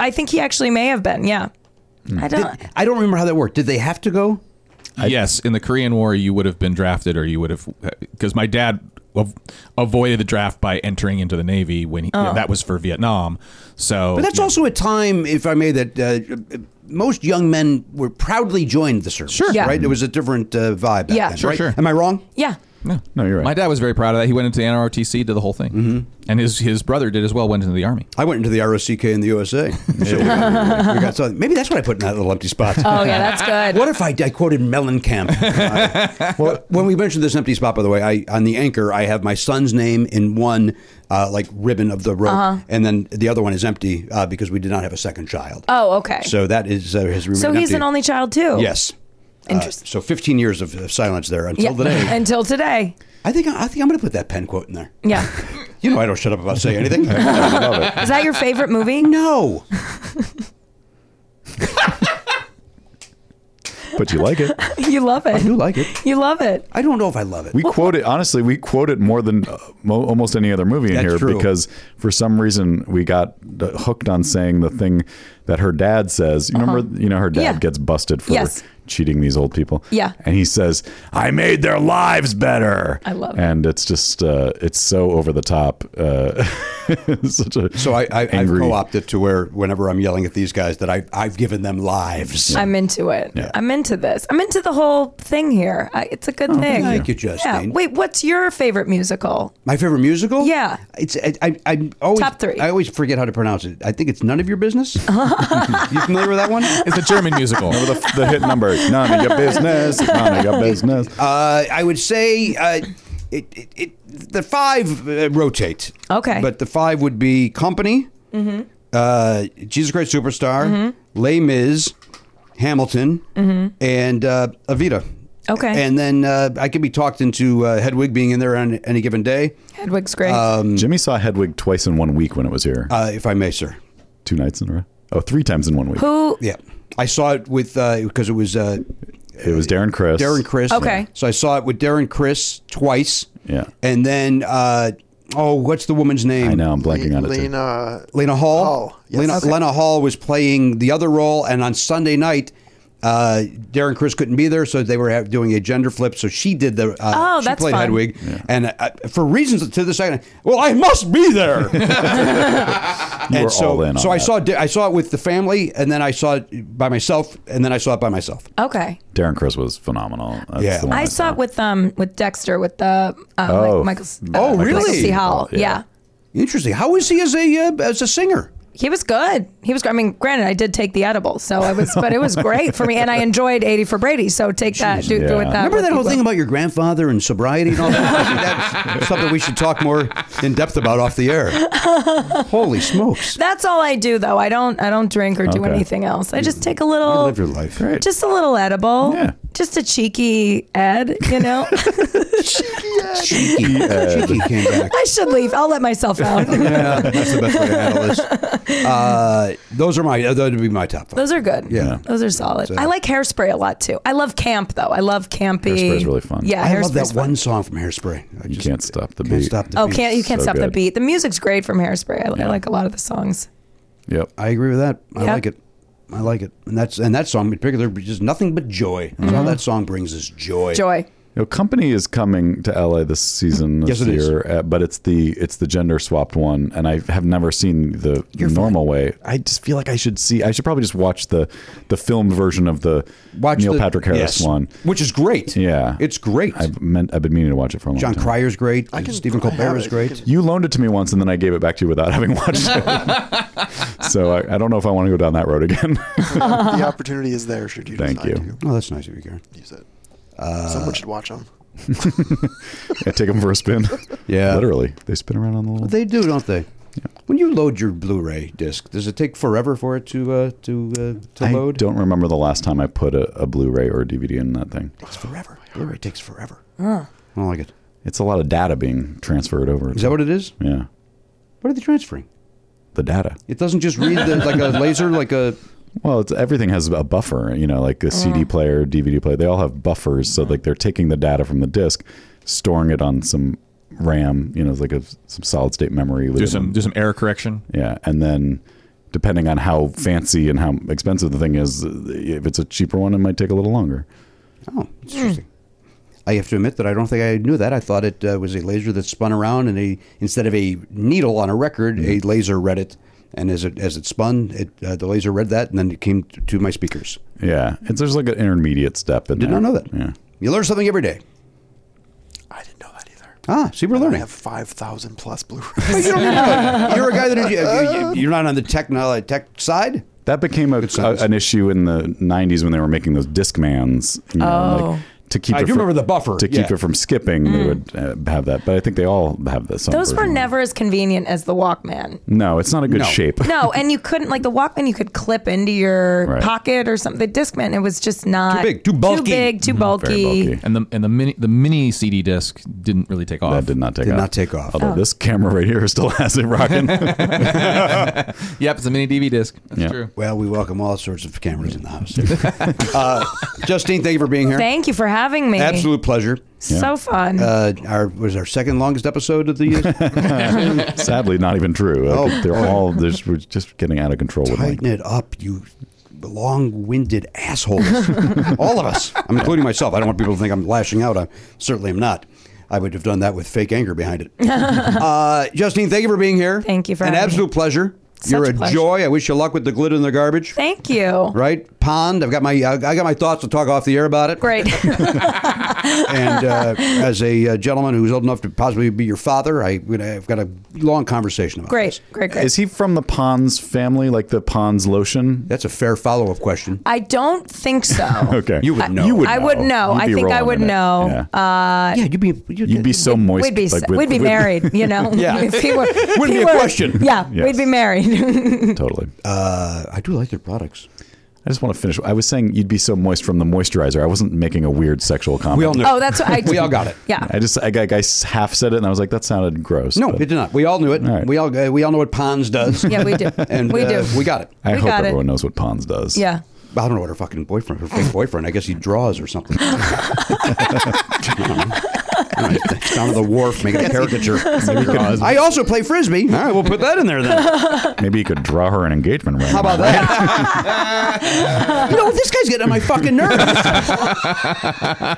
Speaker 8: actually. I think he actually may have been. Yeah.
Speaker 5: Hmm.
Speaker 8: I don't.
Speaker 5: I don't remember how that worked. Did they have to go?
Speaker 6: yes, in the Korean War, you would have been drafted, or you would have, because my dad av- avoided the draft by entering into the Navy when he, that was for Vietnam. So,
Speaker 5: But that's
Speaker 6: yeah.
Speaker 5: also a time, if I may, that uh, most young men were proudly joined the service. Sure,
Speaker 8: Yeah.
Speaker 5: right. It was a different uh, vibe. back
Speaker 8: Yeah.
Speaker 5: then,
Speaker 8: Sure,
Speaker 5: right?
Speaker 6: sure.
Speaker 5: Am I wrong?
Speaker 8: Yeah.
Speaker 1: No, you're right.
Speaker 6: My dad was very proud of that. He went into the NROTC, did the whole thing, mm-hmm. and his his brother did as well. Went into the army.
Speaker 5: I went into the ROCK in the USA. So we got, we got something. Maybe that's what I put in that little empty spot.
Speaker 8: Oh yeah, that's good.
Speaker 5: What if I, I quoted Mellencamp? Uh, well, when we mentioned this empty spot, by the way, I on the anchor, I have my son's name in one uh, like ribbon of the rope,
Speaker 8: Uh-huh.
Speaker 5: and then the other one is empty uh, because we did not have a second child.
Speaker 8: Oh okay. So,
Speaker 5: So that is uh, his. So
Speaker 8: he's an only child too.
Speaker 5: Yes.
Speaker 8: Interesting.
Speaker 5: Uh, So 15 years of of silence there until
Speaker 8: yeah.
Speaker 5: today.
Speaker 8: Until today.
Speaker 5: I think I think I'm going to put that pen quote in there.
Speaker 8: Yeah.
Speaker 5: You know I don't shut up about saying anything.
Speaker 8: Is that your favorite movie?
Speaker 5: no.
Speaker 1: but you like it.
Speaker 8: you love it.
Speaker 5: You like it.
Speaker 8: You love it.
Speaker 5: I don't know if I love it.
Speaker 1: We quote it honestly. We quote it more than uh, mo- almost any other movie in
Speaker 5: That's
Speaker 1: here
Speaker 5: true.
Speaker 1: because for some reason we got d- hooked on saying the thing that her dad says. You remember, you know, her dad
Speaker 8: Uh-huh. Yeah.
Speaker 1: gets busted for
Speaker 8: Yes.
Speaker 1: cheating these old people.
Speaker 8: Yeah.
Speaker 1: and he says, "I made their lives better." I
Speaker 8: love it.
Speaker 1: And it's just, uh, it's so over the top. Uh, such a
Speaker 5: So I, I, I've
Speaker 1: angry.
Speaker 5: co-opted to where whenever I'm yelling at these guys that I, I've given them lives.
Speaker 8: I'm into it. I'm into this. I'm into the whole thing here. I, it's a good thing.
Speaker 5: Oh, Thank you,
Speaker 8: Yeah.
Speaker 5: Justine.
Speaker 8: Wait, what's your favorite musical?
Speaker 5: My favorite musical?
Speaker 8: Yeah.
Speaker 5: It's I, I, I always
Speaker 8: Top three.
Speaker 5: I always forget how to pronounce it. I think it's none of your business. you familiar with that one?
Speaker 6: It's a German musical.
Speaker 1: Remember the, the hit number. None of your business. None of your business.
Speaker 5: Uh, I would say uh, it, it, it, the five uh, rotate.
Speaker 8: Okay. Mm-hmm.
Speaker 5: But the five would be Company, uh, Jesus Christ Superstar, Les Mis, Hamilton, and uh, Evita.
Speaker 8: Mm-hmm. Okay.
Speaker 5: And then uh, I could be talked into uh, Hedwig being in there on any given day,
Speaker 8: Hedwig's great.
Speaker 1: Jimmy saw Hedwig twice in one week when it was here.
Speaker 5: uh, if I may, sir.
Speaker 1: Two nights in a row. Oh, three times in one week.
Speaker 8: Who?
Speaker 5: Yeah. I saw it with, because it was uh,
Speaker 1: It was Darren Chris.
Speaker 5: Darren Chris.
Speaker 8: Okay.
Speaker 5: So I saw it with Darren Chris twice.
Speaker 1: Yeah.
Speaker 5: And then, uh, oh, what's the woman's name?
Speaker 1: I know, I'm blanking on it. too.
Speaker 7: Lena.
Speaker 5: Lena Hall.
Speaker 7: Hall, yes.
Speaker 5: Lena,
Speaker 7: Okay.
Speaker 5: Lena Hall was playing the other role, and on Sunday night, uh, Darren Chris couldn't be there, so they were ha- doing a gender flip. So she did the. Uh,
Speaker 8: Oh,
Speaker 5: she
Speaker 8: that's
Speaker 5: played
Speaker 8: fun.
Speaker 5: Hedwig, and uh, for reasons to the second, well, I must be there.
Speaker 1: You
Speaker 5: and
Speaker 1: were
Speaker 5: so,
Speaker 1: all in on
Speaker 5: so I
Speaker 1: that.
Speaker 5: saw di- I saw it with the family, and then I saw it by myself, and then I saw it by myself.
Speaker 8: Okay.
Speaker 1: Darren Chris was phenomenal. That's
Speaker 5: Yeah.
Speaker 1: the one
Speaker 8: I saw it with um with Dexter with the uh,
Speaker 1: Oh.
Speaker 8: Mike- Michael's. Uh,
Speaker 5: Oh,
Speaker 8: Michael
Speaker 5: really?
Speaker 8: C. Hall.
Speaker 1: Yeah.
Speaker 8: Yeah.
Speaker 5: Interesting. How is he as a uh, as a singer?
Speaker 8: He was good. He was. gr- I mean, granted, I did take the edible, so I was, but it was great for me, and I enjoyed eighty for Brady. So take that, do,
Speaker 1: Yeah.
Speaker 8: do with that.
Speaker 5: Remember
Speaker 8: what
Speaker 5: that
Speaker 8: you
Speaker 5: whole thing
Speaker 8: will.
Speaker 5: about your grandfather and sobriety and all that? That's something we should talk more in depth about off the air. Holy smokes.
Speaker 8: That's all I do, though. I don't. I don't drink or do
Speaker 1: Okay.
Speaker 8: anything else. I just take a little.
Speaker 5: Live your life.
Speaker 8: Just a little edible.
Speaker 1: Yeah.
Speaker 8: Just a cheeky ed, you know?
Speaker 5: Cheeky. Cheeky came back.
Speaker 8: I should leave. I'll let myself out.
Speaker 5: Yeah, that's the best way to handle this. Uh, those are my, uh, those would be my top five.
Speaker 8: Those Oh, are good.
Speaker 5: Yeah.
Speaker 8: Those are solid. I like hairspray a lot too. I love camp though. I love campy.
Speaker 1: Hairspray's really fun.
Speaker 8: Yeah,
Speaker 5: I love
Speaker 8: hairspray's
Speaker 5: that
Speaker 8: fun.
Speaker 5: one song from Hairspray. I
Speaker 1: You
Speaker 5: just
Speaker 1: can't stop the
Speaker 5: can't
Speaker 1: beat.
Speaker 5: stop the
Speaker 8: Oh,
Speaker 5: beat.
Speaker 8: can't you can't
Speaker 1: So
Speaker 8: stop the
Speaker 1: good.
Speaker 8: beat. The music's great from hairspray. I, I
Speaker 1: Yeah.
Speaker 8: like a lot of the songs.
Speaker 1: Yep.
Speaker 5: I agree with that. I
Speaker 8: Yeah.
Speaker 5: like it. I like it. And that's and that song in particular is just nothing but joy. That's all that song brings is joy.
Speaker 8: Mm-hmm. Joy.
Speaker 1: You know, company is coming to LA this season this
Speaker 5: Yes, it is.
Speaker 1: year, uh, but it's the it's the gender swapped one, and I have never seen the normal way. I just feel like I should see. I should probably just watch the the film version of the
Speaker 5: Watch
Speaker 1: Neil
Speaker 5: the-
Speaker 1: Patrick Harris
Speaker 5: yes.
Speaker 1: one.
Speaker 5: Which is great.
Speaker 1: Yeah,
Speaker 5: It's great.
Speaker 1: I've meant I've been meaning to watch it for a long
Speaker 5: John
Speaker 1: time.
Speaker 5: Cryer's great.
Speaker 7: can-
Speaker 5: Stephen
Speaker 7: I have
Speaker 5: Colbert is
Speaker 7: it.
Speaker 5: great.
Speaker 7: You can-
Speaker 1: You loaned it to me once, and then I gave it back to you without having watched it. so I, I don't know if I want to go down that road again.
Speaker 7: the opportunity is there. Should you
Speaker 1: Thank
Speaker 7: decide
Speaker 1: you.
Speaker 5: Oh, that's nice of you, Karen.
Speaker 7: to use it?
Speaker 5: Uh,
Speaker 7: Someone should watch them.
Speaker 1: I take them for a spin.
Speaker 5: Yeah.
Speaker 1: literally, they spin around on the little.
Speaker 5: They do, don't they? When you load your Blu-ray disc, does it take forever for it to uh, to uh, to
Speaker 1: I
Speaker 5: load?
Speaker 1: don't remember the last time I put a, a Blu-ray or a DVD in that thing.
Speaker 5: It's forever. Blu-ray takes forever. I don't like it.
Speaker 1: It's a lot of data being transferred over.
Speaker 5: Is that what it is?
Speaker 1: Yeah,
Speaker 5: What are they transferring?
Speaker 1: the data.
Speaker 5: It doesn't just read the, like a laser, like a.
Speaker 1: Well, it's everything has a buffer. You know, like a
Speaker 5: Oh.
Speaker 1: CD player, DVD player. They all have buffers, so like they're taking the data from the disc, storing it on some RAM. You know, it's like a some solid state memory.
Speaker 6: Do
Speaker 1: within
Speaker 6: some do some error correction.
Speaker 1: Yeah, and then depending on how fancy and how expensive the thing is, if it's a cheaper one, it might take a little longer.
Speaker 5: Oh, it's interesting. I have to admit that I don't think I knew that. I thought it uh, was a laser that spun around, and a instead of a needle on a record,
Speaker 1: Mm-hmm.
Speaker 5: a laser read it, and as it as it spun, it uh, the laser read that, and then it came t- to my speakers.
Speaker 1: Yeah, it's there's like an intermediate step. In
Speaker 5: Did
Speaker 1: there.
Speaker 5: not know that.
Speaker 1: Yeah,
Speaker 5: You learn something every day.
Speaker 7: I didn't know that either.
Speaker 5: Ah, see, we're
Speaker 7: I
Speaker 5: learning.
Speaker 7: have five thousand plus
Speaker 5: But
Speaker 7: Blu-rays.
Speaker 5: you don't need to. You're a guy that you, you, are not on the techno tech side.
Speaker 1: that became a,
Speaker 5: sounds-
Speaker 1: a- an issue in the '90s when they were making those Discmans. You know,
Speaker 8: Oh. Mm.
Speaker 1: like, to keep
Speaker 5: I
Speaker 1: it
Speaker 5: do
Speaker 1: fr-
Speaker 5: remember the buffer,
Speaker 1: to keep
Speaker 5: yeah.
Speaker 1: it from skipping. They would uh, have that, but I think they all have this. some
Speaker 8: Those were
Speaker 1: version of it.
Speaker 8: never as convenient as the Walkman.
Speaker 1: No, it's not a good
Speaker 5: No.
Speaker 1: shape.
Speaker 8: No, and you couldn't like the Walkman. You could clip into your
Speaker 1: Right.
Speaker 8: pocket or something. The Discman, it was just not
Speaker 5: big, too bulky. Mm,
Speaker 8: too big, too bulky.
Speaker 1: bulky.
Speaker 6: And the and the mini the mini CD disc didn't really take off.
Speaker 1: That did not take
Speaker 5: Did
Speaker 1: off.
Speaker 5: not take off.
Speaker 8: Oh.
Speaker 1: Although this camera right here still has it rocking.
Speaker 6: Yep, it's a mini DV disc. That's
Speaker 1: Yeah.
Speaker 6: true.
Speaker 5: Well, we welcome all sorts of cameras in the house. uh, Justine, thank you for being here.
Speaker 8: Thank you for having me.
Speaker 5: Absolute pleasure.
Speaker 8: So fun.
Speaker 5: Uh, our was our second longest episode of the year.
Speaker 1: Sadly, not even true. Uh,
Speaker 5: Oh,
Speaker 1: they're all there's, we're just getting out of control with like
Speaker 5: Tighten it up, you long-winded assholes. all of us. I'm including myself. I don't want people to think I'm lashing out. I certainly am not. I would have done that with fake anger behind it. uh, Justine, thank you for being here.
Speaker 8: Thank you for
Speaker 5: an
Speaker 8: having me.
Speaker 5: absolute pleasure. You're a
Speaker 8: pleasure.
Speaker 5: joy. I wish you luck with the glitter in the garbage.
Speaker 8: Thank you.
Speaker 5: right? Pond. I've got my I got my thoughts. We'll talk off the air about it.
Speaker 8: Great.
Speaker 5: And uh, as a uh, gentleman who's old enough to possibly be your father, I, I've got a long conversation about.
Speaker 8: great.
Speaker 5: this.
Speaker 8: Great. Great.
Speaker 1: Is he from the Pons family, like the Pons lotion?
Speaker 5: That's a fair follow up question.
Speaker 8: I don't think so.
Speaker 1: Okay,
Speaker 5: You would I- know. you
Speaker 8: I would know.
Speaker 1: You'd
Speaker 8: I
Speaker 1: be
Speaker 8: think I
Speaker 1: rolling
Speaker 8: would
Speaker 1: in it.
Speaker 8: know. Uh,
Speaker 1: Yeah.
Speaker 5: yeah, you'd be you'd,
Speaker 1: You'd be so moist.
Speaker 8: We'd be
Speaker 1: like, with-
Speaker 8: we'd be
Speaker 1: with-
Speaker 8: married, you know.
Speaker 5: Yeah.
Speaker 8: if he were, wouldn't
Speaker 5: be a question.
Speaker 8: Yeah,
Speaker 1: Yes.
Speaker 8: we'd be married.
Speaker 1: Totally.
Speaker 5: Uh, I do like their products.
Speaker 1: I just want to finish. I was saying you'd be so moist from the moisturizer. I wasn't making a weird sexual comment.
Speaker 5: We all knew.
Speaker 8: Oh, that's what I.
Speaker 5: We all got it.
Speaker 8: Yeah.
Speaker 1: I just I, I, I half said it and I was like that sounded gross.
Speaker 5: No,
Speaker 1: but
Speaker 5: it did not. We all knew it.
Speaker 1: All right.
Speaker 5: We all uh, we all know what Pons does.
Speaker 8: Yeah, we do.
Speaker 5: and
Speaker 8: we
Speaker 5: uh,
Speaker 8: do.
Speaker 5: we got it.
Speaker 1: I
Speaker 8: we
Speaker 1: hope
Speaker 8: got it.
Speaker 1: everyone knows what Pons does.
Speaker 8: Yeah.
Speaker 5: I don't know what her fucking boyfriend, her fake boyfriend. I guess he draws or something. All right, thanks. down to the wharf, making a caricature. I also play frisbee. All right, we'll put that in there then.
Speaker 1: Maybe you could draw her an engagement ring.
Speaker 5: How about that? you know, this guy's getting on my fucking nerves.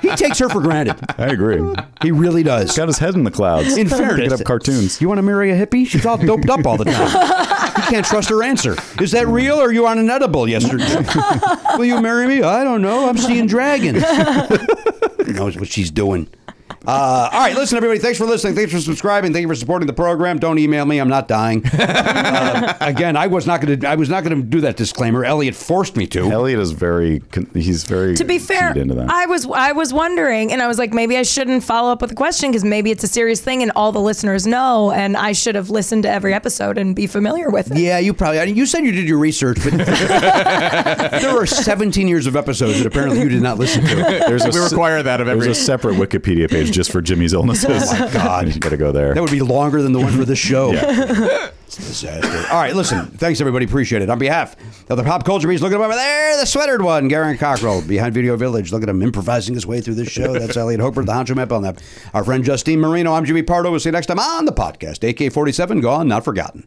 Speaker 5: he takes her for granted.
Speaker 1: I agree.
Speaker 5: He really does.
Speaker 1: Got his head in the clouds.
Speaker 5: In fairness,
Speaker 1: Picking up cartoons.
Speaker 5: You want to marry a hippie? She's all doped up all the time. You can't trust her answer. Is that real or are you on an edible yesterday? Will you marry me? I don't know. I'm seeing dragons. knows what she's doing. Uh, all right, listen, everybody. Thanks for listening. Thanks for subscribing. Thank you for supporting the program. Don't email me. I'm not dying. Uh, again, I was not going to. I was not going to do that disclaimer. Elliot forced me to.
Speaker 1: Elliot is very. con- He's very.
Speaker 8: To be fair,
Speaker 1: keyed into that.
Speaker 8: I was I was wondering, and I was like, maybe I shouldn't follow up with a question because maybe it's a serious thing, and all the listeners know, and I should have listened to every episode and be familiar with it.
Speaker 5: Yeah, you probably. I mean, you said you did your research, but there are 17 years of episodes that apparently you did not listen to.
Speaker 1: There's a
Speaker 6: We
Speaker 1: se-
Speaker 6: require that of every.
Speaker 1: There's a separate Wikipedia page just for Jimmy's illnesses.
Speaker 5: Oh my God.
Speaker 1: you gotta go there.
Speaker 5: That would be longer than the one for this show.
Speaker 1: yeah.
Speaker 5: It's a disaster. All right, listen. Thanks, everybody. Appreciate it. On behalf of the pop culture beast, look at him over there, the sweatered one, Garen Cockrell, behind Video Village. Look at him improvising his way through this show. That's Elliot Hoper, the Honcho Map on that. Our friend Justine Marino. I'm Jimmy Pardo. We'll see you next time on the podcast. AK 47, gone, not forgotten.